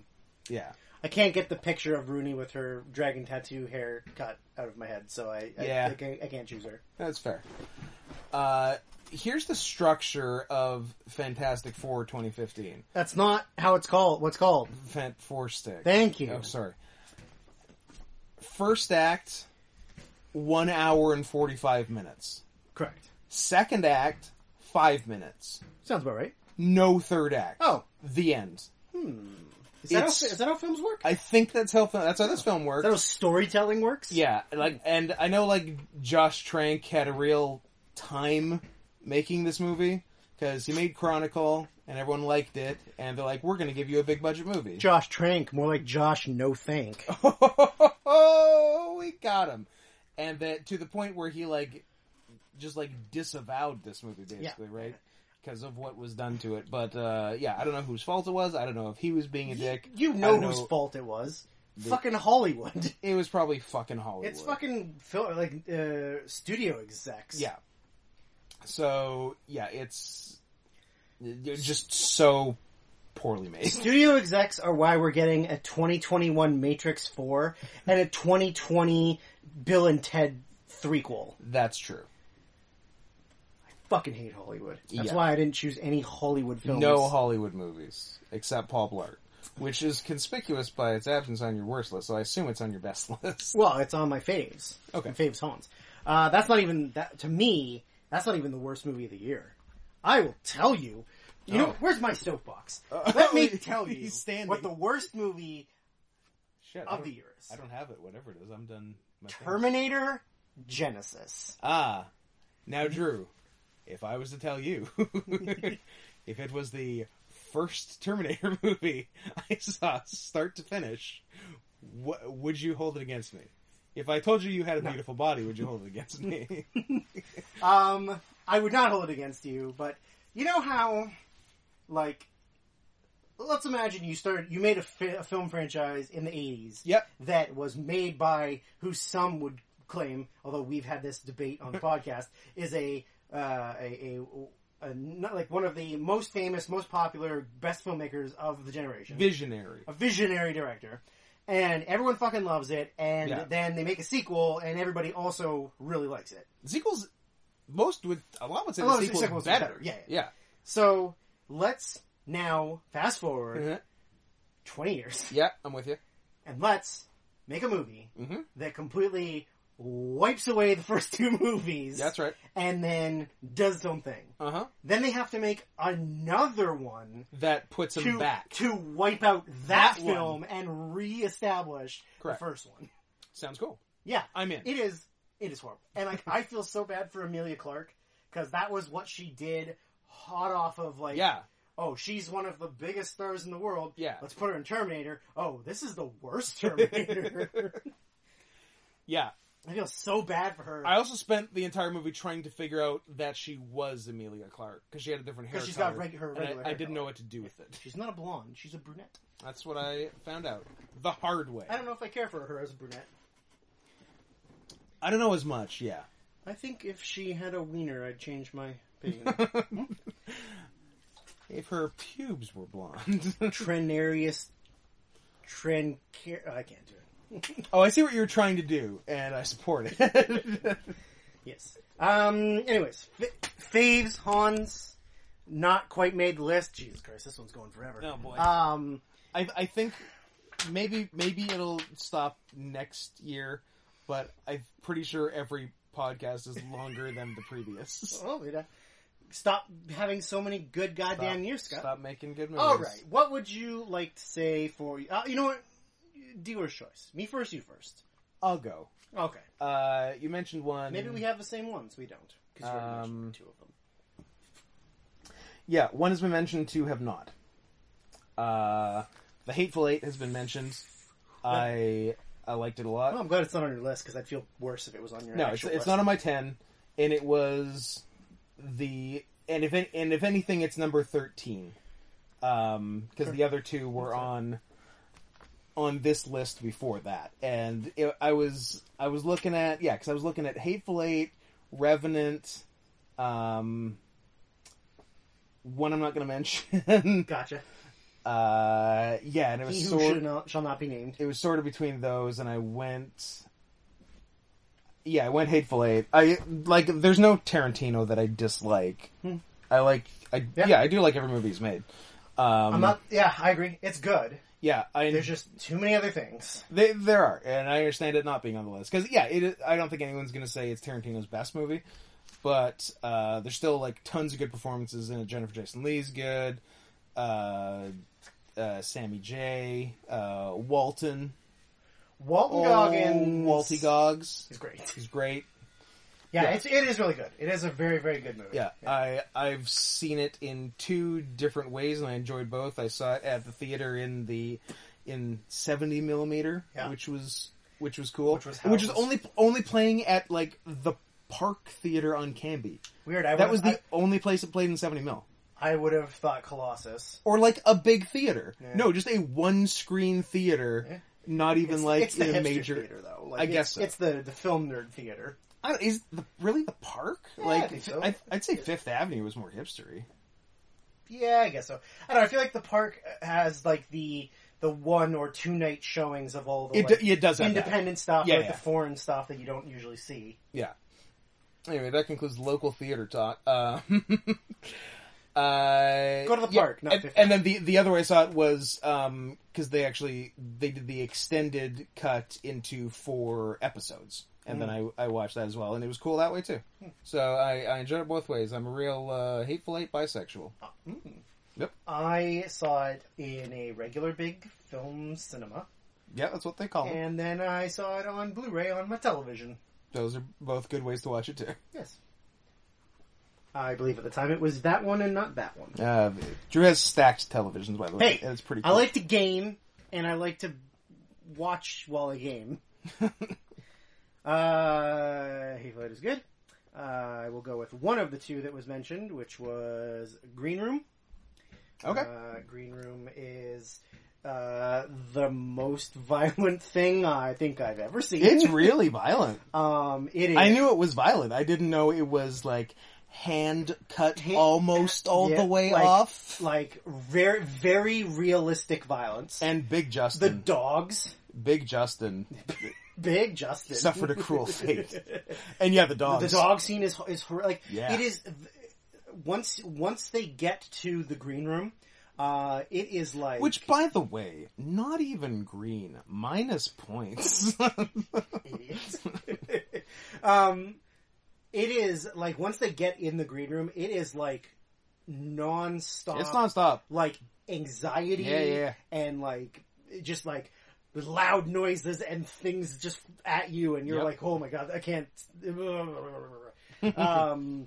Yeah. I can't get the picture of Rooney with her dragon tattoo hair cut out of my head, so I I, Yeah. I, can't, I can't choose her. That's fair. Uh, here's the structure of Fantastic Four 2015. That's not how it's called. What's called? Fant Four Stick. Thank you. Oh, sorry. Oh, first act, one hour and 45 minutes. Correct. Second act, five minutes. Sounds about right. No third act. Oh, The end. is that, how, It's- fi- is that how films work? I think that's how film, that's how this film Is works. that how storytelling works? Yeah, like, and I know like Josh Trank had a real time making this movie because he made Chronicle and everyone liked it, and they're like, "We're going to give you a big budget movie." Josh Trank, more like Josh No Thank. oh, we got him, and that to the point where he like just like disavowed this movie basically, right? Because of what was done to it. But uh, yeah, I don't know whose fault it was. I don't know if he was being a dick. You I know don't whose fault it was. Fucking Hollywood. It was probably fucking Hollywood. It's fucking fil- like uh, studio execs. Yeah. So yeah, it's they're just so poorly made. Studio execs are why we're getting a 2021 Matrix 4 and a 2020 Bill and Ted threequel. That's true. Fucking hate Hollywood. That's Yeah. why I didn't choose any Hollywood films. No Hollywood movies except Paul Blart, which is conspicuous by its absence on your worst list. So I assume it's on your best list. Well, it's on my faves. Okay. My faves haunts. Uh, that's not even that to me. That's not even the worst movie of the year. I will tell you. You know, Oh. where's my soapbox? Uh, Let me tell you he's standing. what the worst movie Shit, I of don't- the year is: I don't have it. Whatever it is, I'm done. My thing. Terminator Genesis. ah, now Mm-hmm. Drew, if I was to tell you, if it was the first Terminator movie I saw start to finish, wha would you hold it against me? If I told you you had a beautiful body, would you hold it against me? Um, I would not hold it against you, but you know how, like, let's imagine you started, you made a, fi- a film franchise in the 80s. Yep. That was made by who some would claim, although we've had this debate on the podcast, is a, uh, a, a, a, not like one of the most famous, most popular, best filmmakers of the generation Visionary. a visionary director, and everyone fucking loves it. And Yeah. then they make a sequel, and everybody also really likes it. Sequels, most would, a lot would say A lot the would say sequel's, sequels are better. better. Yeah, yeah. So let's now fast forward Mhm. twenty years, Yeah, I'm with you. and let's make a movie hmm that completely wipes away the first two movies. That's right. And then does something. Uh huh. Then they have to make another one That puts him to back. to wipe out that, That one. film and reestablish Correct. the first one. Sounds cool. Yeah, I'm in. It is. It is horrible. And like, I feel so bad for Amelia Clark because that was what she did, hot off of like, yeah. oh, she's one of the biggest stars in the world. Yeah. Let's put her in Terminator. Oh, this is the worst Terminator. Yeah. I feel so bad for her I also spent the entire movie trying to figure out that she was Amelia Clark because she had a different hair because she's color. got reg- her and regular. I, I hair didn't color. know what to do with it. She's not a blonde. She's a brunette. That's what I found out the hard way. I don't know if I care for her as a brunette. I don't know as much. Yeah, I think if she had a wiener, I'd change my opinion. if her pubes were blonde. Trenarius, Tren, I can't do it. oh, I see what you're trying to do, and I support it. Yes. Um. Anyways, f- faves Hans, not quite made the list. Jesus Christ, this one's going forever. Oh, boy. Um. I, I think maybe maybe it'll stop next year, but I'm pretty sure every podcast is longer than the previous. Oh, wait, uh, stop having so many good goddamn Stop- years, Scott. Stop making good movies. All right. What would you like to say for? Uh, you know what? Dealer's choice. Me first. You first. I'll go. Okay. Uh, you mentioned one. Maybe we have the same ones. We don't because you Um, already mentioned two of them. Yeah, one has been mentioned, two have not. Uh, the Hateful Eight has been mentioned. I I liked it a lot. Well, I'm glad it's not on your list because I'd feel worse if it was on your. no, it's, Oh, actual it's list. not on my ten, and it was the and if any, and if anything, it's number thirteen, because the other two were on on this list before that, and it, I was I was looking at yeah, because I was looking at Hateful Eight, Revenant, um, one I'm not going to mention. Gotcha. Uh, yeah, and it He was who sort should not, shall not be named. it was sort of between those, and I went. Yeah, I went Hateful Eight. I like. There's no Tarantino that I dislike. I like. I yeah. Hmm. Yeah. I do like every movie he's made. Um, I'm not. Yeah, I agree. It's good. yeah, I, There's just too many other things. They, there are, and I understand it not being on the list because yeah, it. is- I don't think anyone's going to say it's Tarantino's best movie, but uh, there's still like tons of good performances in it. Jennifer Jason Lee's good, uh, uh, Sammy J, uh, Walton, Walton Goggins. Oh, Walty Gogs, is great. he's great. Yeah, Yeah. It's, it is really good. It is a very very good movie. Yeah, I I've seen it in two different ways, and I enjoyed both. I saw it at the theater in the in seventy millimeter, Yeah. which was which was cool, Which was which is housed- only only playing at like the Park Theater on Canby. Weird. I That would've- was the only place it played in seventy mil, I, I would have thought Colossus. or like a big theater. Yeah. No, just a one screen theater. Yeah. Not even It's, like it's the in a hipster major. theater though. Like, I it's- guess so. it's the the film nerd theater. I don't, is the, really the park? Yeah, I like think so. I, I'd say Fifth Avenue was more hipstery. Yeah, I guess so. I don't know. I feel like the park has like the the one or two night showings of all the It, like, do- it does have that. independent stuff, Yeah, like yeah. the foreign stuff that you don't usually see. Yeah. Anyway, that concludes local theater talk. Uh, uh, Go to the yeah, park, not and, 50. and then the the other way I saw it was because they actually they did the extended cut into four episodes, and then I I watched that as well, and it was cool that way too. So I, I enjoyed it both ways. I'm a real uh, hateful eight bisexual. Uh, mm. I saw it in a regular big film cinema, Yeah, that's what they call them. and then I saw it on Blu-ray on my television. Those are both good ways to watch it too. Yes. I believe at the time it was that one and not that one. Uh, Drew has stacked televisions, by the way. Hey, and it's pretty. I Cool. like to game, and I like to watch while I game. uh, Heath Ledger is good. Uh, I will go with one of the two that was mentioned, which was Green Room. Okay. Uh, Green Room is uh, the most violent thing I think I've ever seen. it's really violent. um, it is. I knew it was violent. I didn't know it was like hand cut Hand- almost all yeah, the way like- off. like very very realistic violence. and Big the Justin, dogs, Big Justin, big Justin Suffered a cruel fate. and yeah, the dogs. the dog scene is is hor- like Yeah. it is once once they get to the green room, uh, it is like Which, by the way, not even green, minus points. idiots. um, it is like once they get in the green room, it is like non-stop, it's nonstop. like anxiety Yeah, yeah. and like just like loud noises and things just at you and you're Yep. like oh my god i can't um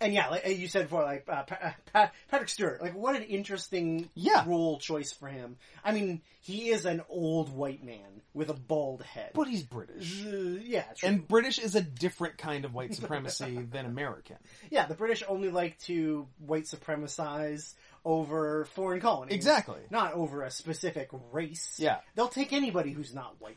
and yeah like you said before like uh, pa- pa- patrick stewart like what an interesting Yeah. role choice for him i mean he is an old white man with a bald head But he's British. Uh, yeah true. And British is a different kind of white supremacy than American. yeah the british only like to white supremacize over foreign colonies Exactly. not over a specific race Yeah. they'll take anybody who's not white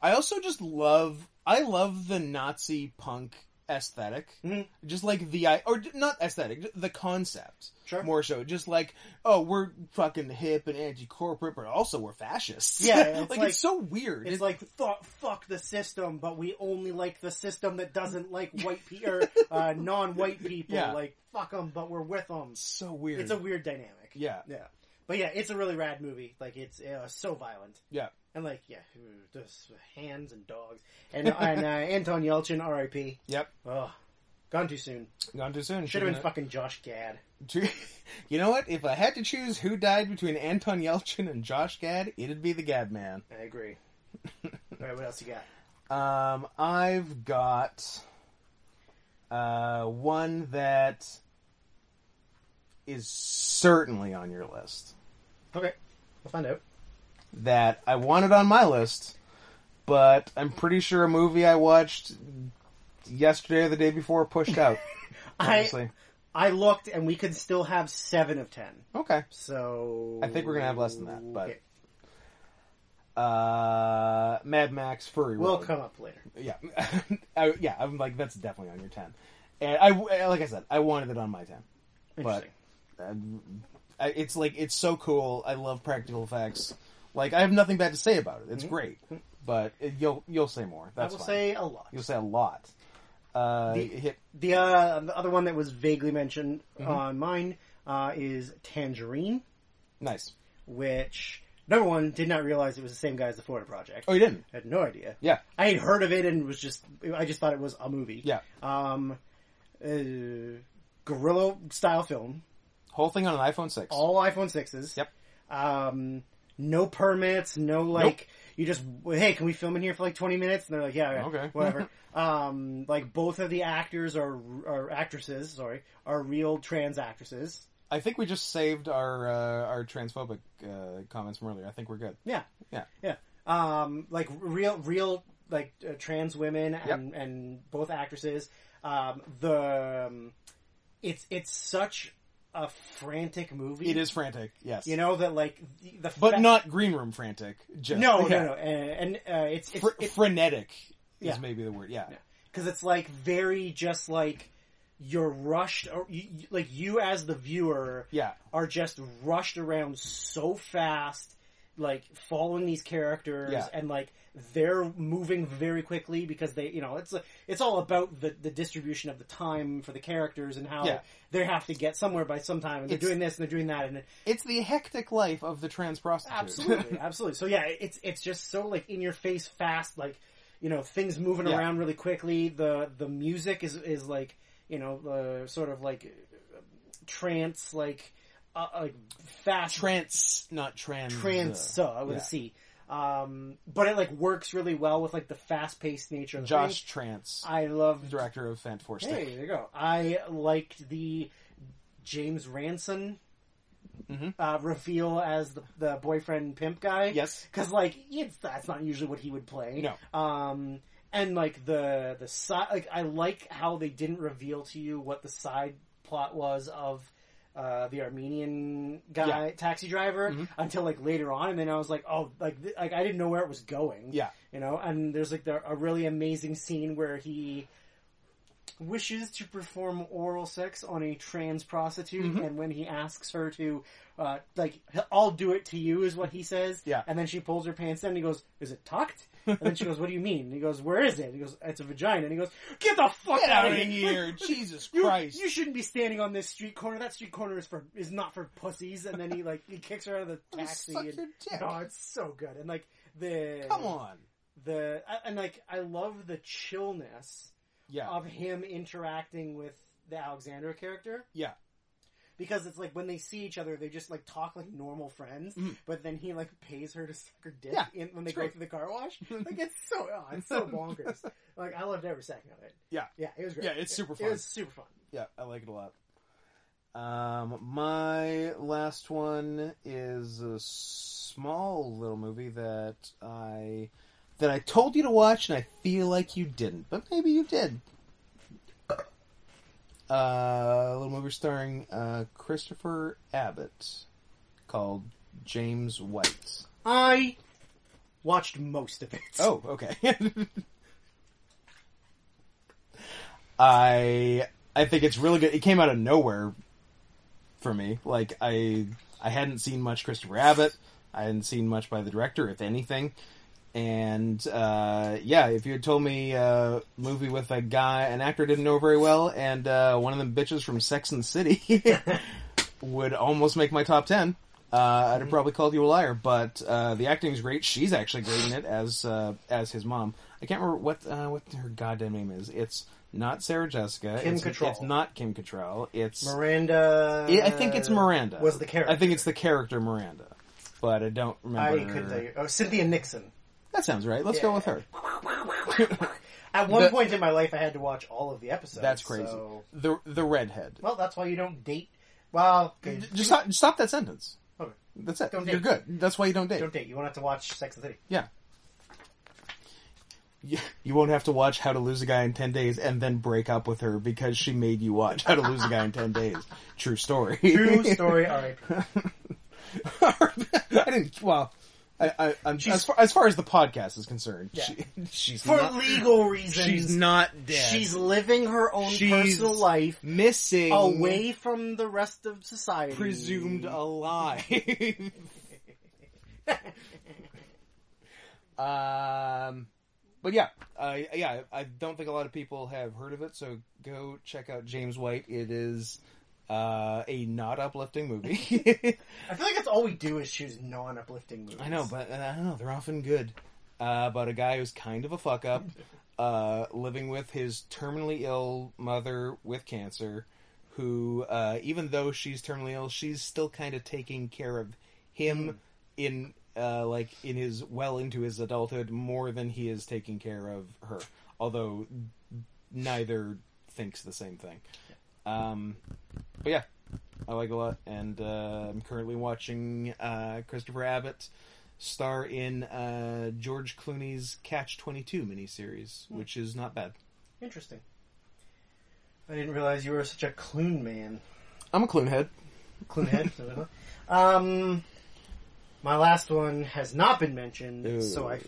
I also just love I love the Nazi punk esthetic Mhm. Just like the I or not aesthetic, the concept. Sure. More so just like oh, we're fucking hip and anti-corporate, but also we're fascists. Yeah, it's like, like- it's so weird. It's It's like fuck, fuck the system, but we only like the system that doesn't like white people or uh, non-white people. Yeah. Like fuck them, but we're with them. so weird. It's a weird dynamic. yeah. yeah. But yeah, it's a really rad movie. Like it's uh, so violent. Yeah. And like yeah, just hands and dogs and and uh, Anton Yelchin, R.I.P. Yep. Ugh, gone too soon. Gone too soon. Should have been shouldn't fucking Josh Gad. it? You know what? If I had to choose who died between Anton Yelchin and Josh Gad, it'd be the Gad man. I agree. All right, what else you got? Um, I've got uh, one that is certainly on your list. Okay, we'll find out. That I wanted on my list, but I'm pretty sure a movie I watched yesterday or the day before pushed out. Honestly, I I looked, and we could still have seven of ten. okay. So I think we're gonna have less than that, but- Okay. Uh, Mad Max Fury we'll Road. come up later. Yeah, I, yeah. I'm like that's definitely on your ten, and I like I said I wanted it on my ten. Interesting. um, I- it's like it's so cool. I love practical effects. Like I have nothing bad to say about it. It's great, but it, you'll you'll say more. I That's Mm-hmm. will fine. say a lot. you'll say a lot. Uh, The- hit The uh, the other one that was vaguely mentioned on mine uh, is Tangerine, Nice. which number one did not realize it was the same guy as the Florida Project. Oh, you didn't? I had no idea. Yeah. I had heard of it and was just I just thought it was a movie. Yeah. Um, uh, guerrilla style film, Whole thing on an iPhone 6. all iPhone sixes. Yep. Um, no permits, no like. You just hey, can we film in here for like twenty minutes? And they're like, yeah, yeah, Okay. whatever. um, like both of the actors are are actresses. Sorry, are real trans actresses. I think we just saved our uh, our transphobic uh, comments from earlier. I think we're good. Yeah, Yeah. yeah. Um, like real, real, like uh, trans women and and both actresses. Um, the um, it's it's such a frantic movie. It is frantic, yes. you know that like the, the but fa- not green room frantic. Just, no, yeah. no, no, and, and uh, it's it's Fre- frenetic Yeah. is maybe the word. Yeah. because it's like very just like you're rushed or you, you- like you as the viewer Yeah. are just rushed around so fast, like following these characters Yeah. and like they're moving very quickly because they, you know, it's it's all about the the distribution of the time for the characters and how Yeah. they have to get somewhere by some time and they're It's- doing this and they're doing that and It's the hectic life of the trans prostitute. absolutely, absolutely. So yeah, it's it's just so like in your face, fast, like you know, things moving Yeah. around really quickly. The the music is is like you know, uh, sort of like uh, trance, like uh, like fast trans, not trans. uh, Transa with Yeah. a C. Um, but it like works really well with like the fast paced nature. Of the Josh Trance, thing. I love. director of Fant Force. Hey, there you go. I liked the James Ranson Mhm. uh, reveal as the, the boyfriend pimp guy. Yes. because like it's that's not usually what he would play. No. Um, and like the the side, like I like how they didn't reveal to you what the side plot was of. Uh, the Armenian guy, taxi driver, Mm-hmm. until like later on, and then I was like, oh, like, th- like I didn't know where it was going. Yeah. you know. And there's like the, a really amazing scene where he wishes to perform oral sex on a trans prostitute, Mm-hmm. and when he asks her to, uh, like, I'll do it to you, is what he says. Yeah. And then she pulls her pants down and he goes, Is it tucked? And then she goes, What do you mean? And he goes, Where is it? And he goes, It's a vagina. And he goes, Get the fuck Get out out of here. here, Jesus You, Christ! you shouldn't be standing on this street corner. That street corner is for is not for pussies. And then he like he kicks her out of the taxi. suck and, your dick. No, it's so good. And like the Come on, the I- and like I love the chillness yeah, of him interacting with the Alexandra character yeah, because it's like when they see each other, they just like talk like normal friends. But then he like pays her to suck her dick Mm-hmm. Yeah, Mm-hmm. in, when they it's go great. through the car wash. Like it's so oh, it's so bonkers. like I loved every second of it. Yeah. yeah, it was great. Yeah, it's It- super It fun. was super fun. yeah. I like it a lot. Um, my last one is a small little movie that I that I told you to watch, and I feel like you didn't, but maybe you did. Uh, a little movie starring uh, Christopher Abbott called James White. I watched most of it. Oh, okay. I I think it's really good. It came out of nowhere for me. Like I I hadn't seen much Christopher Abbott. I hadn't seen much by the director, if anything. And uh, yeah, if you had told me uh, movie with a guy, an actor I didn't know very well, and uh, one of them bitches from Sex and the City would almost make my top ten. Uh, I'd Mm-hmm. have probably called you a liar, but uh, the acting is great. She's actually great in it as uh, as his mom. I can't remember what uh, what her goddamn name is. It's not Sarah Jessica. Kim it's, Cattrall. It's not Kim Cattrall. It's Miranda. I I think it's Miranda. Was the character? I think it's the character Miranda, but I don't I remember. couldn't tell you. Oh, Cynthia Nixon. That sounds right. Let's go Yeah. with her. At one The- point in my life, I had to watch all of the episodes. That's crazy. so- The the redhead. Well, that's why you don't date. Well, okay, Just stop, just stop that sentence. okay, That's it. Don't You're date. good. That's why you don't date. don't date. You won't have to watch Sex and the City. Yeah. You, you won't have to watch How to Lose a Guy in 10 Days and then break up with her because she made you watch How to Lose a Guy in 10 Days. True story. True story. All right. I didn't, well, I, I, I'm, as, far, as far as the podcast is concerned, Yeah. she, she's For not, legal reasons, she's not dead. She's living her own She's personal life missing away from the rest of society. presumed alive. um, but yeah, I yeah, I don't think a lot of people have heard of it, so go check out James White. It is uh, a not uplifting movie. I feel like that's all we do is choose non-uplifting movies. I know, but uh, I don't know. They're often good. Uh, about a guy who's kind of a fuck up, uh, living with his terminally ill mother with cancer, who, uh, even though she's terminally ill, she's still kind of taking care of him in, uh, like, in his well into his adulthood more than he is taking care of her. Although neither thinks the same thing. Um, but yeah, I like it a lot, and uh, I'm currently watching uh, Christopher Abbott star in uh, George Clooney's Catch 22 miniseries, Hmm. which is not bad. Interesting. I didn't realize you were such a Clune man. I'm a Clooney head. Clune head. uh-huh. um, my last one has not been mentioned, so I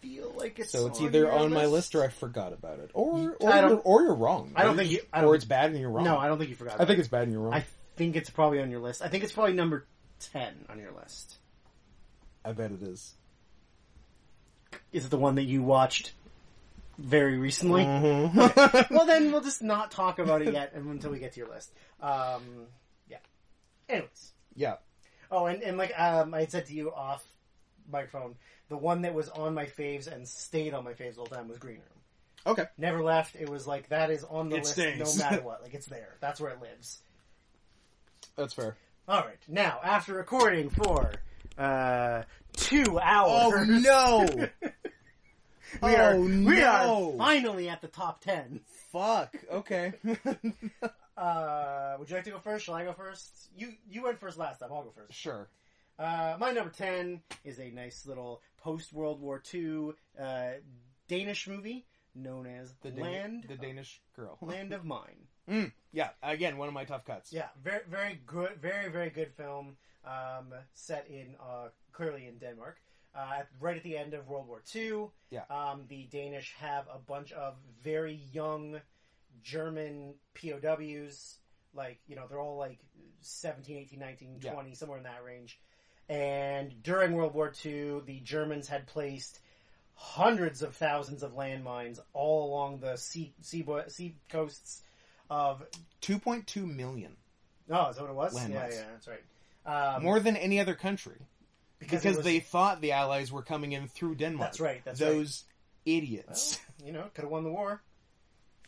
feel like it's So it's on either your on my list or I forgot about it, or or I you're, don't- or you're wrong. I don't Or think you- you- I don't or it's bad and you're wrong. No, I don't think you forgot. I about think it. it's bad and you're wrong. I I, think it's probably on your list. I think it's probably number ten on your list. bet it is. Is it the one that you watched very recently? Mhm. well, then we'll just not talk about it yet until we get to your list. Um, yeah. Anyways. yeah. Oh, and, and like um, I had said to you off microphone, the one that was on my faves and stayed on my faves all the time was Green Room. Okay. Never left. It was like that is on the It list stays. no matter what. Like it's there. That's where it lives. That's fair. All right. Now, after recording for uh, two hours, Oh, no! we are Oh, we are no. finally at the top ten. Fuck. Okay. Uh, would you like to go first? Shall I go first? You you went first last time. I'll go first. sure. Uh, my number 10 is a nice little post World War II uh, Danish movie known as The Dan- Land, the Danish girl. Land of Mine. Mm, yeah. Again, one of my tough cuts. Yeah, very, very good, very, very good film um, set in uh, clearly in Denmark. Uh, right at the end of World War II, Yeah. um, the Danish have a bunch of very young German POWs. Like, you know, they're all like 17, 18, 19, Yeah. 20, somewhere in that range. And during World War II, the Germans had placed hundreds of thousands of landmines all along the sea, sea, sea coasts of Two point two million. Oh, is that what it was? Landmines. Yeah, yeah, that's right. Um, More than any other country. because, it Because was- they thought the Allies were coming in through Denmark. That's right. That's right. Those idiots. You know, could have won the war.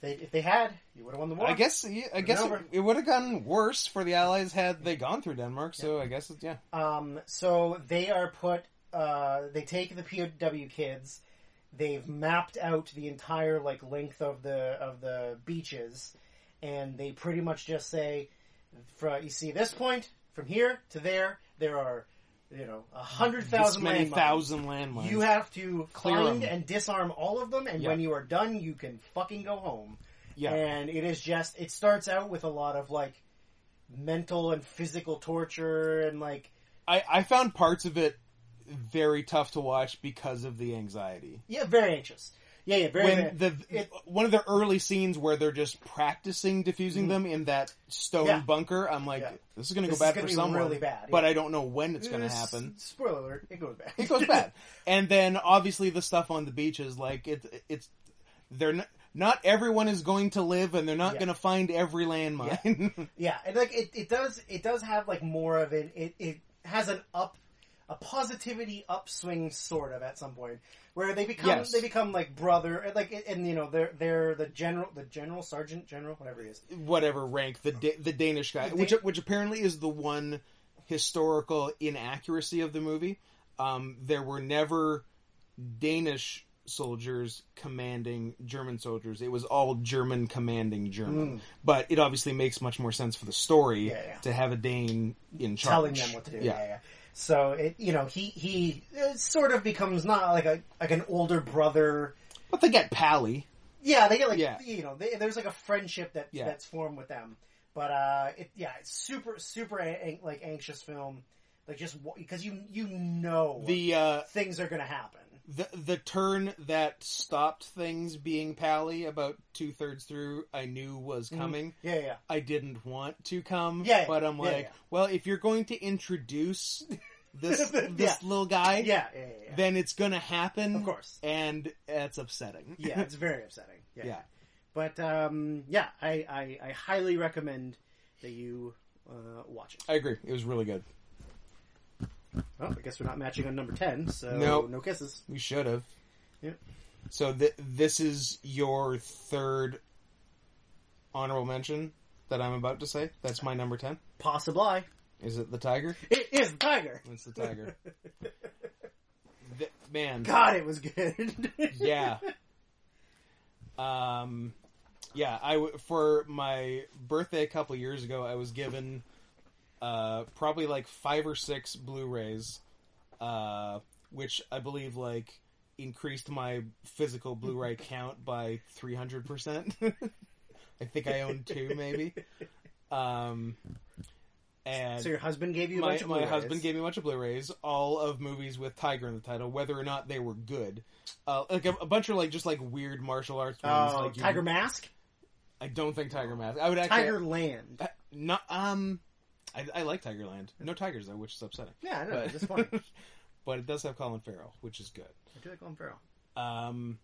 They, if they had, you would have won the war. I guess. yeah, I guess it, over. it would have gotten worse for the Allies had they gone through Denmark. So I guess it's yeah. Um, so they are put. Uh, they take the POW kids. They've mapped out the entire like length of the of the beaches, and they pretty much just say, "From you see this point from here to there, there are, you know, a hundred This thousand many landmines. thousand landmines. You have to Clear find 'em. and disarm all of them, and Yeah. when you are done, you can fucking go home. yeah. And it is just, it starts out with a lot of like mental and physical torture and like, I, I found parts of it very tough to watch because of the anxiety. yeah, very anxious. Yeah, yeah, very When very- the it- one of the early scenes where they're just practicing diffusing them in that stone Mm-hmm. Yeah. bunker, I'm like, Yeah. this is going to go This is bad gonna for be someone, really bad, but yeah. I don't know when it's going to s- happen. Spoiler alert, it goes bad. it goes bad. And then obviously the stuff on the beach is like it, it's they're not, not everyone is going to live, and they're not Yeah. going to find every landmine. yeah, and like it, it does, it does have like more of an, it, it has an up, a positivity upswing sort of at some point where they become, Yes. they become like brother, like, and, and you know, they're, they're the general, the general, sergeant general, whatever he is. Whatever rank the da- the Danish guy, The Dan- which which apparently is the one historical inaccuracy of the movie. Um, there were never Danish soldiers commanding German soldiers. It was all German commanding German. But it obviously makes much more sense for the story Mm. Yeah, yeah. to have a Dane in charge telling them what to do. Yeah, yeah. So it, you know, he he it sort of becomes not like a like an older brother. But they get Pally. Yeah, they get like Yeah. you know, they, there's like a friendship that Yeah. that's formed with them. But uh, it, yeah, it's super super an- an- like anxious film, like just because you you know the uh things are gonna happen. the the turn that stopped things being pally about two thirds through i knew was coming Yeah, yeah. i didn't want to come Mm-hmm. Yeah, but i'm yeah, like yeah. well if you're going to introduce this Yeah. this little guy Yeah, yeah, yeah. yeah. then it's gonna happen Of course. and that's upsetting yeah, it's very upsetting. Yeah. yeah But um, yeah, I, I, I highly recommend that you uh, watch it. I agree. It was really good. Well, I guess we're not matching on number ten, so Nope. no kisses. We should have. Yep. So th- this is your third honorable mention that I'm about to say. That's my number ten. Possibly, Is it the tiger? it is the tiger. It's the tiger. Th- man, God, it was good. yeah. Um, yeah. I w- for my birthday a couple years ago, I was given uh, probably like five or six Blu-rays, uh, which I believe like increased my physical Blu-ray count by three hundred percent. I think I own two, maybe. Um, and So your husband gave you a my, bunch of my Blu-rays. husband gave me a bunch of Blu-rays, all of movies with Tiger in the title, whether or not they were good. Uh, like a, a bunch of like just like weird martial arts ones. Oh, like you- Tiger Mask, I don't think Tiger Mask. I would actually Tiger Land. uh, not um. I, I like Tigerland. No tigers though, which is upsetting. Yeah, I know. But, It's just funny. but it does have Colin Farrell, which is good. I do like Colin Farrell. Um,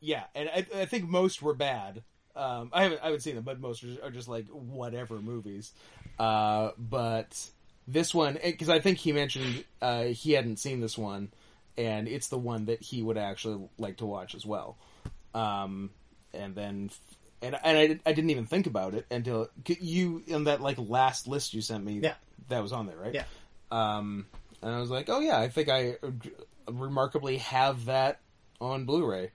yeah, and I, I think most were bad. Um, I haven't I haven't seen them, but most are just like whatever movies. Uh, but this one, because I think he mentioned uh, he hadn't seen this one, and it's the one that he would actually like to watch as well. Um, and then, and and I, did- I didn't even think about it until you in that like last list you sent me. Yeah. that was on there, right? Yeah. Um, and I was like, oh yeah, I think I uh, remarkably have that on Blu-ray,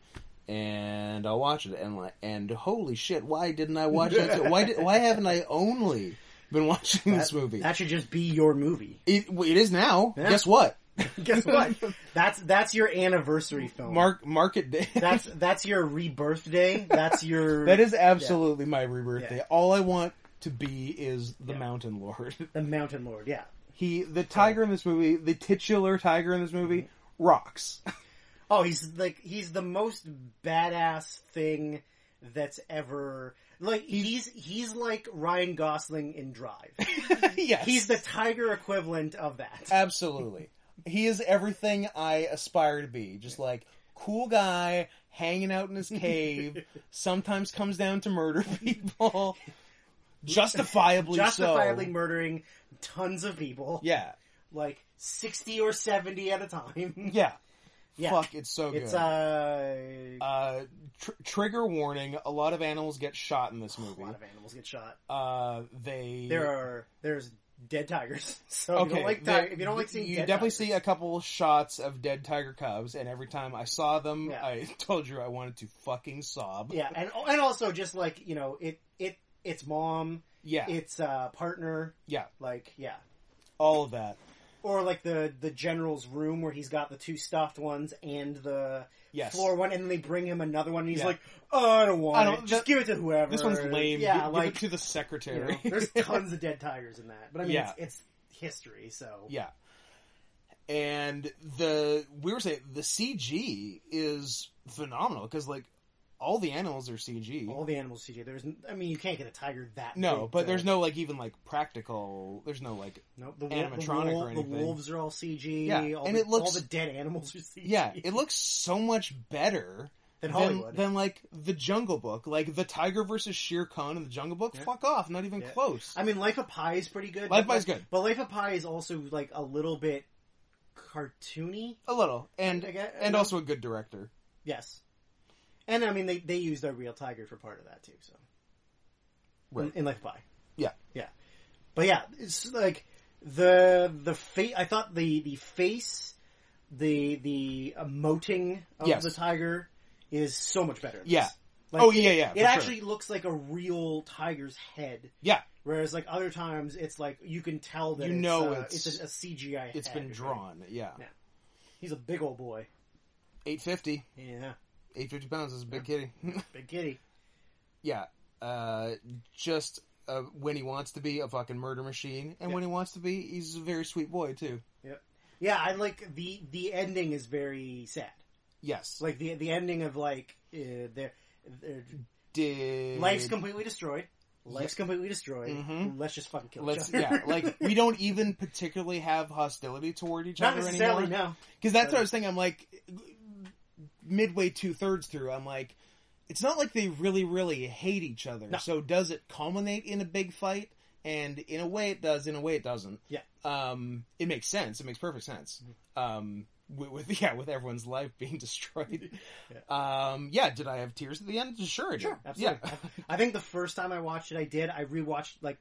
and I'll watch it. And like, and holy shit, why didn't I watch that? Why did, why haven't I only been watching this That- movie? That should just be your movie. It, well, it is now. Yeah. Guess what? Guess what? that's that's your anniversary film. Mark Market Day. Oh. That's that's your rebirth day. That's your that is absolutely my rebirth day. Yeah. All I want to be is the Yeah. Mountain Lord. the Mountain Lord. Yeah. He, the tiger in this movie, the titular tiger in this movie, Mm-hmm. rocks. Oh, he's like he's the most badass thing that's ever like he's he's like Ryan Gosling in Drive. yes, He's the tiger equivalent of that. absolutely. He is everything I aspire to be. Just like cool guy hanging out in his cave. sometimes comes down to murder people, justifiably, Justifiably so. murdering tons of people, Yeah, like sixty or seventy at a time. yeah. Yeah. Fuck, it's so good. It's uh, Uh, tr- trigger warning: a lot of animals get shot in this a movie. lot of animals get shot. Uh, they There are there's dead tigers. So if okay. you don't like there- ti- if you don't like seeing you dead definitely tigers- see a couple shots of dead tiger cubs, and every time I saw them, Yeah. I told you I wanted to fucking sob. yeah, and and also just like you know it it it's mom, Yeah, it's uh partner, yeah, like yeah, all of that. or like the the general's room where he's got the two stuffed ones and the Yes, floor one, and then they bring him another one, and he's Yeah. like, oh, I don't want I don't- it, that- just give it to whoever. this one's lame. Gi- Yeah, give, like it to the you know, secretary. there's tons of dead tigers in that, but I mean Yeah. it's, it's history, so Yeah. And the we were saying the CG is phenomenal because like all the animals are CG. all the animals CJ. There's n- I mean you can't get a tiger that no, big but to- there's no like even like practical. There's no like No, the, animatronic the, or anything. the wolves are all CG. Yeah, all and the, it looks- all the dead animals are CG. yeah, it looks so much better than than, Hollywood. than like the Jungle Book, like the Tiger versus Shere Khan in the Jungle Book. Yeah. Fuck off, not even Yeah. close. I mean, Life of Pi is pretty good. Life of but Pi is like- good. but Life of Pi is also like a little bit cartoony. A little, I and guess, and also a good director. yes, and I mean they they used a real tiger for part of that too. So Right. in, in Life of Pi, Yeah. yeah, but yeah, it's like the the face. I thought the the face, the the emoting of Yes. the tiger is so much better. in this. Yeah. Like, oh yeah, yeah. for it sure. actually looks like a real tiger's head. yeah, Whereas like other times, it's like you can tell that You it's, know uh, it's- it's, a, a CGI. it's head. been drawn. Yeah, Yeah. He's a big old boy. eight fifty. Yeah, Eight fifty pounds is a big kitty. big kitty. yeah, uh, just uh, when he wants to be a fucking murder machine, and when he wants to be, he's a very sweet boy too. Yeah, I like the the ending is very sad. Yes, Like the the ending of like uh, their their did life's completely destroyed. Life's completely destroyed. Mhm. Let's just fucking kill Let's each other. yeah, like we don't even particularly have hostility toward each not other necessarily anymore. no. Because that's what I was saying. I'm like midway two thirds through. I'm like, it's not like they really really hate each other. No. So does it culminate in a big fight? and in a way it does, in a way it doesn't. Yeah. Mm-hmm. Um, it makes sense. It makes perfect sense. Um, with, with yeah, with everyone's life being destroyed. Um, yeah. Did I have tears at the end? Sure, I did. Sure, Yeah. absolutely. I think the first time I watched it, I did. I rewatched like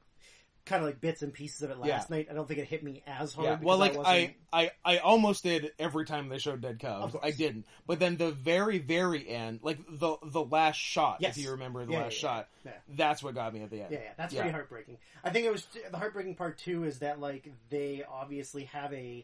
kind of like bits and pieces of it last Yeah. night. I don't think it hit me as hard. Yeah. because Well, like I, wasn't- I, I, I almost did every time they showed dead cubs. Of course. I didn't, but then the very, very end, like the the last shot, Yes. if you remember the Yeah, last yeah, shot, yeah. that's what got me at the end. Yeah, yeah, that's Yeah. pretty heartbreaking. I think it was the heartbreaking part too is that like they obviously have a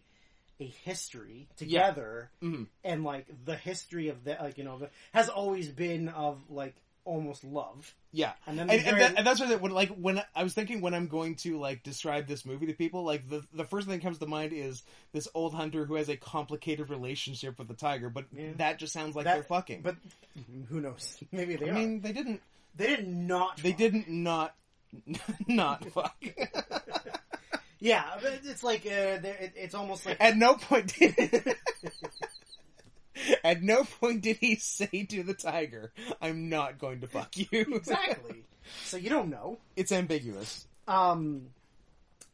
a history together, Mhm. and like the history of that, like you know, the, has always been of like almost love, Yeah. and then And, the and, very- that, and that's what I- when like when I was thinking when I'm going to like describe this movie to people, like the the first thing that comes to mind is this old hunter who has a complicated relationship with the tiger, but Yeah. that just sounds like That- they're fucking. but mm-hmm, who knows? Maybe they I are. mean, they didn't. they did not. They try. didn't not not fuck. Yeah, but it's like uh, they're- it, it's almost like At no point did. At no point did he say to the tiger, "I'm not going to fuck you." exactly. so you don't know. It's ambiguous. Um,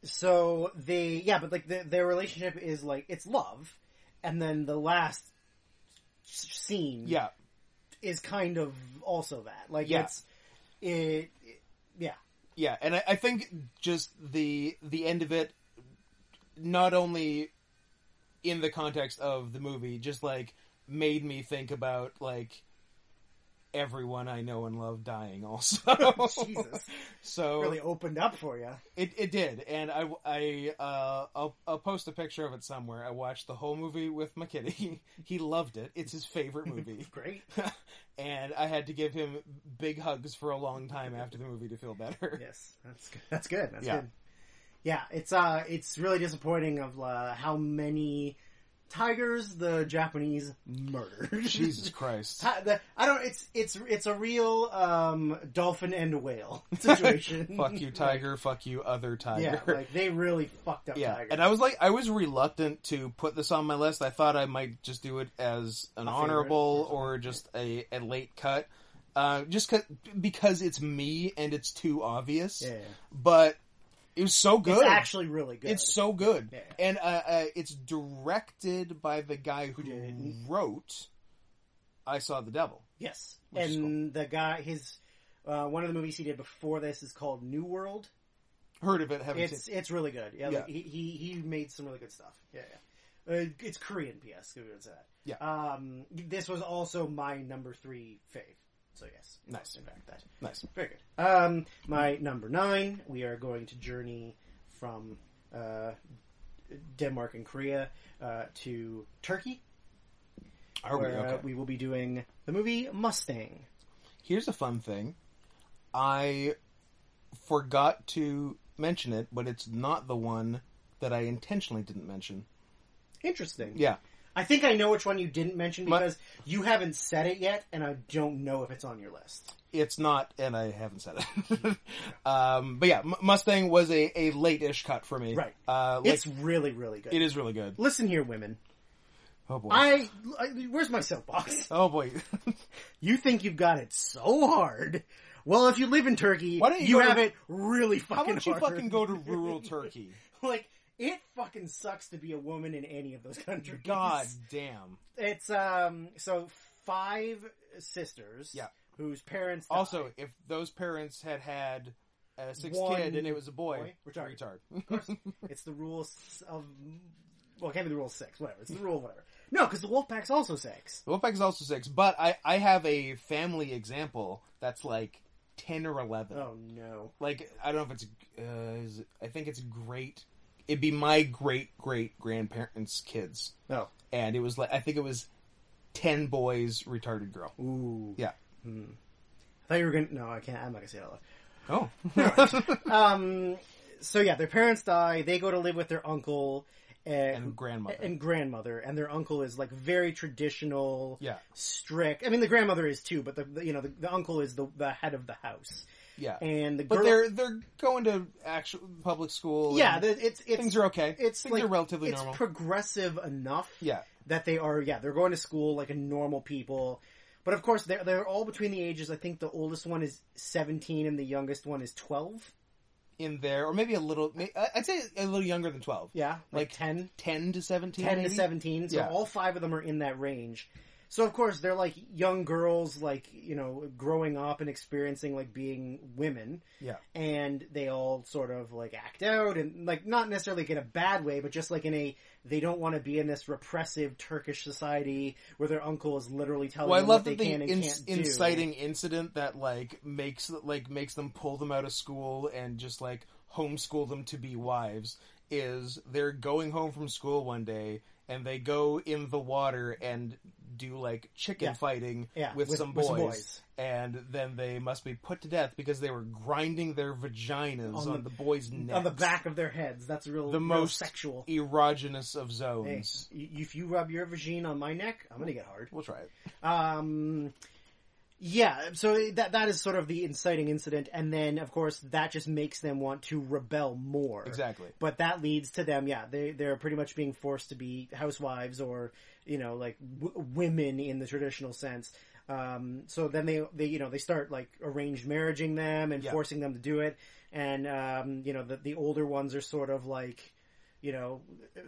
so they, yeah, but like the, their relationship is like it's love, and then the last s- scene, Yeah. is kind of also that. Like Yeah. it's it, it- yeah, yeah and I, I think just the the end of it not only in the context of the movie just like made me think about like everyone i know and love dying also Jesus, so really opened up for you. it, it did and i i uh I'll, I'll post a picture of it somewhere i watched the whole movie with my kitty he loved it it's his favorite movie Great, and i had to give him big hugs for a long time after the movie to feel better yes, that's good. That's good. That's Yeah. good. Yeah, it's uh, it's really disappointing of uh, how many tigers the Japanese murdered. jesus christ Ti- the- I don't. It's it's it's a real um, dolphin and whale situation. fuck you tiger fuck you other Yeah, tiger like they really fucked up Yeah, Tiger. and i was like i was reluctant to put this on my list i thought i might just do it as an A favorite. honorable or just a, a late cut uh, just 'cause- because it's me and it's too obvious yeah, yeah. but it was so good it's actually really good. It's so good Yeah. and uh, uh, it's directed by the guy who did- wrote i saw the devil yes, Which is and the guy his uh, one of the movies he did before this is called New World. heard of it haven't seen It's it's really good. Yeah, Like, Yeah. he, he he made some really good stuff. Yeah, yeah. Uh, it's Korean. P.S. Give it to that. Yeah. Um, this was also my number three fave. So yes, it's Nice. In fact, that. nice Very good. Um, my number nine, we are going to journey from uh, Denmark and Korea uh, to Turkey, are we where uh, okay we will be doing the movie Mustang. Here's a fun thing. I forgot to mention it, but it's not the one that I intentionally didn't mention. Interesting. Yeah. I think I know which one you didn't mention My- because you haven't said it yet, and I don't know if it's on your list. It's not, and I haven't said it. um, but yeah, M- Mustang was a, a late-ish cut for me. Right. Uh, like, it's really, really good. it is really good. Listen here, women. Oh boy. I, I where's my soapbox? Oh boy. You think you've got it so hard. Well, if you live in Turkey, Why don't you you go to- have it really fucking How hard. about you fucking go to rural Turkey? like it fucking sucks to be a woman in any of those countries. God damn. it's um so five sisters. Yeah. whose parents died. Also, if those parents had had a sixth One kid and it was a boy, boy? Retard. retard. it's the rule of well, it can't be the rule of six. Whatever, it's the rule of whatever. No, because the wolf pack's also six. The Wolfpack is also six, but I, I have a family example that's like ten or eleven. Oh no, Like I don't know if it's uh, is it- I think it's great. It'd be my great great grandparents' kids, no, and it was like I think it was ten boys, retarded girl. ooh, Yeah. Hmm. I thought you were gonna. No, I can't. I'm not gonna say it out loud. Oh, Um. So yeah, their parents die. They go to live with their uncle and, and grandmother. and grandmother, and their uncle is like very traditional. yeah, strict. I mean, the grandmother is too, but the, the you know the, the uncle is the the head of the house, yeah. and the but girl. they're they're going to actual public school. yeah, and the, it's it's things are okay. it's things like- are relatively it's normal. progressive enough yeah, that they are yeah they're going to school like a normal people. But of course, they're they're all between the ages. I think the oldest one is seventeen, and the youngest one is twelve. in there, or maybe a little. may- I- I'd say a little younger than twelve, Yeah, like, Like, 10, ten to seventeen. 10 to maybe? 17. So Yeah. all five of them are in that range. So of course they're like young girls, like, you know, growing up and experiencing like being women. Yeah. And they all sort of like act out and like not necessarily like, in a bad way, but just like in a, they don't want to be in this repressive Turkish society where their uncle is literally telling Well, I them love that what they the can and in- can't do. inciting incident that like makes like makes them pull them out of school and just like homeschool them to be wives is they're going home from school one day and they go in the water and do like chicken Yeah. fighting Yeah, with, with- some boys, with some boys. and then they must be put to death because they were grinding their vaginas On on, the- the, boys' necks on the back of their heads. That's real, The real most- sexual. erogenous of Hey, zones. y- if you rub your vagine on my neck, I'm gonna get hard. We'll try it. Um, yeah, so that that is sort of the inciting incident, and then of course that just makes them want to rebel more. Exactly. But that leads to them, yeah, they they're pretty much being forced to be housewives or you know like w- women in the traditional sense. Um, so then they they you know they start like arranged marrying them and Yeah. forcing them to do it, and um, you know the the older ones are sort of like you know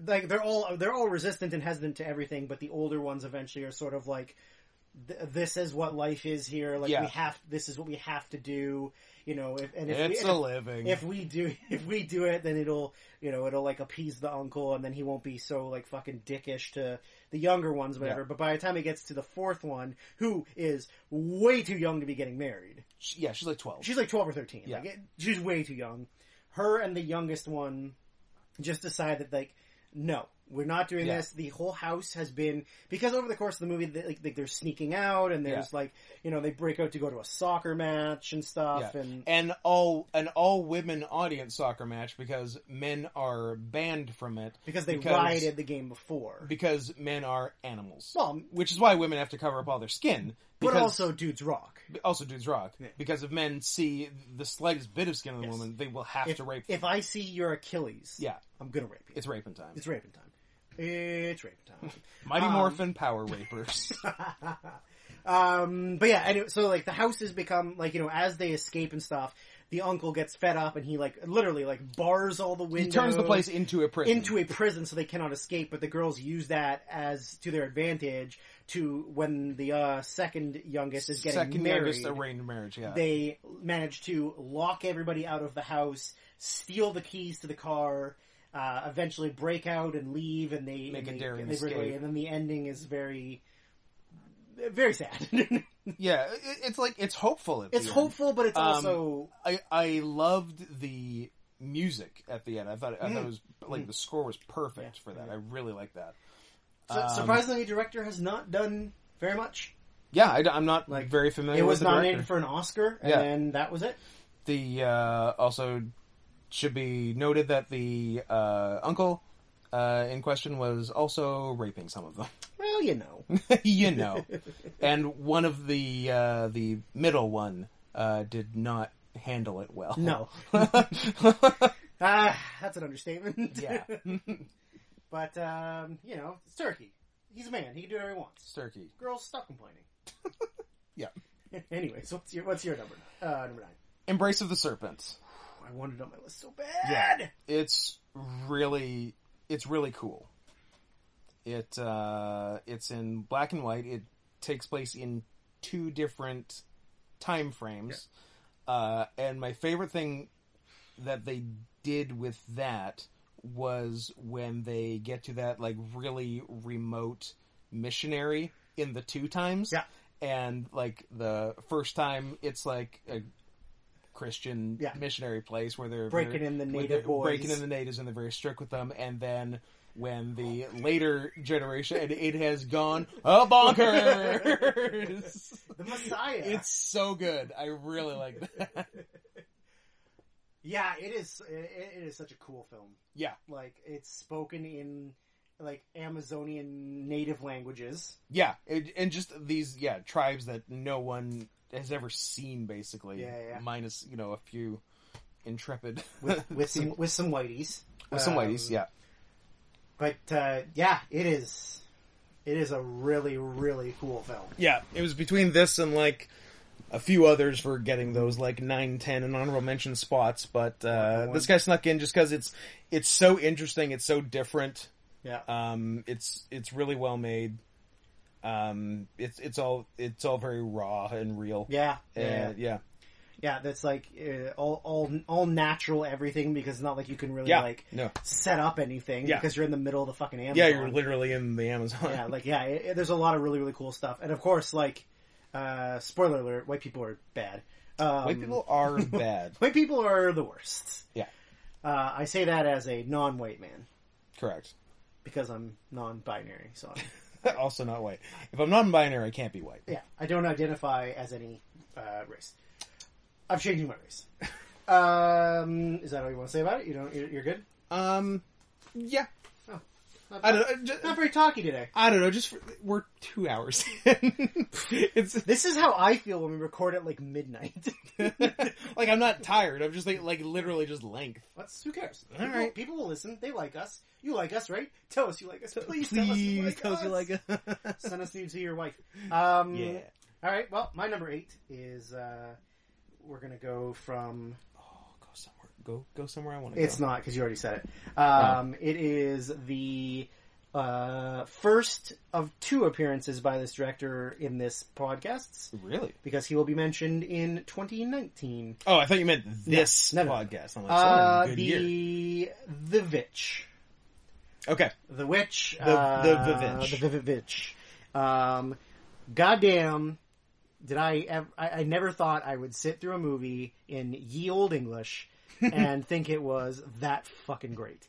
like they're all they're all resistant and hesitant to everything, but the older ones eventually are sort of like th- this is what life is here. Like Yeah. we have this is what we have to do. You know, if, and if we- It's and a if- living. if we do if we do it then it'll you know it'll like appease the uncle and then he won't be so like fucking dickish to the younger ones whatever Yeah. but by the time it gets to the fourth one who is way too young to be getting married She- yeah, she's like twelve. she's like 12 or 13 Yeah. like it, she's way too young her and the youngest one just decide that like no we're not doing Yeah. this the whole house has been because over the course of the movie they, like, they're sneaking out and there's like you know they break out to go to a soccer match and stuff Yeah. and an all an all women audience soccer match because men are banned from it because they Because- rioted the game before because men are animals. Well, which is why women have to cover up all their skin. but Because, also dudes rock. also dudes rock. Yeah. Because if men see the slightest bit of skin on the Yes. woman, they will have If, to rape. if I see your Achilles, yeah, I'm gonna rape you. It's, it's raping time. raping time. It's raping time. Mighty um, Morphin Power Rapers. um, but yeah, anyway, so like the house has become like you know as they escape and stuff, the uncle gets fed up and he like literally like bars all the windows. he turns the place into a prison. into a prison so they cannot escape but the girls use that as to their advantage to when the uh, second youngest is getting second married youngest arranged marriage. Yeah, they manage to lock everybody out of the house, steal the keys to the car, uh, eventually break out and leave, and they Make and a they, daring they break away. escape. And then the ending is very, very sad. yeah. It, it's like it's hopeful. At it's the end. hopeful, but it's Um, also I I loved the music at the end. I thought I thought Mm. it was like the score was perfect Yeah, Mm-hmm. for that. yeah. I really like that. su- um, surprisingly, the director has not done very much. Yeah, I, am not Like, very familiar. It was with the nominated director. for an Oscar, and Yeah. then that was it. the uh, also should be noted that the uh, uncle uh, in question was also raping some of them. Well, you know, you know, and one of the uh, the middle one uh, did not handle it well. no, ah, that's an understatement. yeah, but um, you know, it's Turkey. He's a man. He can do whatever he wants. Turkey. Girls, stop complaining. Yeah. Anyways, what's your what's your number? Uh, number nine. Embrace of the serpent. Phew, I wanted it on my list so bad. it's really it's really cool. It uh, it's in black and white. It takes place in two different time frames, uh, and my favorite thing that they did with that was when they get to that like really remote missionary in the two times. Yeah. And like the first time, it's like a Christian Yeah. missionary place where they're Breaking very- in the where native they're boys. breaking in the natives, and they're very strict with them. And then when the later generation, and it has gone a bonkers. The Messiah. it's so good. I really like that. yeah, it is. It, it is such a cool film. Yeah. Like it's spoken in like Amazonian native languages. Yeah, and, and just these yeah tribes that no one has ever seen, basically. Yeah, yeah. Minus you know a few intrepid with, with some with some whiteys. with some Um, whiteys. Yeah, But uh, yeah, it is. It is a really really cool film. yeah. It was between this and like a few others for getting those like 9, 10 and honorable mention spots, but uh, this guy snuck in just because it's it's so interesting, it's so different. Yeah. Um, it's it's really well made. Um, it's it's all it's all very raw and real. yeah. Uh, Yeah. yeah. Yeah, that's like uh, all all all natural everything because it's not like you can really Yeah. like No. set up anything Yeah. because you're in the middle of the fucking Amazon. Yeah, you're literally in the Amazon. yeah, like yeah, it, it- there's a lot of really really cool stuff, and of course, like uh, spoiler alert, white people are bad. Um, White people are bad. white people are the worst. Yeah. uh, I say that as a non-white man Correct. because I'm non-binary, so I'm, also not white. If I'm non-binary, I can't be white. yeah, I don't identify as any uh, race. I'm changing my race. Um, is that all you want to say about it? You don't? You're, you're good. Um, yeah. Oh, not, I don't. Just, not very talky today. I don't know. Just for, we're two hours. in. it's This is how I feel when we record at like midnight. like I'm not tired. I'm just like like literally just length. What's who cares? All people, right. people will listen. They like us. You like us, right? Tell us you like us. Please, Please tell us you like us. us. Send us to your wife. Um, yeah. All right. Well, my number eight is uh, we're gonna go from. Oh, go somewhere. Go go somewhere. I want to. It's go. Uh-huh. not because you already said it. Um, It is the uh, first of two appearances by this director in this podcast really. because he will be mentioned in 2019. Oh, I thought you meant this No, no, no. podcast. I'm like, Uh, so good the year. The Vitch. Okay. The Witch. The- the uh, Vivitch. The Vivitch. Um, goddamn, did I ever, I, I never thought I would sit through a movie in ye old English and think it was that fucking great.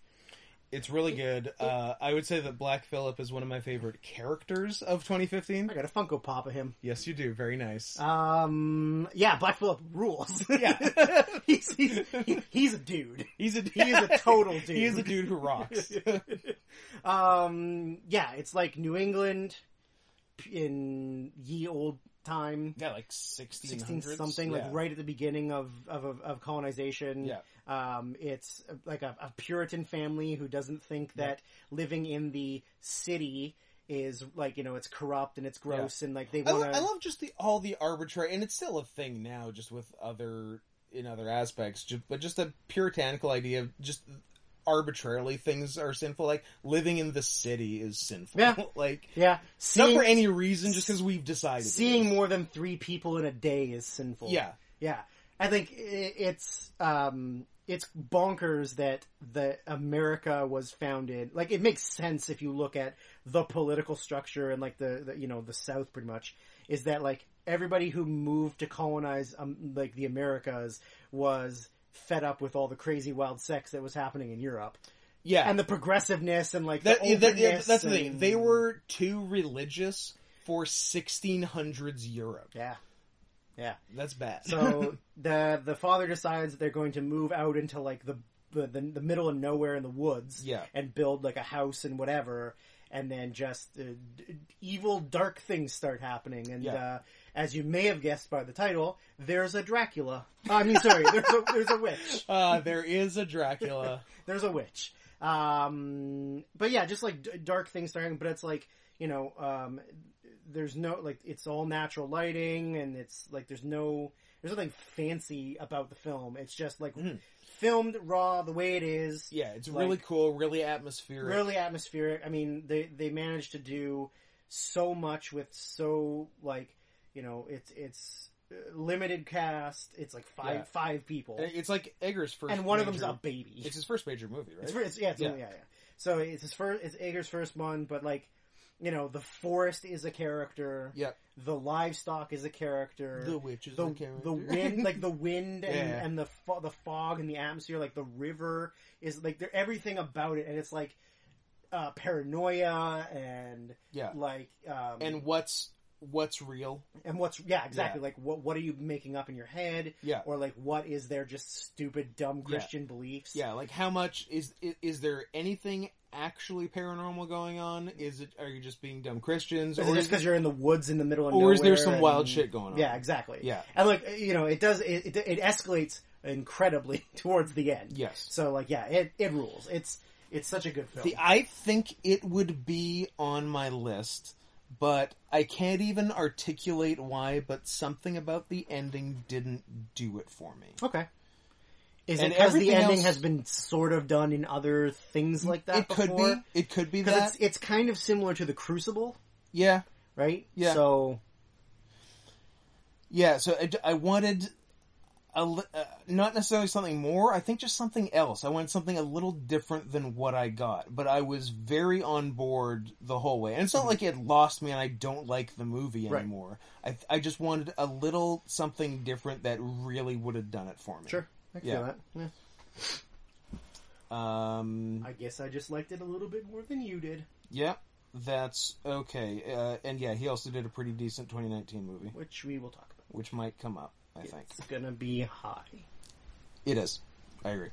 It's really good. Uh, I would say that Black Phillip is one of my favorite characters of 2015. I got a Funko Pop of him. Yes, you do. Very nice. Uh, Um, yeah, Black Phillip rules. Yeah. he's, he's, he- he's a dude. He's a he is a total dude. he is a dude who rocks. Um, yeah, it's like New England in ye old time. yeah, like sixteen 16 something like right at the beginning of of, of, of colonization Yeah. um, it's like a, a puritan family who doesn't think that living in the city is like you know it's corrupt and it's gross and like they I, want lo- I to love just the all the arbitrary, and it's still a thing now, just with other in other aspects. Just, but just a puritanical idea of just arbitrarily things are sinful. Like living in the city is sinful. Yeah. like yeah not seeing, for any reason, just because we've decided. it seeing is. more than three people in a day is sinful Yeah, yeah i think i- it's um it's bonkers that the america was founded like it makes sense if you look at the political structure and like the, the you know the south pretty much is that like everybody who moved to colonize um, like the americas was fed up with all the crazy wild sex that was happening in europe yeah. and the progressiveness and like that, the that- openness that's the thing. and- They were too religious for 1600s Europe. yeah yeah That's bad. So the the father decides that they're going to move out into like the the, the, the middle of nowhere in the woods Yeah. and build like a house and whatever and then just uh, d- evil dark things start happening and Yeah. uh, as you may have guessed by the title there's a dracula i mean sorry there's a there's a witch uh, there is a Dracula. there's a witch um but yeah just like d- dark things starting but it's like you know um there's no like it's all natural lighting and it's like there's no there's nothing fancy about the film it's just like Mhm. filmed raw the way it is Yeah, it's Like- really cool, really atmospheric. really atmospheric i mean they they managed to do so much with so like you know it's it's uh, limited cast it's like five Yeah. five people And It's like Eggers' first, and one of major- them's a baby It's his first major movie, right? It's, fir- it's yeah, it's, yeah, Yeah. yeah, yeah. So it's his first. It's Ager's first one, but like, you know, the forest is a character. Yeah. The livestock is a character. the witch is the, the character. the wind, like the wind and, Yeah. and the fo- the fog and the atmosphere, like the river is like they're everything about it, and it's like uh, paranoia and yeah, like um, and what's what's real? and what's yeah exactly like what what are you making up in your head Yeah, or like what is their just stupid dumb Yeah. Christian beliefs yeah. Like how much is is, is there anything actually paranormal going on? Is it are you just being dumb Christians, Is it or is, just because you're in the woods in the middle of or is there nowhere some and- wild shit going on? Yeah, exactly. yeah, and like you know, it does it it, it escalates incredibly towards the end. yes. So like, yeah, it it rules. It's it's such a good film. The, I think it would be on my list but I can't even articulate why, but something about the ending didn't do it for me. Okay. Is And it because the everything ending else- has been sort of done in other things like that it could before? be. It could be Because that. it's, it's kind of similar to The Crucible, Yeah. right? Yeah. So, Yeah, so I, I wanted a, li- uh, not necessarily something more. I think just something else. I wanted something a little different than what I got, but I was very on board the whole way. And it's not like it lost me, and I don't like the movie Mm-hmm. Right. anymore. I I just wanted a little something different that really would have done it for me. sure. I can Yeah. feel that. Yeah. Um. I guess I just liked it a little bit more than you did, Yeah. That's okay. Uh, and yeah, he also did a pretty decent 2019 movie, which we will talk about. which might come up. I think It's gonna be high. it is. I agree.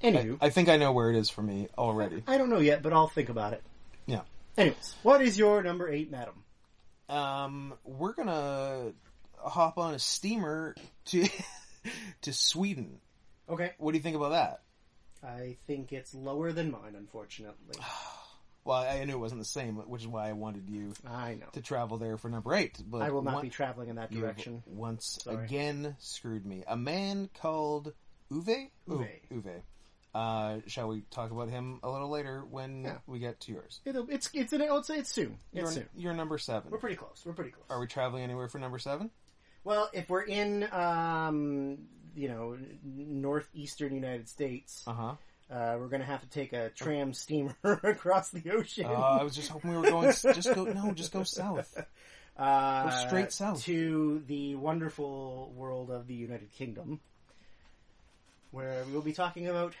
I, Anywho, I think I know where it is for me already. I don't know yet, but I'll think about it. Yeah. Anyways, what is your number eight, madam? Um, we're gonna hop on a steamer to to Sweden. Okay. What do you think about that? I think it's lower than mine, unfortunately. Well, I knew it wasn't the same, which is why I wanted you I know. to travel there for number eight. But I will not one- be traveling in that you've direction. Once Sorry. again, screwed me. A man called Uwe. Oh, Uwe. Uwe. Uh, shall we talk about him a little later when Yeah. we get to yours? It'll, it's it's an, it's it's soon. It's You're, soon. you're number seven. We're pretty close. We're pretty close. Are we traveling anywhere for number seven? Well, if we're in, um, you know, n- northeastern United States, Uh huh. uh, we're going to have to take a tram steamer across the ocean. Uh, I was just hoping we were going. s- Just go. No, just go south. Uh, Go straight south. to the wonderful world of the United Kingdom, where we will be talking about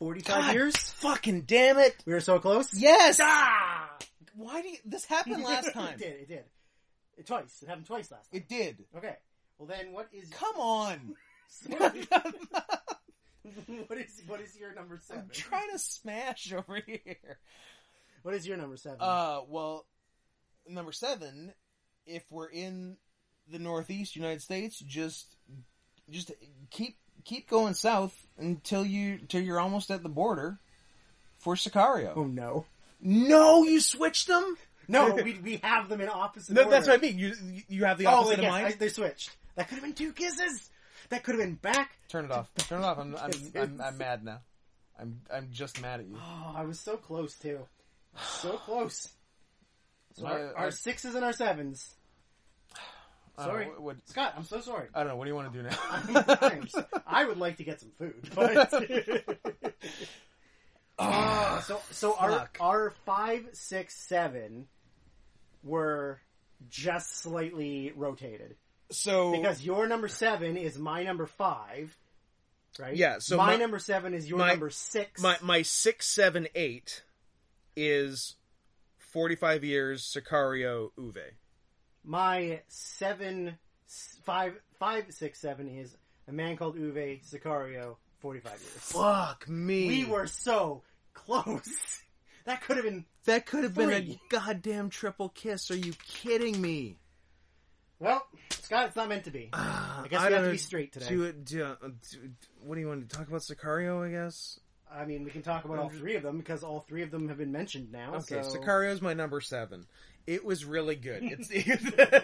forty-five God years. Fucking damn it! We were so close. Yes. Ah! Why do you, this happened last time? it did. It did. It twice. It happened twice last time. It did. Okay. Well, then, what is Come on. what is what is your number seven? I'm trying to smash over here. What is your number seven? Uh, well, number seven. If we're in the Northeast United States, just just keep keep going south until you till you're almost at the border for Sicario. oh no, No, you switched them. no, we, we have them in opposite. No, order. that's what I mean. You you- you have the Oh, opposite wait, yes, of mine. I- they switched. That could have been two kisses. That could have been back. Turn it off. Turn it off. I'm I'm, Yes, I'm yes. I'm mad now. I'm I'm just mad at you. Oh, I was so close too. So close. So Uh, our, I- our sixes and our sevens. I don't know, Sorry. what- what- Scott, I'm so sorry. I don't know. What do you want to do now? I'm- I would like to get some food, but Ah, so so our Oh, Fuck. our five, six, seven were just slightly rotated so because your number seven is my number five, right? Yeah, so my, my- number seven is your my- number six. my my six seven eight is forty five years Sicario Uve. my seven, s- five, five, six, seven is a man called Uwe Sicario, forty-five years. Fuck me. We were so close. That could have been that could have been a Three. goddamn triple kiss. Are you kidding me? well, Scott. It's not meant to be. I guess we have to be straight today. Do it. Do, do- what do you want to talk about Sicario? I guess. I mean, we can talk about all three of them because all three of them have been mentioned now. Okay, so. Sicario's my number seven. It was really good. It's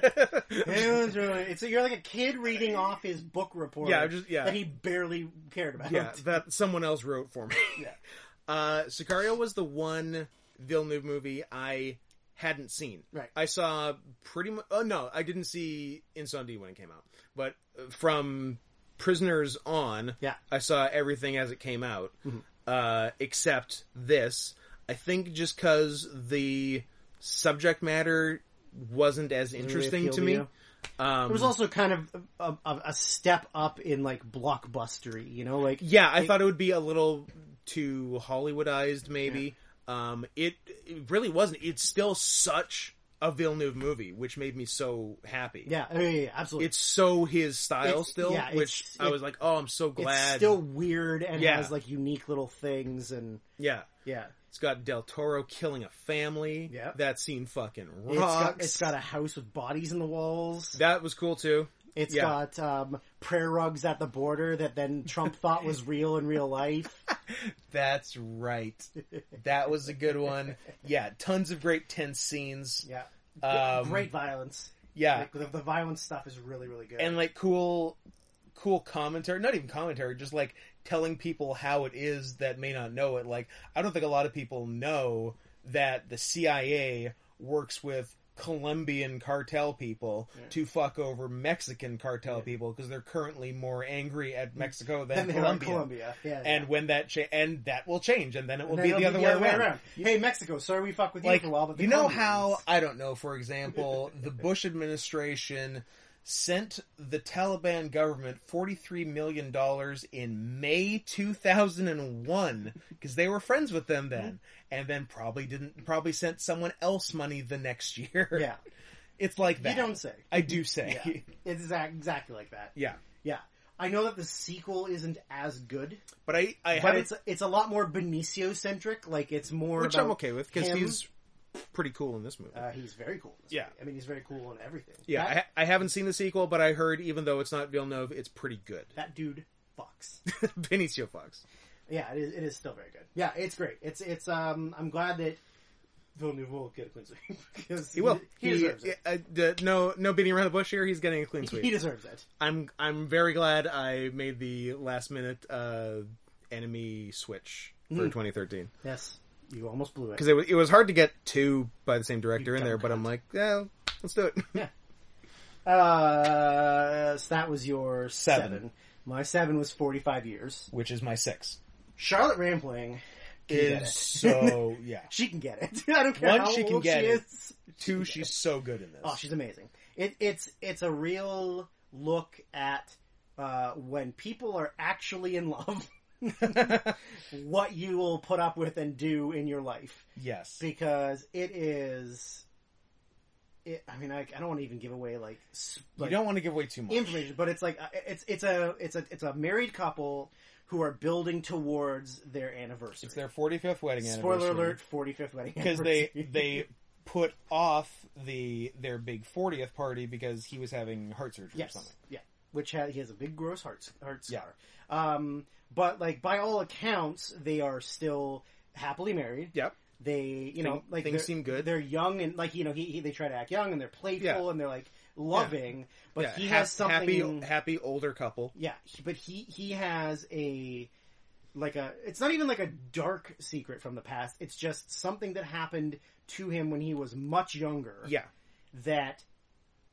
It was really- It's you're like a kid reading off his book report. Yeah, I'm just- yeah. that he barely cared about. yeah, that someone else wrote for me. Yeah. Uh, Sicario was the one Villeneuve movie I hadn't seen. Right. I saw pretty much. Oh no, I didn't see Insomnia when it came out, but uh, from Prisoners on, Yeah. I saw everything as it came out, uh, except this. I think just because the subject matter wasn't as interesting appeal to to me. you. Um, It was also kind of a, a, a step up in like blockbustery, you know, like Yeah, I thought it would be a little too Hollywoodized, maybe. Um, it, it really wasn't. It's still such a Villeneuve movie, which made me so happy. yeah, yeah, yeah, yeah, absolutely. It's so his style It's- still, yeah, which it's- I was like, oh, I'm so It's glad. still weird and Yeah. has like unique little things and yeah. yeah. It's got Del Toro killing a family. Yeah. That scene fucking It's got, rocks. it's got a house with bodies in the walls. that was cool too. It's yeah. got um, prayer rugs at the border that then Trump thought was real in real life. That's right. That was a good one. Yeah, tons of great tense scenes. Yeah. Um, Great violence. Yeah. Like, the, the violence stuff is really, really good. and like cool cool commentary not even commentary just like telling people how it is that may not know it like i don't think a lot of people know that the cia works with colombian cartel people Yeah. to fuck over mexican cartel Yeah. people because they're currently more angry at mexico than then they colombia Colombia. Yeah, yeah. and when that cha- and that will change and then it will And be then the it'll other way around Hey, Mexico, sorry we fuck with like you for a while, but the you know Colombians- how I don't know. For example, the Bush administration sent the Taliban government forty three million dollars in May two thousand and one because they were friends with them then, and then probably didn't probably sent someone else money the next year. Yeah, it's like that. you don't say. I do say. Yeah, it's exact, exactly like that. Yeah. Yeah, I know that the sequel isn't as good, But I, I but haven't- it's it's a lot more Benicio centric. Like it's more which about, I'm okay with because him. he's pretty cool in this movie. Uh, Uh, he's very cool. in this Yeah. movie. I mean he's very cool on everything. yeah, that, I, ha- I haven't seen the sequel, but I heard even though it's not Villeneuve, it's pretty good. that dude fucks. Benicio Fox. yeah, it is, it is still very good. Yeah, it's great. It's it's um I'm glad that Villeneuve will get a Quincy because He will. He, deserves it. uh, the- no, no beating around the bush here. He's getting a clean He sweep. deserves it. I'm, I'm very glad I made the last minute uh, enemy switch for 2013 Yes, you almost blew it. because it, wa- it was hard to get two by the same director You in there. dumb But I'm like, yeah, let's do it. Uh, so that was your Seven. seven. My seven was 45 years. Which is my six. Charlotte Rampling can get Is it. so yeah. she can get it. I don't care One, how she can old get she it. is. Two, she's so good in this. Oh, she's amazing. It, it's it's a real look at uh, when people are actually in love, what you will put up with and do in your life. yes. Because it is, it, I mean, I, I don't want to even give away like, s- you like don't want to give away too much. information, but it's like uh, it's it's a it's a it's a married couple who are building towards their anniversary. It's their 45th wedding Spoiler anniversary. alert: forty fifth wedding because they anniversary. they put off the their big 40th party because he was having heart surgery or yes something. yeah, which ha- he has a big gross heart heart Yeah. scar. Um, but like by all accounts, they are still happily married. Yep. They you know Thing- like things they're- seem good. They're young and like you know he, he they try to act young and they're playful Yeah. and they're like loving, but yeah, he hap- has something happy happy older couple. Yeah, he- but he he has a like a it's not even like a dark secret from the past. It's just something that happened to him when he was much younger Yeah, that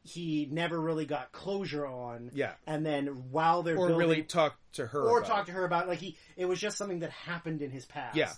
he never really got closure on. yeah. And then while they're Or building, really talk to her. or about talk it. to her about like he it was just something that happened in his past. Yeah.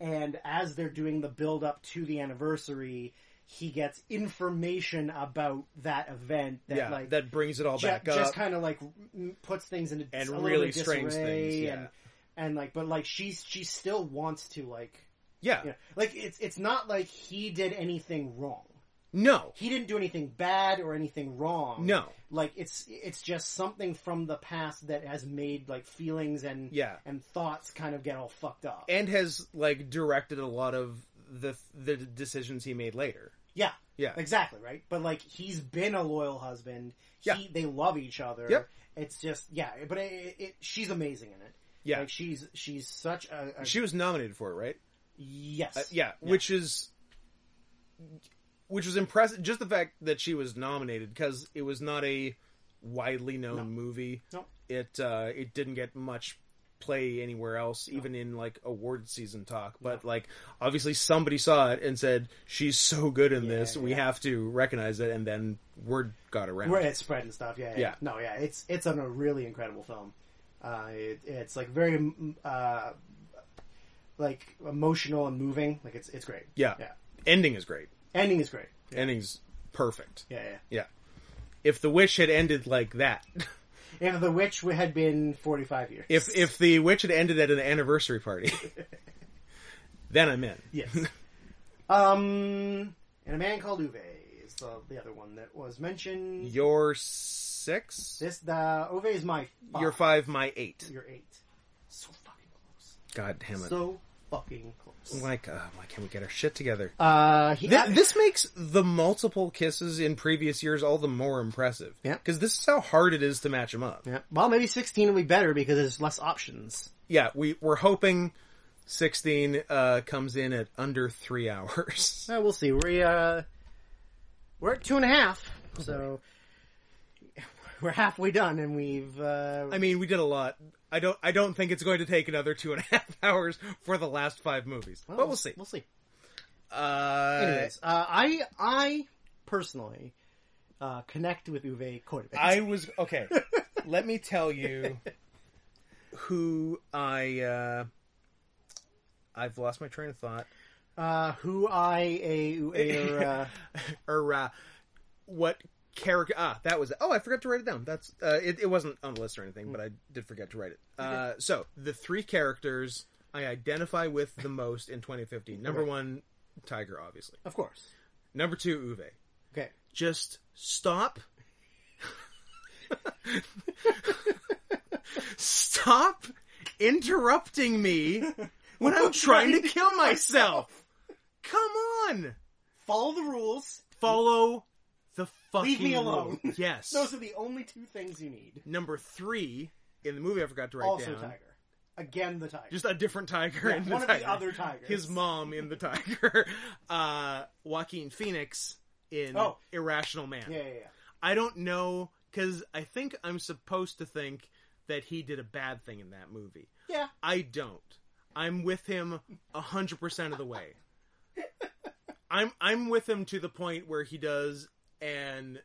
And as they're doing the build up to the anniversary, he gets information about that event that yeah, like that brings it all ju- back just, up. kind of like m- puts things into And a little really bit strange disarray things, yeah. and, and like but like she's she still wants to like yeah, you know like it's it's not like he did anything wrong no, he didn't do anything bad or anything wrong no, like it's it's just something from the past that has made like feelings and yeah, and thoughts kind of get all fucked up and has like directed a lot of the the decisions he made later. yeah Yeah, Exactly right, but like he's been a loyal husband. He, Yeah. they love each other. Yep. It's just yeah, but it, it, it, she's amazing in it. yeah. Like she's she's such a, a she was nominated for it, right? yes. Uh, yeah, which is which was impressive. Just the fact that she was nominated because it was not a widely known No. movie. No. it uh, it didn't get much play anywhere else, even in like award season talk. But like, obviously, somebody saw it and said she's so good in Yeah, this. We yeah. have to recognize it, and then word got around. where it's spread and stuff. Yeah, yeah. Yeah. No, yeah, it's it's on a really incredible film. Uh, it, it's like very mm, uh, like emotional and moving. Like it's it's great. Yeah. Yeah. ending is great. Ending is great. Yeah, Ending's perfect. yeah. yeah. Yeah, if the witch had ended like that. If the witch had been forty five years, If if the witch had ended at an anniversary party, then I'm in. Yes. um, and a man called Uwe is the, the other one that was mentioned. Your six, This the Uwe is my five. your five, my eight. You're eight. So fucking close. God damn it! So fucking close. like, uh, why can't we get our shit together? Uh, he, Th- this makes the multiple kisses in previous years all the more impressive. Yeah. because this is how hard it is to match them up. yeah. Well, maybe sixteen will be better because there's less options. Yeah, we we're hoping sixteen uh, comes in at under three hours. Uh, we'll see. We uh, We're at two and a half, Oh, so we're halfway done, and we've. Uh, I mean, we did a lot. I don't. I don't think it's going to take another two and a half hours for the last five movies, well, but we'll see. We'll see. Uh, Anyways, uh, I I personally uh, connect with Uwe quite a bit. I was okay. let me tell you who I. Uh, I've lost my train of thought. uh, who I a Uwe or, uh, Or uh, what character? Ah, that was. Oh, I forgot to write it down. That's. Uh, it, it wasn't on the list or anything, but I did forget to write it. Uh, so the three characters I identify with the most in 2015. Number one, Tiger, obviously. of course. Number two, Uwe. Okay. Just stop. stop interrupting me when I'm trying to kill myself. Come on. Follow the rules. Follow the fucking Leave me alone. rule. Yes. Those are the only two things you need. Number three in the movie I forgot to write also, down. tiger. Again, the tiger. Just a different tiger. Yeah, in the one of tiger. the other tigers. His mom in the tiger. Uh, Joaquin Phoenix in Oh. Irrational Man. Yeah, yeah, yeah. I don't know because I think I'm supposed to think that he did a bad thing in that movie. Yeah. I don't. I'm with him hundred percent of the way. I'm I'm with him to the point where he does an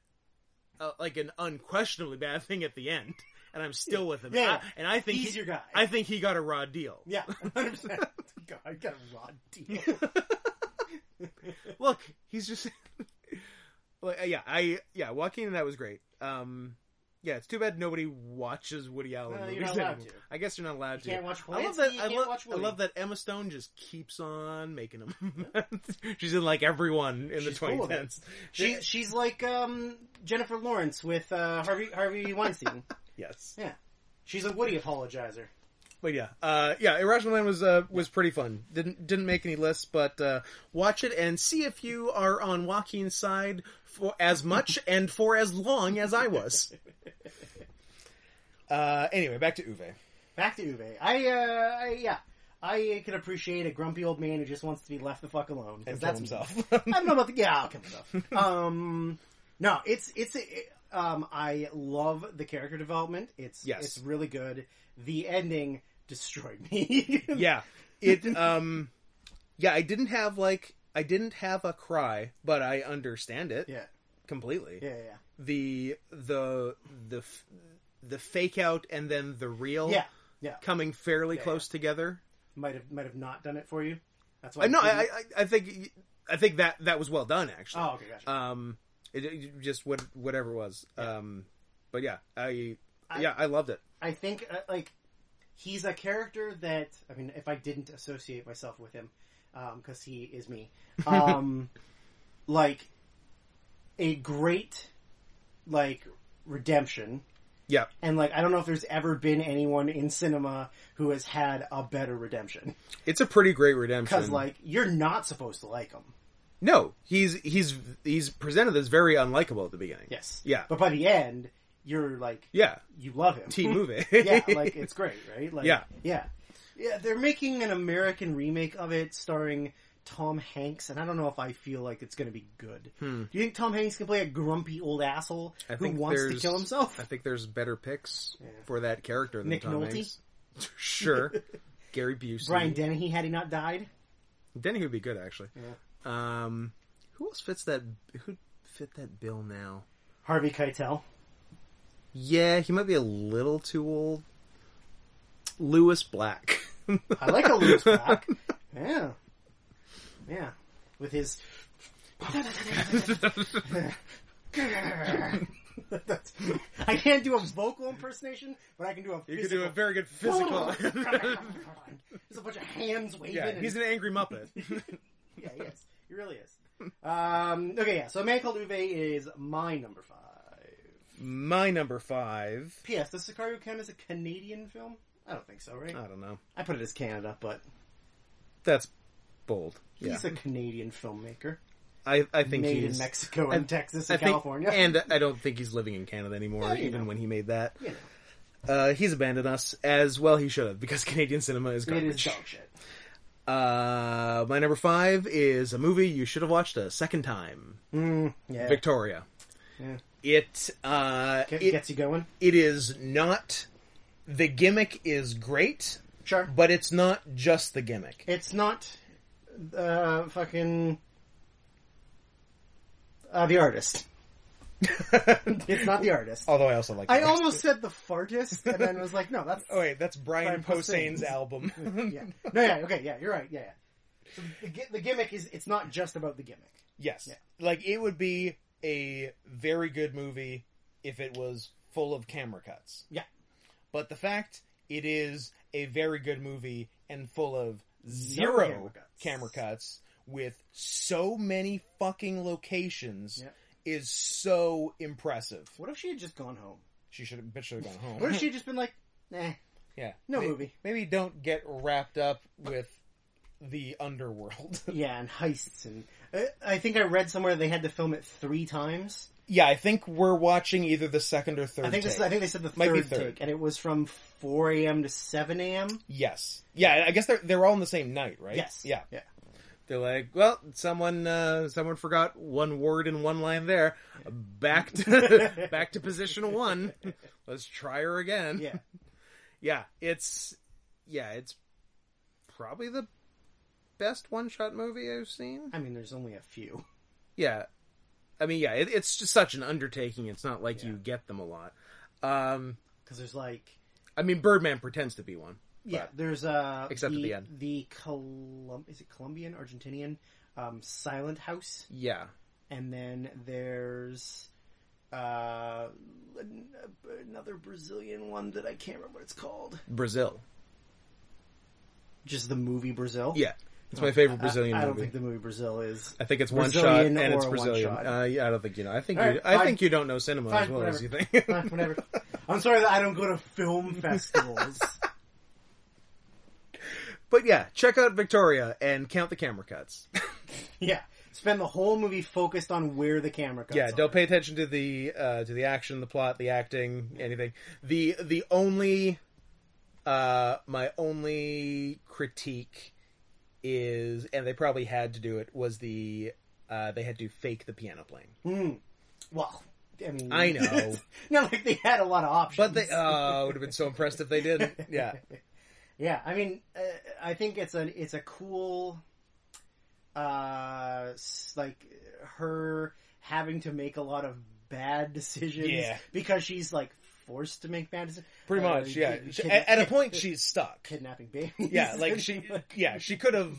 uh, like an unquestionably bad thing at the end, and I'm still with him. Yeah. I- and I think He's he- your guy. I think he got a raw deal. yeah, 100%. God, I got a raw deal. Look, he's just like yeah, I yeah, Joaquin and that was great. Um yeah, it's too bad nobody watches Woody Allen Uh, you're movies not allowed anymore. to. I guess you're not allowed to. You can't watch I love Polanski, that. you I, can't love- watch I Woody. love that Emma Stone just keeps on making them. She's in like everyone in She's the cool with it. 2010s. She, she's like um, Jennifer Lawrence with uh, Harvey Harvey Weinstein. Yes, Yeah, she's a Woody apologizer. but yeah, uh, yeah. Irrational Man was uh, was pretty fun. Didn't didn't make any lists, but uh, watch it and see if you are on Joaquin's side for as much and for as long as I was. Uh, anyway, back to Uwe. Back to Uwe. I, uh, I yeah, I can appreciate a grumpy old man who just wants to be left the fuck alone. and 'cause kill that's me. himself. I don't know about the yeah, I'll kill myself. um, no, it's it's it, um, I love the character development. It's Yes. it's really good. The ending destroyed me. yeah it um yeah i didn't have like i didn't have a cry but i understand it yeah, completely yeah, yeah, the the the f- the fake out and then the real yeah. yeah. coming fairly Yeah, close together Might have might have not done it for you. That's why. i Uh, no didn't- I, I i think i think that that was well done actually Oh, okay, gotcha. um it, it just what whatever it was um but yeah i I- yeah i loved it I think uh, like he's a character that I mean, if I didn't associate myself with him, because he is me, um, like a great like redemption. yeah And like, I don't know if there's ever been anyone in cinema who has had a better redemption. it's a pretty great redemption Because like, you're not supposed to like him. no he's he's he's presented as very unlikable at the beginning Yes. Yeah. But by the end, you're like, yeah you love him. T movie. Mm-hmm. yeah, like it's great, right? Like, Yeah. yeah, yeah. They're making an American remake of it starring Tom Hanks, and I don't know if I feel like it's going to be good. Do you think Tom Hanks can play a grumpy old asshole Hmm. I who think wants to there's- kill himself? I think there's better picks for that character than Nick Tom Nolte? Hanks. sure. Gary Busey. Brian Dennehy, had he not died, Denny would be good actually. Um, who else fits that? Who fit that bill now? Harvey Keitel. Yeah, he might be a little too old. Lewis Black. I like a loose back. yeah, yeah, with his. I can't do a vocal impersonation, but I can do a You could physical do a very good physical. There's a bunch of hands waving. yeah, and- he's an angry Muppet. yeah, he is. He really is. Um, okay, yeah. So, A Man Called Uwe is my number five. My number five. P.S. Does Sicario count as a Canadian film? I don't think so, right? I don't know. I put it as Canada, but That's bold. Yeah, he's a Canadian filmmaker I I think made he's in Mexico and I- Texas and I think- California. and I don't think he's living in Canada anymore. Yeah, you even know. when he made that, you know, uh, he's abandoned us as well. He should have because Canadian cinema is it garbage. is dog shit. Uh, my number five is a movie you should have watched a second time. Yeah. Victoria. Yeah. It uh, Get, it- gets you going. it is not. The gimmick is great, Sure. but it's not just the gimmick. It's not uh, fucking uh, the artist. it's not the artist. Although I also like. I the rest. almost said the fartist, and then was like, no, that's Oh wait, that's Brian, Brian Posehn's Posehn's. album. yeah. No, yeah, okay, yeah, you're right. Yeah, yeah. So the, gi- the gimmick is it's not just about the gimmick. Yes. Yeah. Like it would be a very good movie if it was full of camera cuts. Yeah. But the fact it is a very good movie and full of No zero camera camera cuts. cuts, with so many fucking locations Yeah. is so impressive. What if she had just gone home? She should have bitch should have gone home. What if she had just been like, nah, yeah. no May- movie. Maybe don't get wrapped up with the underworld. Yeah, and heists and I, I think I read somewhere they had to film it three times. yeah, I think we're watching either the second or third I think this, take. I think they said the Might be third, third. take, and it was from four a.m. to seven a.m. Yes. Yeah, I guess they're they're all on the same night, right? Yes. Yeah. Yeah. They're like, well, someone uh, someone forgot one word in one line there. Back to back to position one. Let's try her again. Yeah. Yeah. It's yeah, it's probably the best one shot movie I've seen. I mean, there's only a few. Yeah. I mean, yeah, it, it's just such an undertaking. It's not like you get them a lot. Um, Because there's like, I mean, Birdman pretends to be one. yeah, But- there's uh, Except at the end. the Colum- is it Colombian, Argentinian, um, Silent House, Yeah. and then there's uh, an- another Brazilian one that I can't remember what it's called. Brazil. Just the movie Brazil. Yeah. It's my favorite Brazilian I, I don't movie. think the movie Brazil is. I think it's one Brazilian shot and or it's one Brazilian. shot. Uh, yeah, I don't think you know. I think All you, right, I fine. think you don't know cinema as Fine, well as you whatever. think. Uh, Whatever. I'm sorry that I don't go to film festivals. but yeah, check out Victoria and count the camera cuts. yeah, spend the whole movie focused on where the camera cuts. yeah, are. don't pay attention to the uh, to the action, the plot, the acting, anything. The the only uh, my only critique is, and they probably had to do it, was the uh, they had to fake the piano playing. Hmm. Well, I mean, I know. it's not like they had a lot of options. But they, oh, I would have been so impressed if they didn't. Yeah, yeah, I mean, uh, I think it's a it's a cool, uh, s- like her having to make a lot of bad decisions Yeah. because she's like forced to make bad decisions. pretty Uh, much. Yeah, kid- She- kid- at, at a point she's stuck. kidnapping babies. Yeah, like and she, yeah, she could have,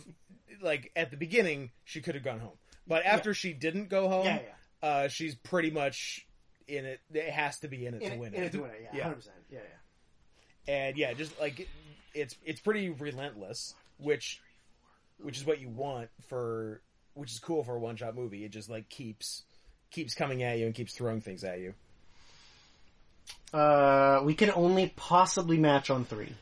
like at the beginning, she could have gone home, but after she didn't go home, Yeah, yeah. Uh, she's pretty much in it. It has to be in it In, to win in it, a winner, yeah, Yeah. hundred percent, yeah, yeah. and yeah, just like it- it's it's pretty relentless, which which is what you want for, which is cool for a one shot movie. It just like keeps keeps coming at you and keeps throwing things at you. Uh, we can only possibly match on three.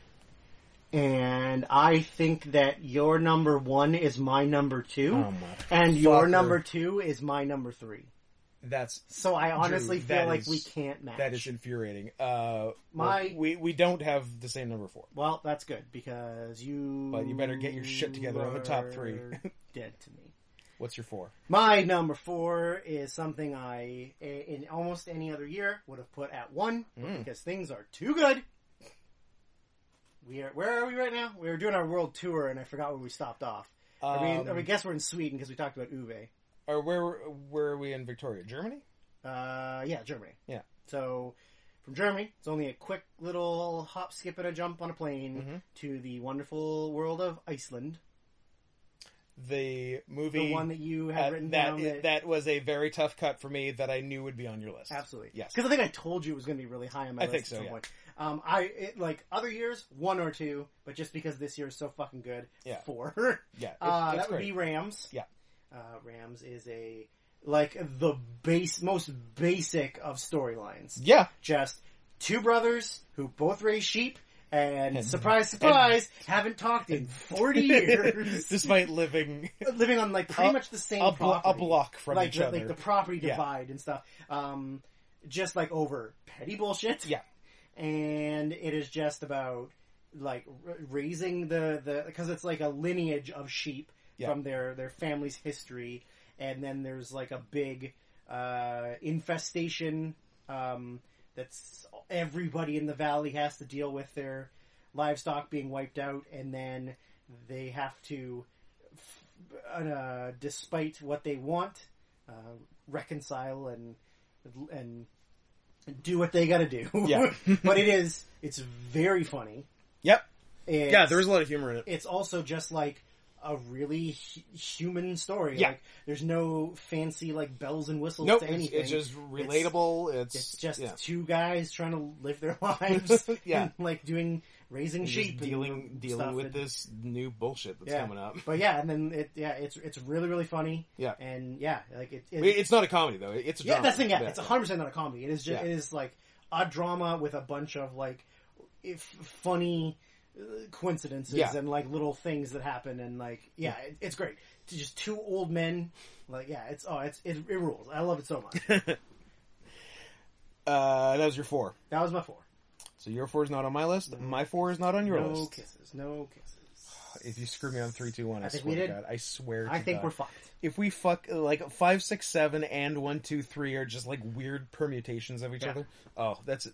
And I think that your number one is my number two, Oh my and your fucker. number two is my number three. That's So I honestly Drew, feel that like is- we can't match. that is infuriating. Uh, My- we we don't have the same number four. well, that's good because you. Well, you better get your shit together on the top three. are dead to me. What's your four? My number four is something I, in almost any other year, would have put at one but Hmm. because things are too good. We are. Where are we right now? We were doing our world tour, and I forgot where we stopped off. I mean, I Um, mean, guess we're in Sweden because we talked about Uwe. or where where are we in Victoria? Germany? Uh, yeah, Germany. Yeah. So from Germany, it's only a quick little hop, skip, and a jump on a plane Mhm. to the wonderful world of Iceland, The movie the one that you had uh, written that, down. that was a very tough cut for me that I knew would be on your list. Absolutely. Yes. Because I think I told you it was going to be really high on my I list think so, at some yeah. point. Um, I it, like other years, one or two, but just because this year is so fucking good, Yeah. four. Yeah. it- uh, it's that would great. be Rams. Yeah. Uh, Rams is a like the base, most basic of storylines. Yeah. Just two brothers who both raise sheep. And, And- surprise, surprise, haven't talked in 40 years. Despite living living on like pretty A- much the same a, blo- a property block from like each the, other. like the property Yeah. divide and stuff. Um, just like over petty bullshit. Yeah. and it is just about like r- raising the the because it's like a lineage of sheep Yeah. from their their family's history, and then there's like a big uh, infestation um, that's everybody in the valley has to deal with their livestock being wiped out, and then they have to, f- uh, despite what they want, uh, reconcile and and do what they got to do. Yeah. but it is it's very funny. Yep. It's, Yeah, there was a lot of humor in it. It's also just like a really hu- human story. Yeah. Like there's no fancy like bells and whistles Nope, to it's, anything. it's just relatable. It's, It's just yeah. two guys trying to live their lives. Yeah. and, like doing raising Just sheep, and dealing stuff dealing with and- this new bullshit that's Yeah. coming up. But yeah, and then it yeah, it's it's really really funny. Yeah. and yeah, like it. it- It- It's not a comedy though. It's a yeah, drama. that's the thing. Yeah, it's hundred percent not a comedy. It is just Yeah. it is like a drama with a bunch of like if funny uh, coincidences Yeah. and like little things that happen and like yeah, it, it's great. It's just two old men. Like yeah, it's oh, it's it, it rules. I love it so much. Uh, that was your four. that was my four. So your four is not on my list. My four is not on your no list. kisses. No kisses. If you screw me on three, two, one, I, I think we swear to did. God, I swear. I to think God. we're fucked. if we fuck like five, six, seven, and one, two, three are just like weird permutations of each Yeah. other. Oh, that's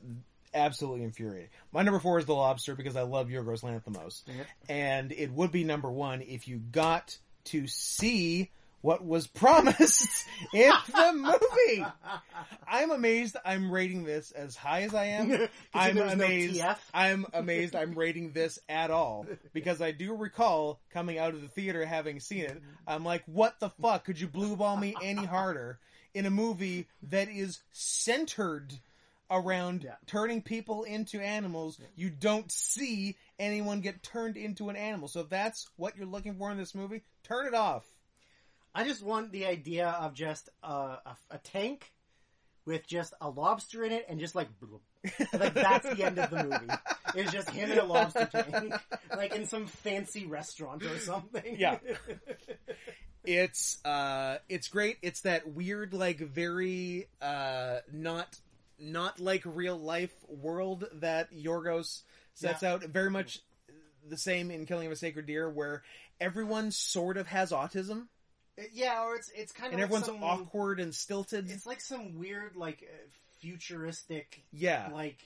absolutely infuriating. My number four is the lobster because I love Yorgos Lanthimos, Mhm. and it would be number one if you got to see what was promised in the movie. I'm amazed. I'm rating this as high as I am. I'm there was no amazed. TF. I'm amazed. I'm rating this at all because I do recall coming out of the theater having seen it. I'm like, what the fuck? Could you blue ball me any harder in a movie that is centered around Yeah. turning people into animals? You don't see anyone get turned into an animal. So if that's what you're looking for in this movie, turn it off. I just want the idea of just uh, a, a tank with just a lobster in it and just like, bloop. like that's the end of the movie. It's just him in a lobster tank, like in some fancy restaurant or something. Yeah. It's uh it's great. It's that weird like very uh not not like real life world that Yorgos sets out very much the same in Killing of a Sacred Deer where everyone sort of has autism yeah, or it's it's kind of and like everyone's some- awkward and stilted. It's like some weird like uh, futuristic yeah. like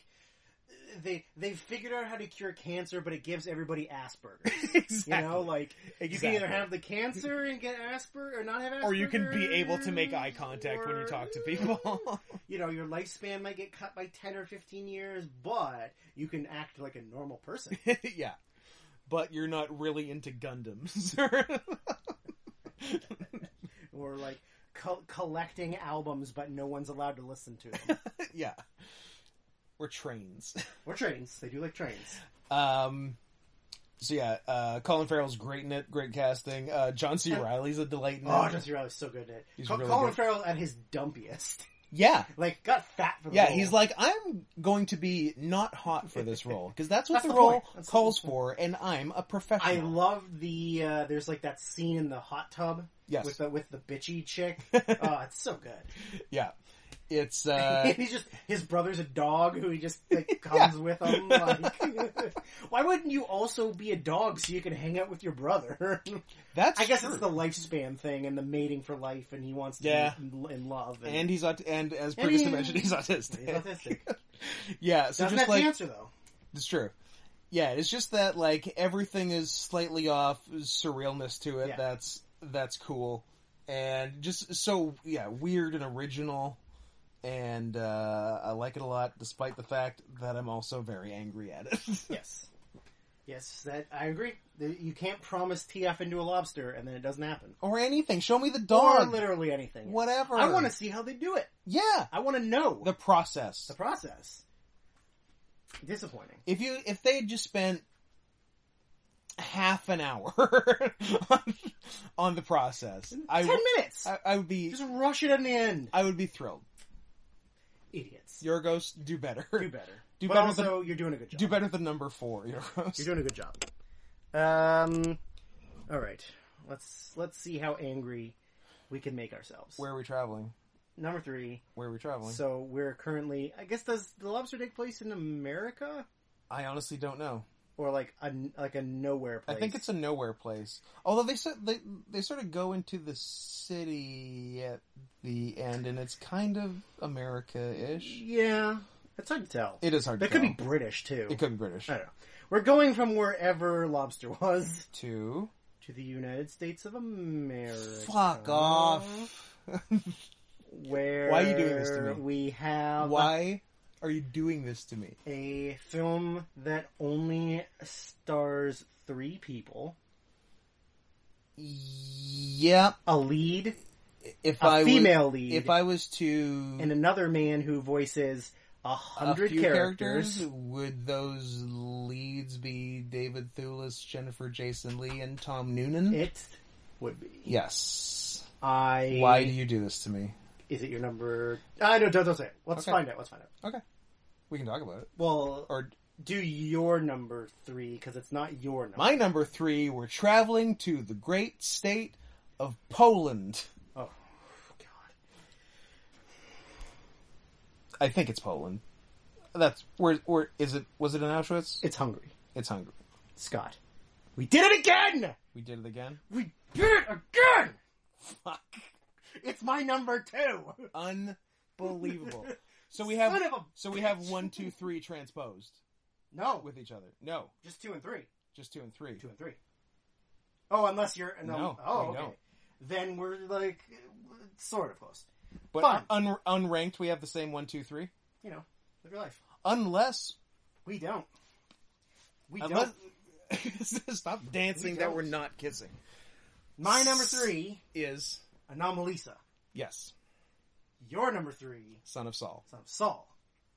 they they've figured out how to cure cancer, but it gives everybody Asperger's. exactly. You know, like you can Exactly. either have the cancer and get Asperger or not have Asperger, or you can be able to make eye contact when you talk to people. you know, your lifespan might get cut by 10 or 15 years, but you can act like a normal person. yeah. But you're not really into Gundams. or like co- collecting albums, but no one's allowed to listen to them. yeah. Or trains. or trains. They do like trains. Um, so yeah, uh, Colin Farrell's great in it, great casting. Uh, John C. And- Riley's a delight in Oh, it. John C. Reilly's so good at it. He's Co- really Colin good. Farrell at his dumpiest. Yeah, Like, got fat for the yeah. role. He's like, I'm going to be not hot for this role because that's what That's the the role point. That's the calls point. for, and I'm a I professional. love the, uh, there's like that scene in the hot tub. Yes. With the, with the bitchy chick. oh, it's so good. yeah, it's uh, he's just his brother's a dog who he just like, comes with him. Like, why wouldn't you also be a dog so you can hang out with your brother? that's. I guess true. it's the lifespan thing and the mating for life, and he wants to Yeah. be in- in love. And, and he's aut- and as And previously he- mentioned, he's he's autistic. autistic. yeah, so Doesn't just have like cancer though. It's true. Yeah, it's just that like everything is slightly off surrealness to it. Yeah. That's that's cool. And just so yeah, weird and original and uh, I like it a lot despite the fact that I'm also very angry at it. Yes, yes, that I agree. The- You can't promise TF into a lobster and then it doesn't happen, or anything. Show me the or dog. literally anything. Whatever. I want to see how they do it. Yeah, I want to know the process. the process. Disappointing. If you if they had just spent half an hour on, on the process, I Ten w- minutes. I, I would be Just rush it in the end. I would be thrilled. Idiots. Yorgos, do better. do better. Do but better also, you're doing a good job. Do better than number four, Yorgos. You're doing a good job. Um, all right. Let's let's see how angry we can make ourselves. Where are we traveling? Number three. Where are we traveling? So we're currently. I guess does the lobster take place in America? I honestly don't know. or like a like a nowhere place. I think it's a nowhere place. Although they sort they they sort of go into the city at the end, and it's kind of America-ish. yeah. It's hard to tell. It is hard. That to could be tell. British too. It could be British. I don't know. We're going from wherever Lobster was Two. to the United States of America. Fuck off. Where Why are you doing this to me? We have Why are you doing this to me? a film that only stars three people: Yep. a lead, If a I was- female lead, if I was to and another man who voices a a hundred few characters, characters. would those leads be David Thewlis, Jennifer Jason Lee, and Tom Noonan? It would be. yes. I. Why do you do this to me? Is it your number? I no, don't, don't say. It. Let's Okay. find out. Let's find out. We can talk about it. Well, Or do your number three because it's not your number. my number three, we're traveling to the great state of Poland. Oh, God. I think it's Poland. That's where. Where is it? Was it in Auschwitz? It's Hungary. It's Hungary. Scott. We did it again! We did it again. We did it again! Fuck. It's my number two! Unbelievable. So we have. Son of a So we have bitch. one, two, three transposed No, with each other. No, just two and three. just two and three. Two and three. Oh, unless you're. No. No, oh, we okay. don't. Then we're like sort of close. But Fine. un- unranked, we have the same one, two, three. You know, live your life. Unless, We don't. We unless, don't. stop dancing We that don't. we're not kissing My number three, is Anomalisa. yes, Your number three, son of Saul. Son of Saul.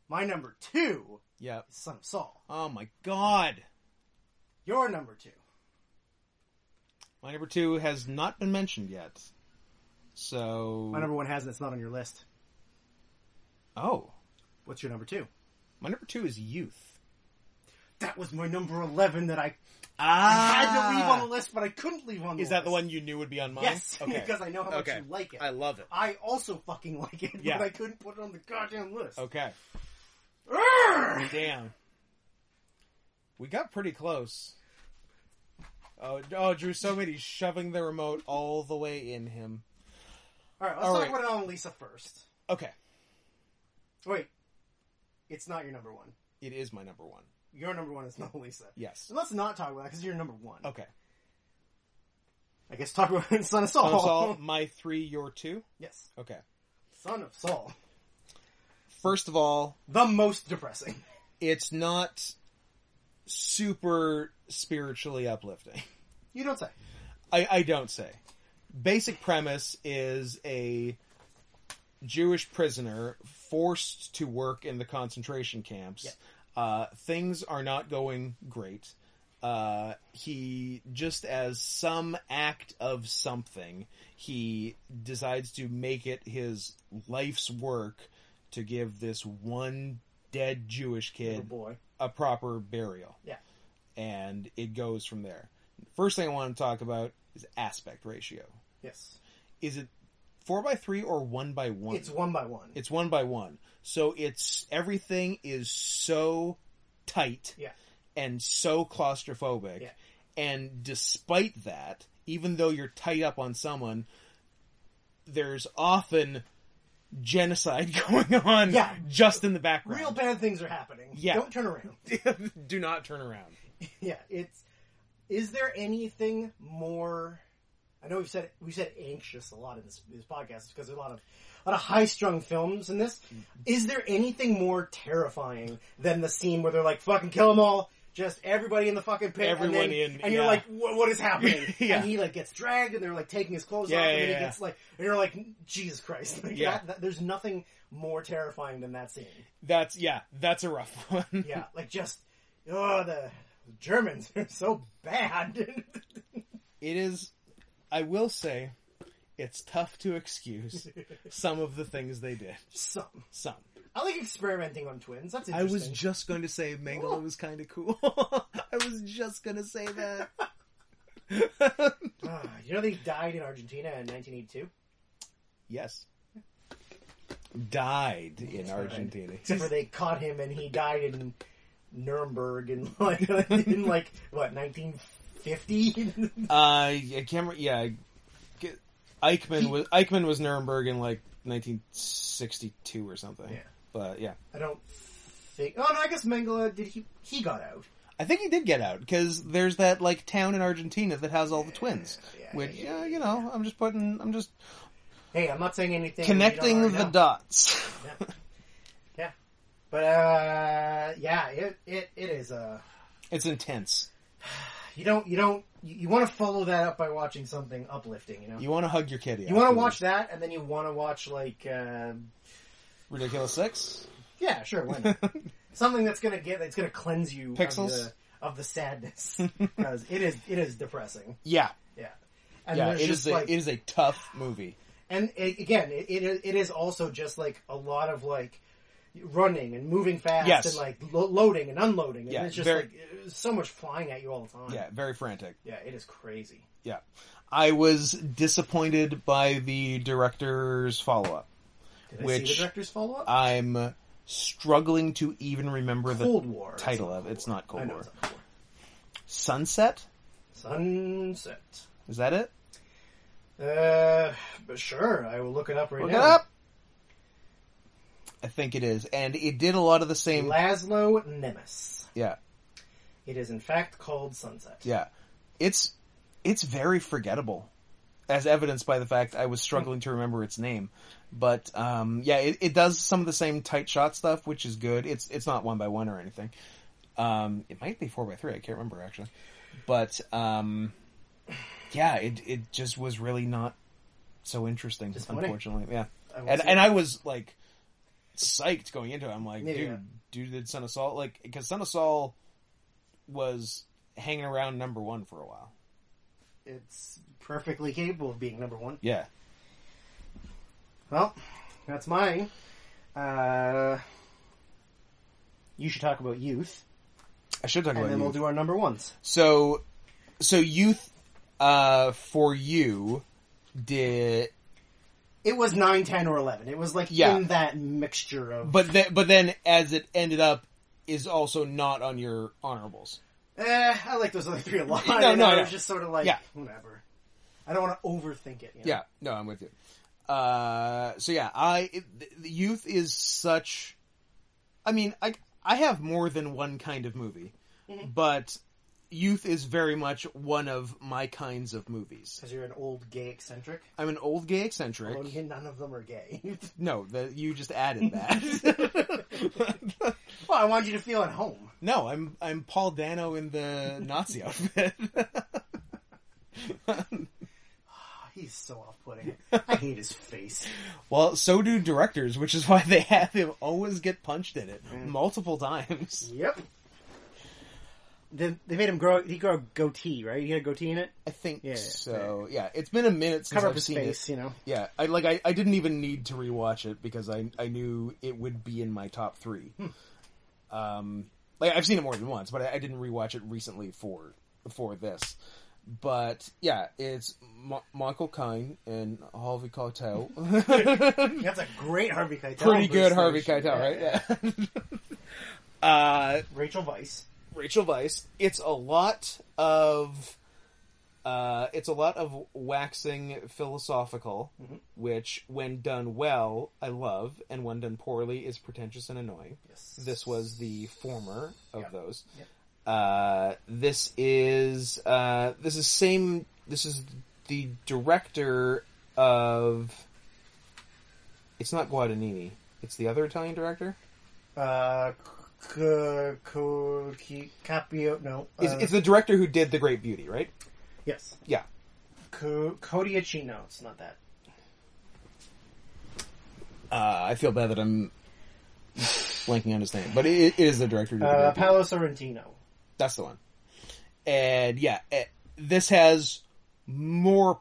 My number two Yep. is Son of Saul. Oh my God. Your number two. My number two has not been mentioned yet. So My number one hasn't. It's not on your list. oh, What's your number two? my number two is youth. That was my number eleven that I had to leave on Ah, the list, but I couldn't leave on the list. is that the one you knew would be on mine? Yes, Okay. because I know how Okay. much you like it. Ah. I I, love it. also fucking like it, Yeah. but I couldn't put it on the goddamn list. Okay. Urgh! Damn. We got pretty close. Oh, oh, Drew, so many shoving the remote all the way in him. All right, let's All talk right. about it on Lisa first. Okay. Wait, it's not your number one. It is my number one. Your number one is not Lisa. Yes. So let's not talk about that because you're number one. Okay. I guess talk about Son of Saul. Son of Saul, my three, your two. yes, Okay. Son of Saul. First of all, The most depressing. it's not super spiritually uplifting. You don't say. I, I don't say. Basic premise is a Jewish prisoner forced to work in the concentration camps. Uh, things are not going great. Uh, he, just as some act of something, he decides to make it his life's work to give this one dead Jewish Oh kid boy. a proper burial. Yeah. And it goes from there. First thing I want to talk about is aspect ratio. Yes. Is it four by three or one by one? It's one by one. It's one by one. So it's everything is so tight Yeah. and so claustrophobic. Yeah. And despite that, even though you're tight up on someone, there's often genocide going on Yeah. just in the background. Real bad things are happening. Yeah. Don't turn around. Do not turn around. yeah, it's. Is there anything more? I know we've said we said anxious a lot in this, this podcast because there's a lot of a lot of high strung films in this. Mm. Is there anything more terrifying than the scene where they're like fucking kill them all? Just everybody in the fucking pit, Everyone and then- in, and you're yeah. like, what, what is happening? Yeah. And he like gets dragged, and they're like taking his clothes Yeah, off, and yeah, then he yeah. gets like, and you're like, Jesus Christ! Like, Yeah. that- that- there's nothing more terrifying than that scene. That's yeah, that's a rough one. Yeah, like just oh the Germans are so bad. It is I will say it's tough to excuse some of the things they did. Some Some. I like experimenting on twins. That's I interesting. was just going to say Mangala was kind of cool. I was just going to say that. Ah, you know they died in Argentina in 1982, yes. Died in Argentina. except for they caught him and he died in Nuremberg in like in like what 1950. Uh, yeah, camera. Yeah, I get- Eichmann was Eichmann was Nuremberg in like 1962 or something. Yeah. But yeah, I don't think. Oh no, I guess Mengele did he he got out. I think he did get out because there's that like town in Argentina that has all the twins. Yeah, Which yeah, yeah, you know, I'm just putting, I'm just Hey, I'm not saying anything. you don't connecting already the know. dots. But uh, yeah, it it it is uh It's intense. you don't you don't you, you want to follow that up by watching something uplifting, you know. You, You want to hug your kitty. want to afterwards. watch that, and then you want to watch like uh, Ridiculous Six? yeah, sure, why not? something that's gonna get that's gonna cleanse you Pixels? of the, of the sadness because it is it is depressing. yeah, Yeah, and yeah. there's It just is a like it is a tough movie. and it, again, it, it is- it is also just like a lot of like running and moving fast Yes. and like lo- loading and unloading, and Yeah, it's just very- like so much flying at you all the time. Yeah, very frantic. yeah, it is crazy. Yeah, I was disappointed by the director's follow up. Did I see Which- the director's follow up? I'm struggling to even remember the Cold War. It's title not of it. It's not Cold I know War. it's not Cold War. Sunset. Sunset. Is that it? Uh, but sure, I will look it up right Look now. it up. I think it is, and it did a lot of the same. Laszlo Nemes. Yeah, It is in fact called Sunset. yeah. It's it's very forgettable, as evidenced by the fact I was struggling to remember its name. But um, yeah, it, it does some of the same tight shot stuff, which is good. It's it's not one by one or anything. Um, it might be four by three. I can't remember actually. But um, yeah, it it just was really not so interesting. Disappointing. Unfortunately, yeah. I will and see and it. I was like psyched going into it. I'm like, Yeah, dude, yeah. dude did Son of Saul like because Son of Saul was hanging around number one for a while. it's perfectly capable of being number one. Yeah, Well, that's mine. Uh, you should talk about youth, I should talk and about then youth. we'll do our number ones. so so youth uh, for you did, It was 9, 10, or 11. It was like Yeah. in that mixture of. but then but then as it ended up is also not on your honorables. Eh, I like those other three a lot. No, No, no, no, I no. was just sort of like, Yeah. whatever. I don't want to overthink it. You know? Yeah, no, I'm with you. Uh, so yeah, I it, th- the youth is such. I mean, I I have more than one kind of movie, Mm-hmm. but youth is very much one of my kinds of movies. Because you're an old gay eccentric. I'm an old gay eccentric. Although none of them are gay. No, the, you just added that. well, I want you to feel at home. no, I'm I'm Paul Dano in the Nazi outfit. Oh, he's so off-putting. I hate his face. well, so do directors, which is why they have him always get punched in it Mm. multiple times. Yep. They, they made him grow. He grew a goatee, right? He had a goatee in it. I think Yeah, yeah, so. Yeah. it's been a minute since Cover up I've his seen face, it. you know. Yeah, I like I, I didn't even need to rewatch it because I I knew it would be in my top three. Um, like I've seen it more than once, but I, I didn't rewatch it recently for for this. But yeah, it's Mo- Michael Caine and Harvey Keitel. That's a great Harvey Keitel. Pretty good Harvey impersonation. Keitel, right? Yeah. uh, Rachel Weiss. Rachel Vice. It's a lot of uh, it's a lot of waxing philosophical, which, when done well, I love, and when done poorly, is pretentious and annoying. Yes. This was the former of those. Yep. Uh, this is uh, this is same. This is the director of. It's not Guadagnini. It's the other Italian director. Uh, c- c- c- Capio. No. It's, uh, it's the director who did The Great Beauty, right? yes. Yeah. Co- Codiacino. It's not that. Uh, I feel bad that I'm blanking on his name, but it, it is the director. who did Uh, it. Paolo Sorrentino. That's the one. And yeah, eh, this has more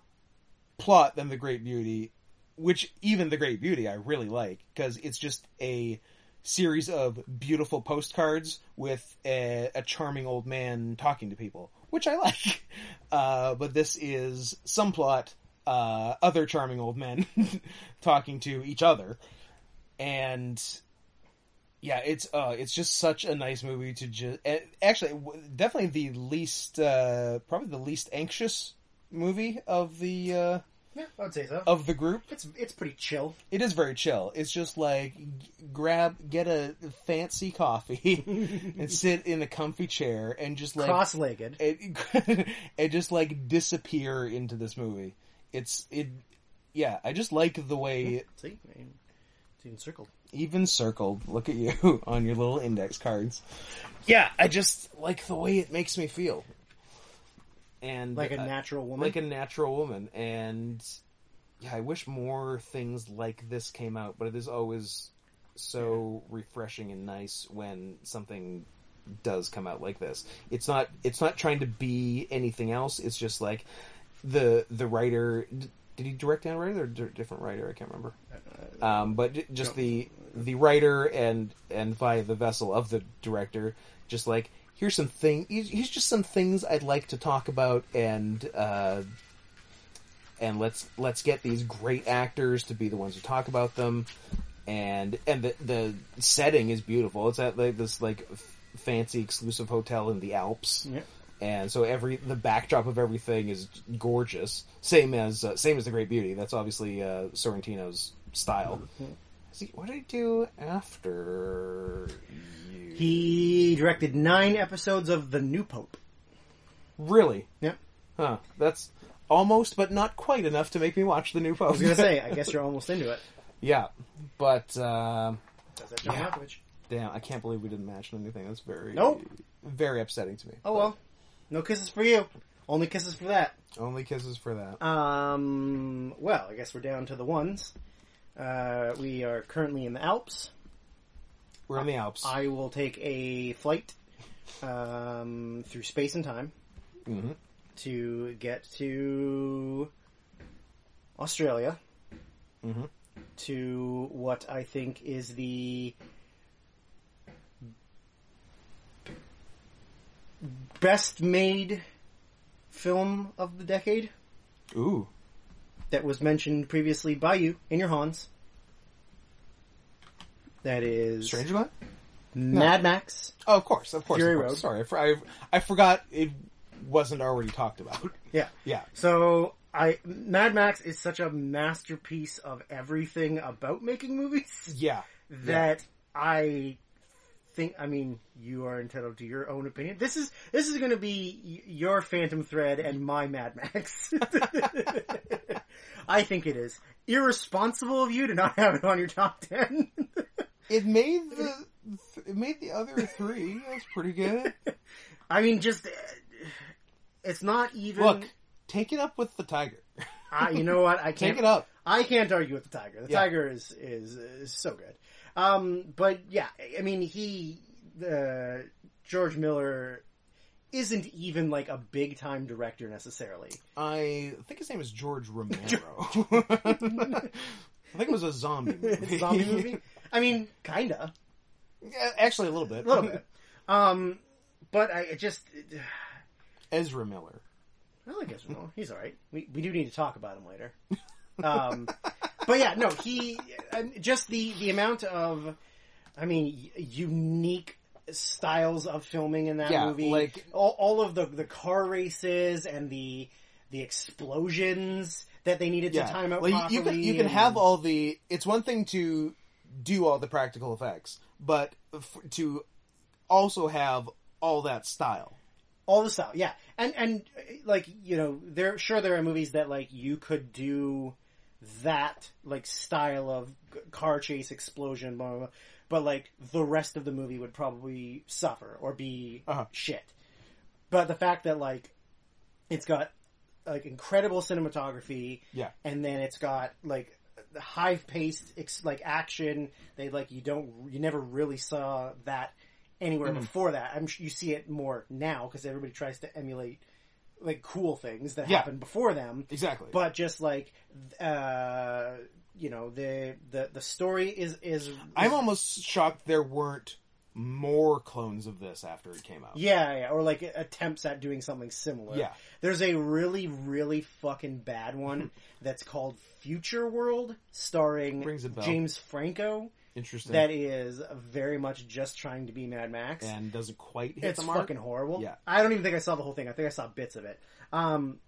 plot than The Great Beauty, which even The Great Beauty I really like because it's just a series of beautiful postcards with a, a charming old man talking to people, which I like. Uh, but this is some plot, uh, other charming old men talking to each other, and Yeah, it's uh, it's just such a nice movie to just actually w- definitely the least uh, probably the least anxious movie of the uh, Yeah, I would say so. of the group. It's it's pretty chill. It is very chill. It's just like g- grab get a fancy coffee and sit in a comfy chair and just like Cross-legged. it, it just like disappear into this movie. It's it yeah, I just like the way See, it's even circled. even circled. Look at you on your little index cards. Yeah, I just like the way it makes me feel. And Like a uh, natural woman. like a natural woman and yeah, I wish more things like this came out, but it is always so refreshing and nice when something does come out like this. It's not it's not trying to be anything else. It's just like the the writer d- did he direct and writer or di- different writer? I can't remember. Uh, Um, but j- just the the writer and and via the vessel of the director, just like here's some thing. Here's here's just some things I'd like to talk about and. Uh, and let's let's get these great actors to be the ones who talk about them and and the the setting is beautiful it's at like this like f- fancy exclusive hotel in the alps Yeah. and so every the backdrop of everything is gorgeous same as uh, same as the great beauty that's obviously uh, sorrentino's style See, what did i do after you He directed nine episodes of The New Pope. really Yep. huh that's almost but not quite enough to make me watch the new post I was gonna say, I guess you're almost into it. yeah but um Does that John Malkovich? Damn, I can't believe we didn't match on anything. That's very Nope. very upsetting to me. Oh well, no kisses for you. Only kisses for that. Only kisses for that. Um, well, I guess we're down to the ones. Uh, we are currently in the Alps. We're in the Alps. I will take a flight um, through space and time Mhm. to get to Australia Mhm. to what I think is the best made film of the decade Ooh, that was mentioned previously by you in your Hans. That is Stranger Land. Mad Max. Oh, of course, of course. Fury of course. Road. Sorry, I, for- I, I forgot it wasn't already talked about. Yeah. Yeah, So I Mad Max is such a masterpiece of everything about making movies yeah, that I think I mean you are entitled to your own opinion. This is this is going to be y- your Phantom Thread and my Mad Max. I think it is irresponsible of you to not have it on your top 10. it made the it made the other three. That's pretty good. I mean just uh, it's not even Look, take it up with the tiger. I, you know what? I can't Take it up. I can't argue with the tiger. The Yeah. tiger is, is is so good. Um, but yeah, I mean, he the George Miller isn't even like a big time director necessarily. I think his name is George Romero. I think it was a zombie movie. Zombie movie. I mean, kinda Yeah, actually, a little bit. a little bit. Um, but I it just Ezra Miller. I like Ezra Miller. He's all right. We we do need to talk about him later. Um, but yeah, no, he and just the the amount of, I mean, y- unique styles of filming in that Yeah, movie, like- all, all of the the car races and the the explosions that they needed to time out Well, you- properly. you can you can and- have all the. It's one thing to do all the practical effects, but f- to also have all that style. all the style, yeah, and and uh, like you know, there sure there are movies that like you could do that like style of g- car chase explosion, blah, blah, blah, but like the rest of the movie would probably suffer or be Uh-huh. shit. But the fact that like it's got like incredible cinematography, Yeah. and then it's got like the high paced ex- like action. They like you don't you never really saw that anywhere Mm-hmm. before that. I'm sure you see it more now because everybody tries to emulate like cool things that Yeah. happened before them. Exactly. But just like uh, you know the the the story is is I'm almost shocked there weren't more clones of this after it came out. Yeah, yeah, or like attempts at doing something similar. Yeah. There's a really, really fucking Mm-hmm. bad one that's called Future World, starring Rings a bell. James Franco, Interesting. that is very much just trying to be Mad Max. and doesn't quite hit it's the mark. fucking horrible. Yeah. I don't even think I saw the whole thing. I think I saw bits of it. Um,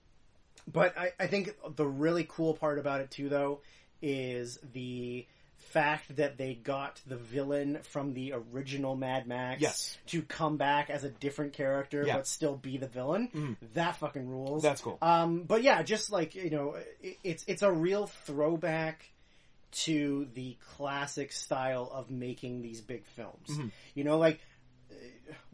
but I, I think the really cool part about it too, though, is the fact that they got the villain from the original Mad Max Yes. to come back as a different character, Yeah. Mm. but still be the villain. That fucking rules. That's cool. Um, but yeah, just like you know, it, it's it's a real throwback to the classic style of making these big films. You know, like uh,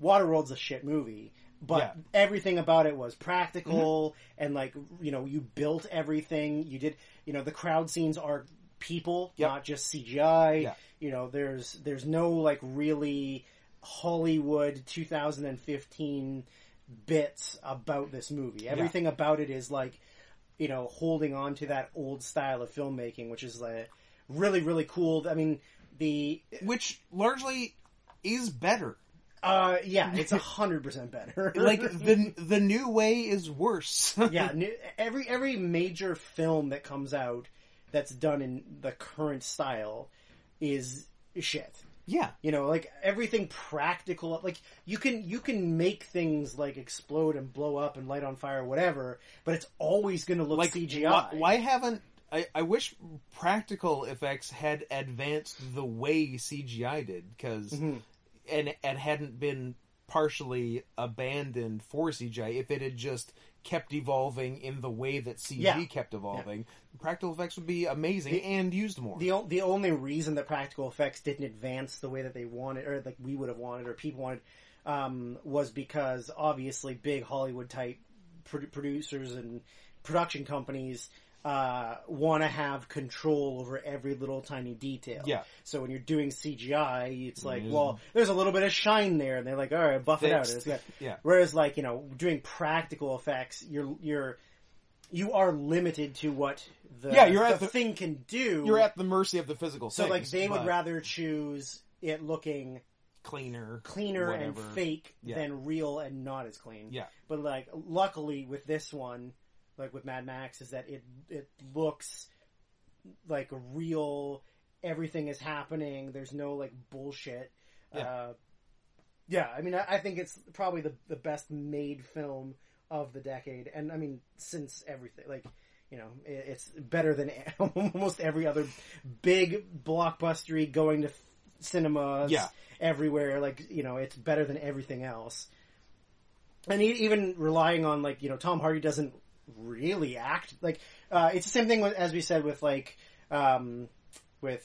Waterworld's a shit movie, but Yeah. Mm-hmm. everything about it was practical and like you know, you built everything. You did, you know, the crowd scenes are people, Yep. not just CGI. Yeah. You know, there's there's no like really Hollywood 2015 bits about this movie. Everything about it is like, you know, holding on to that old style of filmmaking, which is like really, really cool. I mean, the Which largely is better. uh, yeah, it's a hundred percent better. Like the the new way is worse. yeah, new, every every major film that comes out that's done in the current style is shit. yeah. You know, like everything practical. Like you can you can make things like explode and blow up and light on fire, or whatever. But it's always going to look Like CGI. Why, why haven't I, I wish practical effects had advanced the way CGI did because Mm-hmm. and and hadn't been partially abandoned for CGI if it had just kept evolving in the way that CG Yeah. kept evolving practical effects would be amazing and used more the o- the only reason that practical effects didn't advance the way that they wanted, or like we would have wanted, or people wanted, um, was because obviously big Hollywood type produ- producers and production companies uh, want to have control over every little tiny detail. Yeah. Mm-hmm. So when you're doing CGI, it's like, well, there's a little bit of shine there, and they're like, all right, buff it out. Fixed. It's good. Yeah. Whereas, like you know, doing practical effects, you're you're you are limited to what the, Yeah, you're at the the- thing can do. you're at the mercy of the physical So like things, they would but rather choose it looking cleaner cleaner whatever. and fake Yeah. than real and not as clean. Yeah. But like luckily with this one, like with Mad Max, is that it it looks like real. Everything is happening. There's no like bullshit. Yeah. Uh, yeah. I mean, I, I think it's probably the the best made film of the decade, and I mean since everything like. You know, i- it's better than almost every other big blockbustery going to f- cinemas Yeah. everywhere. Like, you know, it's better than everything else and e- even relying on like you know Tom Hardy doesn't really act like uh, it's the same thing with, as we said with like um, with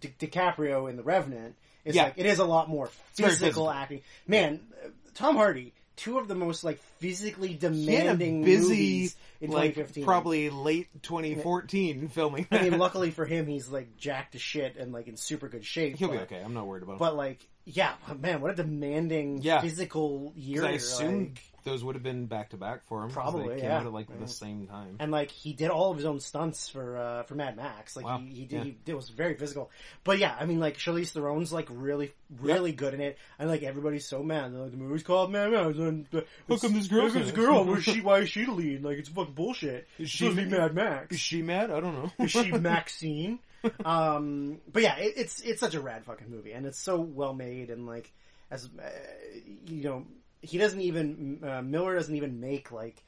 Di- DiCaprio in The Revenant. It's Yeah. like it is a lot more very physical, physical. acting. Man, uh, Tom Hardy, two of the most like physically He had a demanding busy movies in like 2015. probably late 2014 filming I mean, luckily for him, he's like jacked to shit and like in super good shape. He'll be but- okay. I'm not worried about him. But like, yeah, man, what a demanding Yeah. physical year. I assume like- those would have been back to back for him. 'cause Probably, They came yeah. out at like the same time. and like he did all of his own stunts for uh, for Mad Max. Like Wow. he, he did, Yeah. he did, was very physical. But yeah, I mean, like Charlize Theron's like really, really good in it, and like everybody's so mad. They're like, the movie's called Mad Max. And, uh, it's- come this girl's look at in this it?" girl? Where's she? Why is she the lead? Like it's fucking bullshit. It's she- supposed to be Mad Is Max. she mad? I don't know. Is she Maxine? um, but yeah, it, it's it's such a rad fucking movie, and it's so well made, and like as uh, you know, he doesn't even uh, Miller doesn't even make like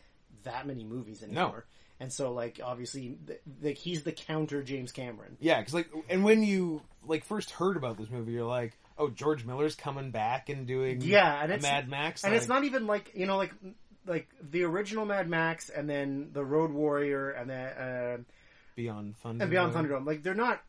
that many movies anymore. And so, like, obviously, th- like he's the counter James Cameron. yeah, because like, and when you like first heard about this movie, you're like, oh, George Miller's coming back and doing Yeah, and a it's Mad Max, and like, it's not even like you know, like like the original Mad Max, and then the Road Warrior, and then uh, Beyond Thunderdome. and Beyond Thunderdome. Like, they're not.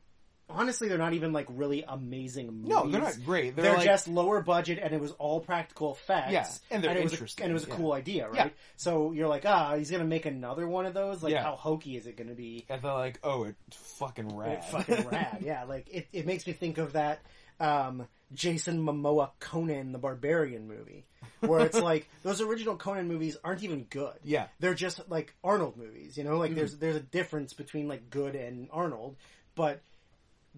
Honestly, they're not even like really amazing movies. No, they're not great. They're, They're, like, just lower budget, and it was all practical effects. Yeah, and they're it was a- interesting, and it was a yeah. cool idea, right? Yeah. So you're like, ah, he's gonna make another one of those. Like, Yeah. how hokey is it gonna be? and they're like, oh, it's fucking rad. It fucking rad. Yeah, like it, it makes me think of that um, Jason Momoa Conan the Barbarian movie, where it's like those original Conan movies aren't even good. Yeah. Mm-hmm. they're just like Arnold movies. You know, like there's there's a difference between like good and Arnold, but.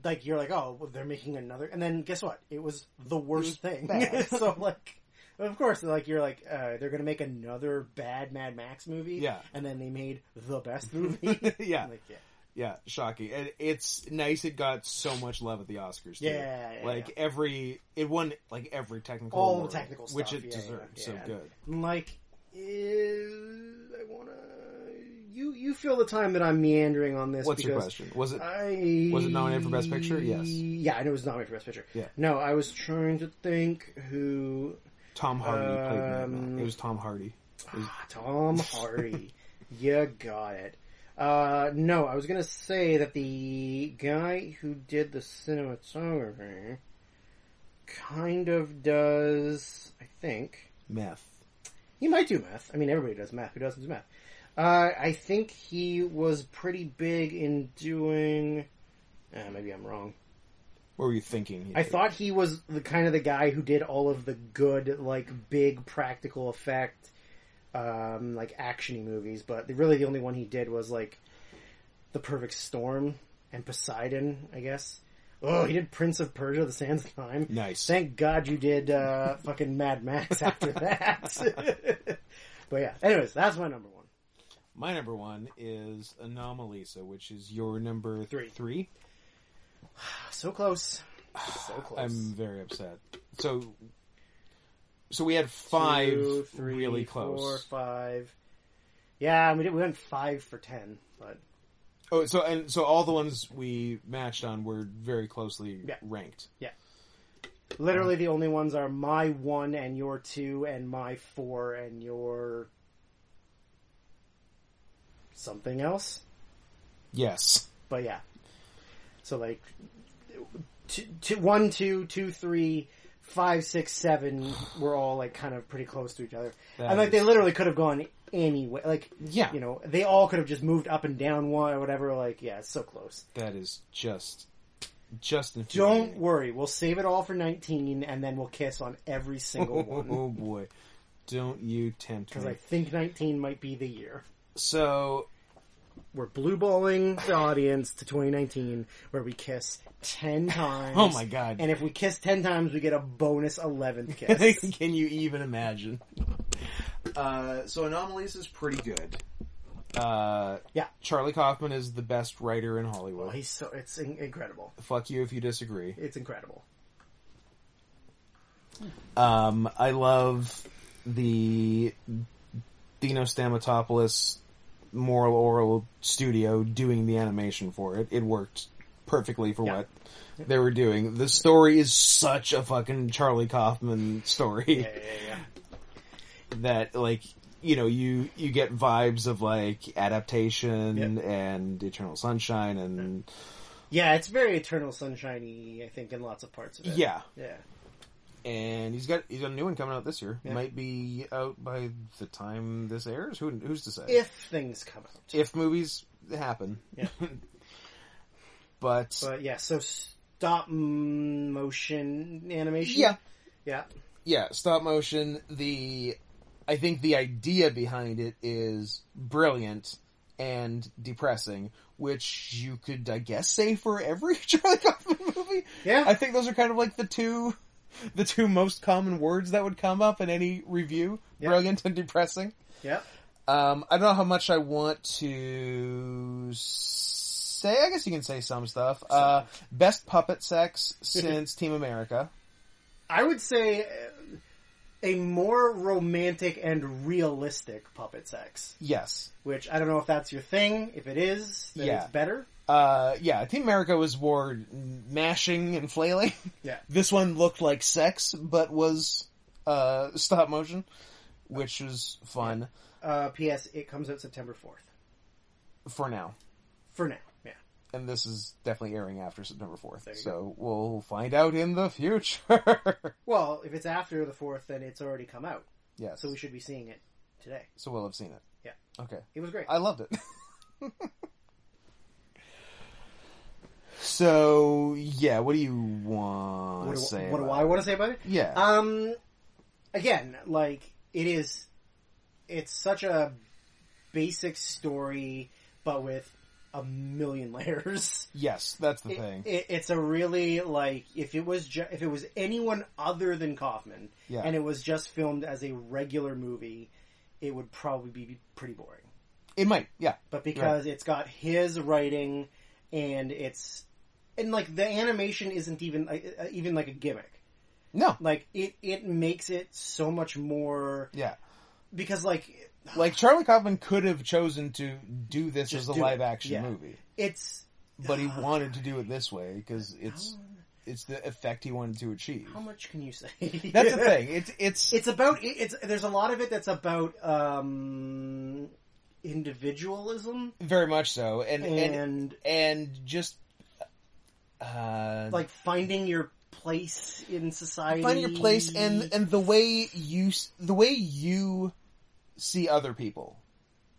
Like you're like oh well, they're making another and then guess what it was the worst thing bad. so like of course like you're like uh, they're gonna make another bad Mad Max movie Yeah. and then they made the best movie Yeah. like yeah Yeah, shocking. And it's nice it got so much love at the Oscars. Too. Yeah, yeah, like every it won like every technical All the award, technical which stuff, it yeah, deserved. yeah, so yeah. good. I'm like, eh, I wanna. You you feel the time that I'm meandering on this. What's your because question? Was it? I Was it nominated for Best Picture? Yes. Yeah, I know it was nominated for Best Picture. Yeah. No, I was trying to think who Tom Hardy played Madman. Um, It was Tom Hardy. Ah, Tom Hardy. you got it. Uh, no, I was gonna say that the guy who did the cinematography kind of does, I think. Meth. He might do math. I mean, everybody does math. Who doesn't do math? Uh, I think he was pretty big in doing. Uh, maybe I'm wrong. What were you thinking? he I did? thought he was the kind of the guy who did all of the good, like big practical effect, um, like actiony movies. But the- really, the only one he did was like the Perfect Storm and Poseidon, I guess. Oh, he did Prince of Persia: The Sands of Time. Nice. Thank God you did uh, fucking Mad Max after that. but yeah, anyways, that's my number one. My number one is Anomalisa, which is your number Three. Three. So close, so close. I'm very upset. So, so we had five Two, three, really Four, close. five. Yeah, we did, we went five for ten, but Oh, so and so all the ones we matched on were very closely Yeah. ranked. Literally, the only ones are my one and your two, and my four and your something else. Yes. But yeah, so like two, two, one, two, two, three, five, six, seven were all like kind of pretty close to each other, That and like they is- literally could have gone anyway. Like Yeah. you know, they all could have just moved up and down one or whatever. Like yeah, it's so close. That is just, just Don't infuriating. worry, we'll save it all for nineteen, and then we'll kiss on every single one. Oh boy, don't you tempt me. because I think 19 might be the year. So We're blue balling the audience to 2019, where we kiss 10 times. Oh my God. And if we kiss 10 times, we get a bonus 11th kiss. Can you even imagine? Uh, so Anomalies is pretty good. Uh, Yeah. Charlie Kaufman is the best writer in Hollywood. Well, he's so it's in- incredible. Fuck you if you disagree. It's incredible. Um, I love the Dino Stamatopoulos Moral Oral Studio doing the animation for it. It worked perfectly for Yeah. what they were doing. The story is such a fucking Charlie Kaufman story. yeah, yeah. that like you know you you get vibes of like adaptation and eternal sunshine and Yeah, it's very Eternal Sunshiny, I think, in lots of parts of it. yeah Yeah. and he's got he's got a new one coming out this year Yeah. might be out by the time this airs who who's to say If things come out. If movies happen Yeah. but, But yeah, so stop motion animation. yeah Yeah. yeah stop motion the i think the idea behind it is brilliant and depressing which you could i guess say for every charlie kaufman movie Yeah. I think those are kind of like the two, the two most common words that would come up in any review: Yeah. brilliant and depressing. yeah. Um, I don't know how much I want to say. I guess you can say some stuff. Uh, best puppet sex since Team America. I would say uh, a more romantic and realistic puppet sex, Yes. which I don't know if that's your thing. If it is, then Yeah. it's better. Uh, yeah. Team America was more mashing and flailing. Yeah. This one looked like sex, but was uh, stop motion, which was fun Uh, P.S. It comes out September 4th. for now. For now. Yeah. and this is definitely airing after September 4th. There you So we'll find out in the future. Well, if it's after the 4th, then it's already come out. yes. So we should be seeing it today. So we'll have seen it. Yeah. Okay. It was great. I loved it. so, yeah, what do you want what to do, say? what do about I it? want to say about it? Yeah. Um, again, like it is, it's such a basic story, but with a million layers. yes, that's the it- thing. it- it's a really like if it was ju- if it was anyone other than Kaufman, Yeah. and it was just filmed as a regular movie, it would probably be pretty boring. It, It might, yeah. but because it's got his writing and it's and like the animation isn't even uh, even like a gimmick No, like it it makes it so much more yeah. because like Like Charlie Kaufman could have chosen to do this as a do it, live action yeah. movie, it's but he wanted to do it this way because it's Ah. it's the effect he wanted to achieve. how much can you say That's the thing. It's it's it's about it- it's there's a lot of it that's about um individualism very much so, and and and and just uh, like finding your place in society finding your place and and the way you s- the way you see other people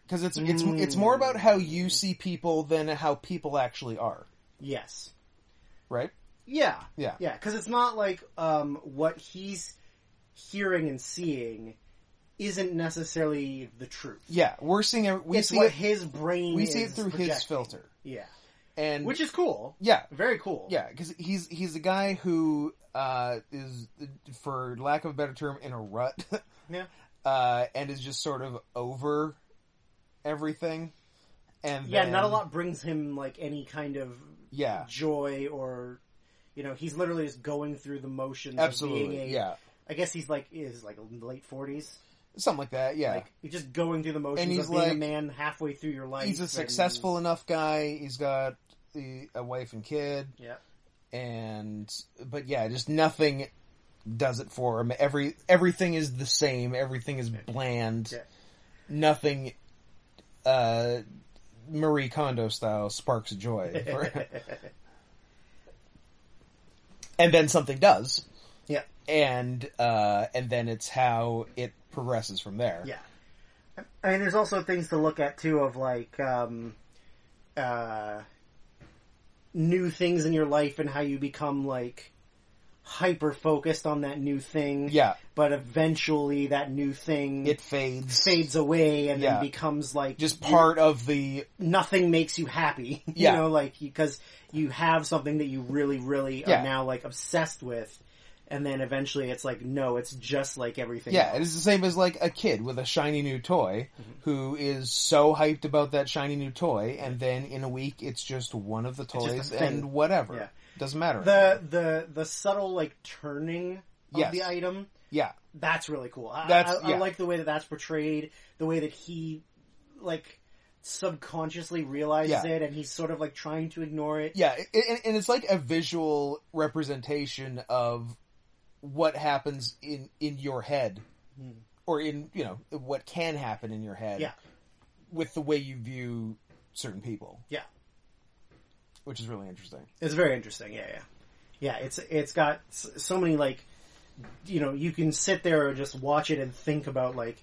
because it's it's it's more about how you see people than how people actually are yes right yeah yeah Yeah, because it's not like um, what he's hearing and seeing isn't necessarily the truth. yeah we're seeing it we it's see what it his brain. we see it is through his projecting. filter Yeah, and which is cool. yeah Very cool. yeah because he's he's a guy who uh is for lack of a better term in a rut Yeah. uh and is just sort of over everything and yeah. then- Not a lot brings him like any kind of yeah joy or. You know, he's literally just going through the motions. Of absolutely being a, yeah I guess he's like is like late forties. something like that. Yeah, Like you're just going through the motions And he's of being a like- man halfway through your life. he's a and- successful enough guy. He's got the, a wife and kid, Yeah. and but yeah, just nothing does it for him. Every everything is the same. Everything is bland. Yeah. Nothing, uh, Marie Kondo style sparks joy, for- and then something does. Yeah. and uh, and then it's how it progresses from there. Yeah. I mean, there's also things to look at too of like um, uh, new things in your life and how you become like hyper focused on that new thing. Yeah, But eventually, that new thing it fades. fades away and Yeah. then becomes like Just part of the nothing makes you happy. Yeah. You know, like because you have something that you really, really Yeah. are now like obsessed with, and then eventually it's like no, it's just like everything. Yeah, else. it is the same as like a kid with a shiny new toy Mm-hmm. who is so hyped about that shiny new toy, and then in a week it's just one of the just a toys thing. and whatever. Yeah. Doesn't matter. the the the subtle like turning of Yes. the item yeah, that's really cool I, That's- I, yeah. I like the way that that's portrayed the way that he like subconsciously realizes Yeah. it and he's sort of like trying to ignore it yeah, i- i- and it's like a visual representation of what happens in in your head, or in you know what can happen in your head. Mm-hmm. Yeah. with the way you view certain people. Yeah. which is really interesting. it's very interesting yeah yeah yeah it's it's got s- so many like you know you can sit there and just watch it and think about like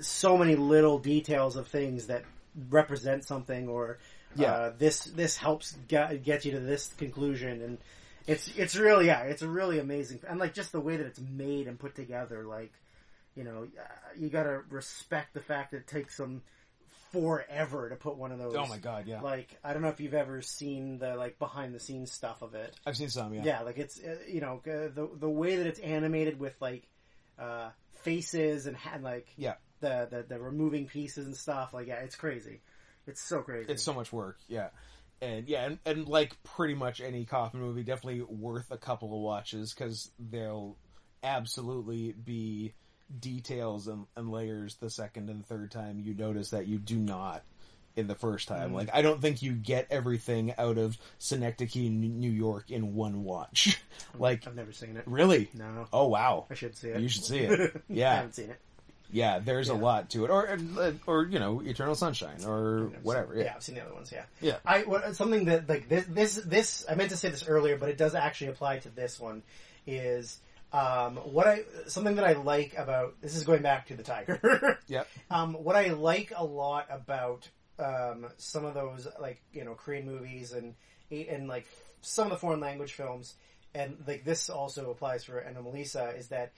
so many little details of things that represent something or Yeah. uh, this this helps get, get you to this conclusion and it's it's really yeah it's really amazing and like just the way that it's made and put together like you know uh, you got to respect the fact that it takes them forever to put one of those Oh my god, yeah, like I don't know if you've ever seen the like behind the scenes stuff of it. I've seen some. Yeah, like it's uh, you know uh, the the way that it's animated with like uh, faces and, ha- and like Yeah. the, the the removing pieces and stuff. Like yeah, it's crazy. It's so crazy. it's so much work yeah and yeah and, and like pretty much any coffin movie definitely worth a couple of watches because there'll absolutely be details and, and layers the second and third time you notice that you do not in the first time like i don't think you get everything out of synecdoche N- new york in one watch like I've never seen it. really No, oh wow I should see it. you should see it I yeah haven't seen it. yeah there's a Yeah. lot to it or uh, or you know eternal sunshine or whatever yeah I've seen the other ones. Yeah, Yeah. I what- something that like this, this, this. I meant to say this earlier, but it does actually apply to this one. Is um, what I something that I like about this is going back to the tiger. Yep. Um, what I like a lot about um, some of those like you know Korean movies and and like some of the foreign language films, and like this also applies for Anomalisa is that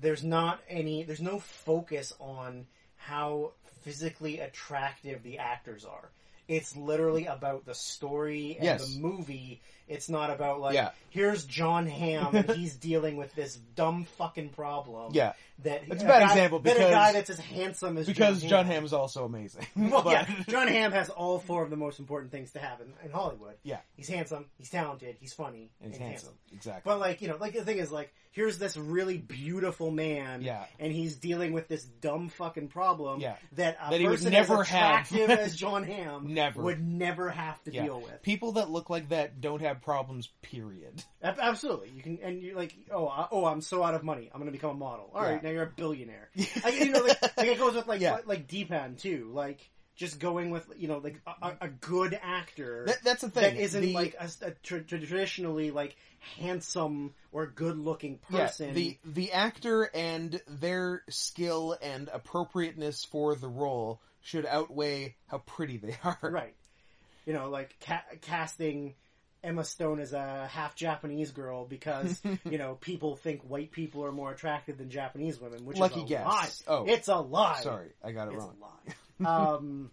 there's not any there's no focus on how physically attractive the actors are. It's literally about the story and Yes. the movie. It's not about like Yeah. here's John Hamm and he's dealing with this dumb fucking problem. Yeah. that It's a bad guy- example that a guy because- that's as handsome as because John, John Hamm. Hamm is also amazing. Well, But- yeah, John Hamm has all four of the most important things to have in, in Hollywood. Yeah. he's handsome, he's talented, he's funny, and he's handsome. Exactly. But like you know, like the thing is, like here's this really beautiful man, Yeah. and he's dealing with this dumb fucking problem Yeah. that a That he would person never as have. attractive as John Hamm Never. would never have to Yeah. deal with. People that look like that don't have problems. Period. Ab- Absolutely, you can, and you're like, oh, I, oh, I'm so out of money. I'm going to become a model. All right, Yeah. now you're a billionaire. like, you know, like, like it goes with like Yeah. what- like Deepan too, like just going with you know like a, a- a good actor That, that's the thing. that isn't The- like a, s- a tra- traditionally like handsome or good looking yeah, person. the the actor and their skill and appropriateness for the role should outweigh how pretty they are. right? You know, like ca- casting Emma Stone as a half Japanese girl because you know people think white people are more attractive than Japanese women, which Lucky is a guess. lie. Oh. it's a lie. Sorry, I got it it's wrong. a lie. Um,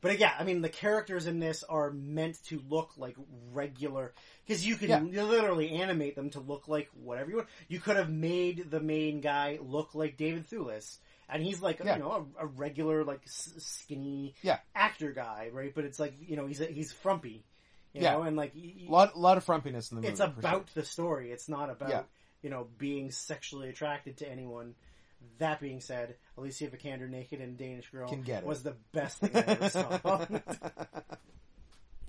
but yeah, I mean, the characters in this are meant to look like regular because you can Yeah. literally animate them to look like whatever you want. You could have made the main guy look like David Thewlis, and he's like Yeah. you know a, a regular like s- skinny Yeah. actor guy, right? But it's like you know he's he's frumpy, you Yeah. know, and like y- y- lot lot of frumpiness in the movie. it's for sure. about the story. It's not about Yeah. you know being sexually attracted to anyone. That being said, Alicia Vikander naked and Danish girl Can get it. was the best thing I ever saw.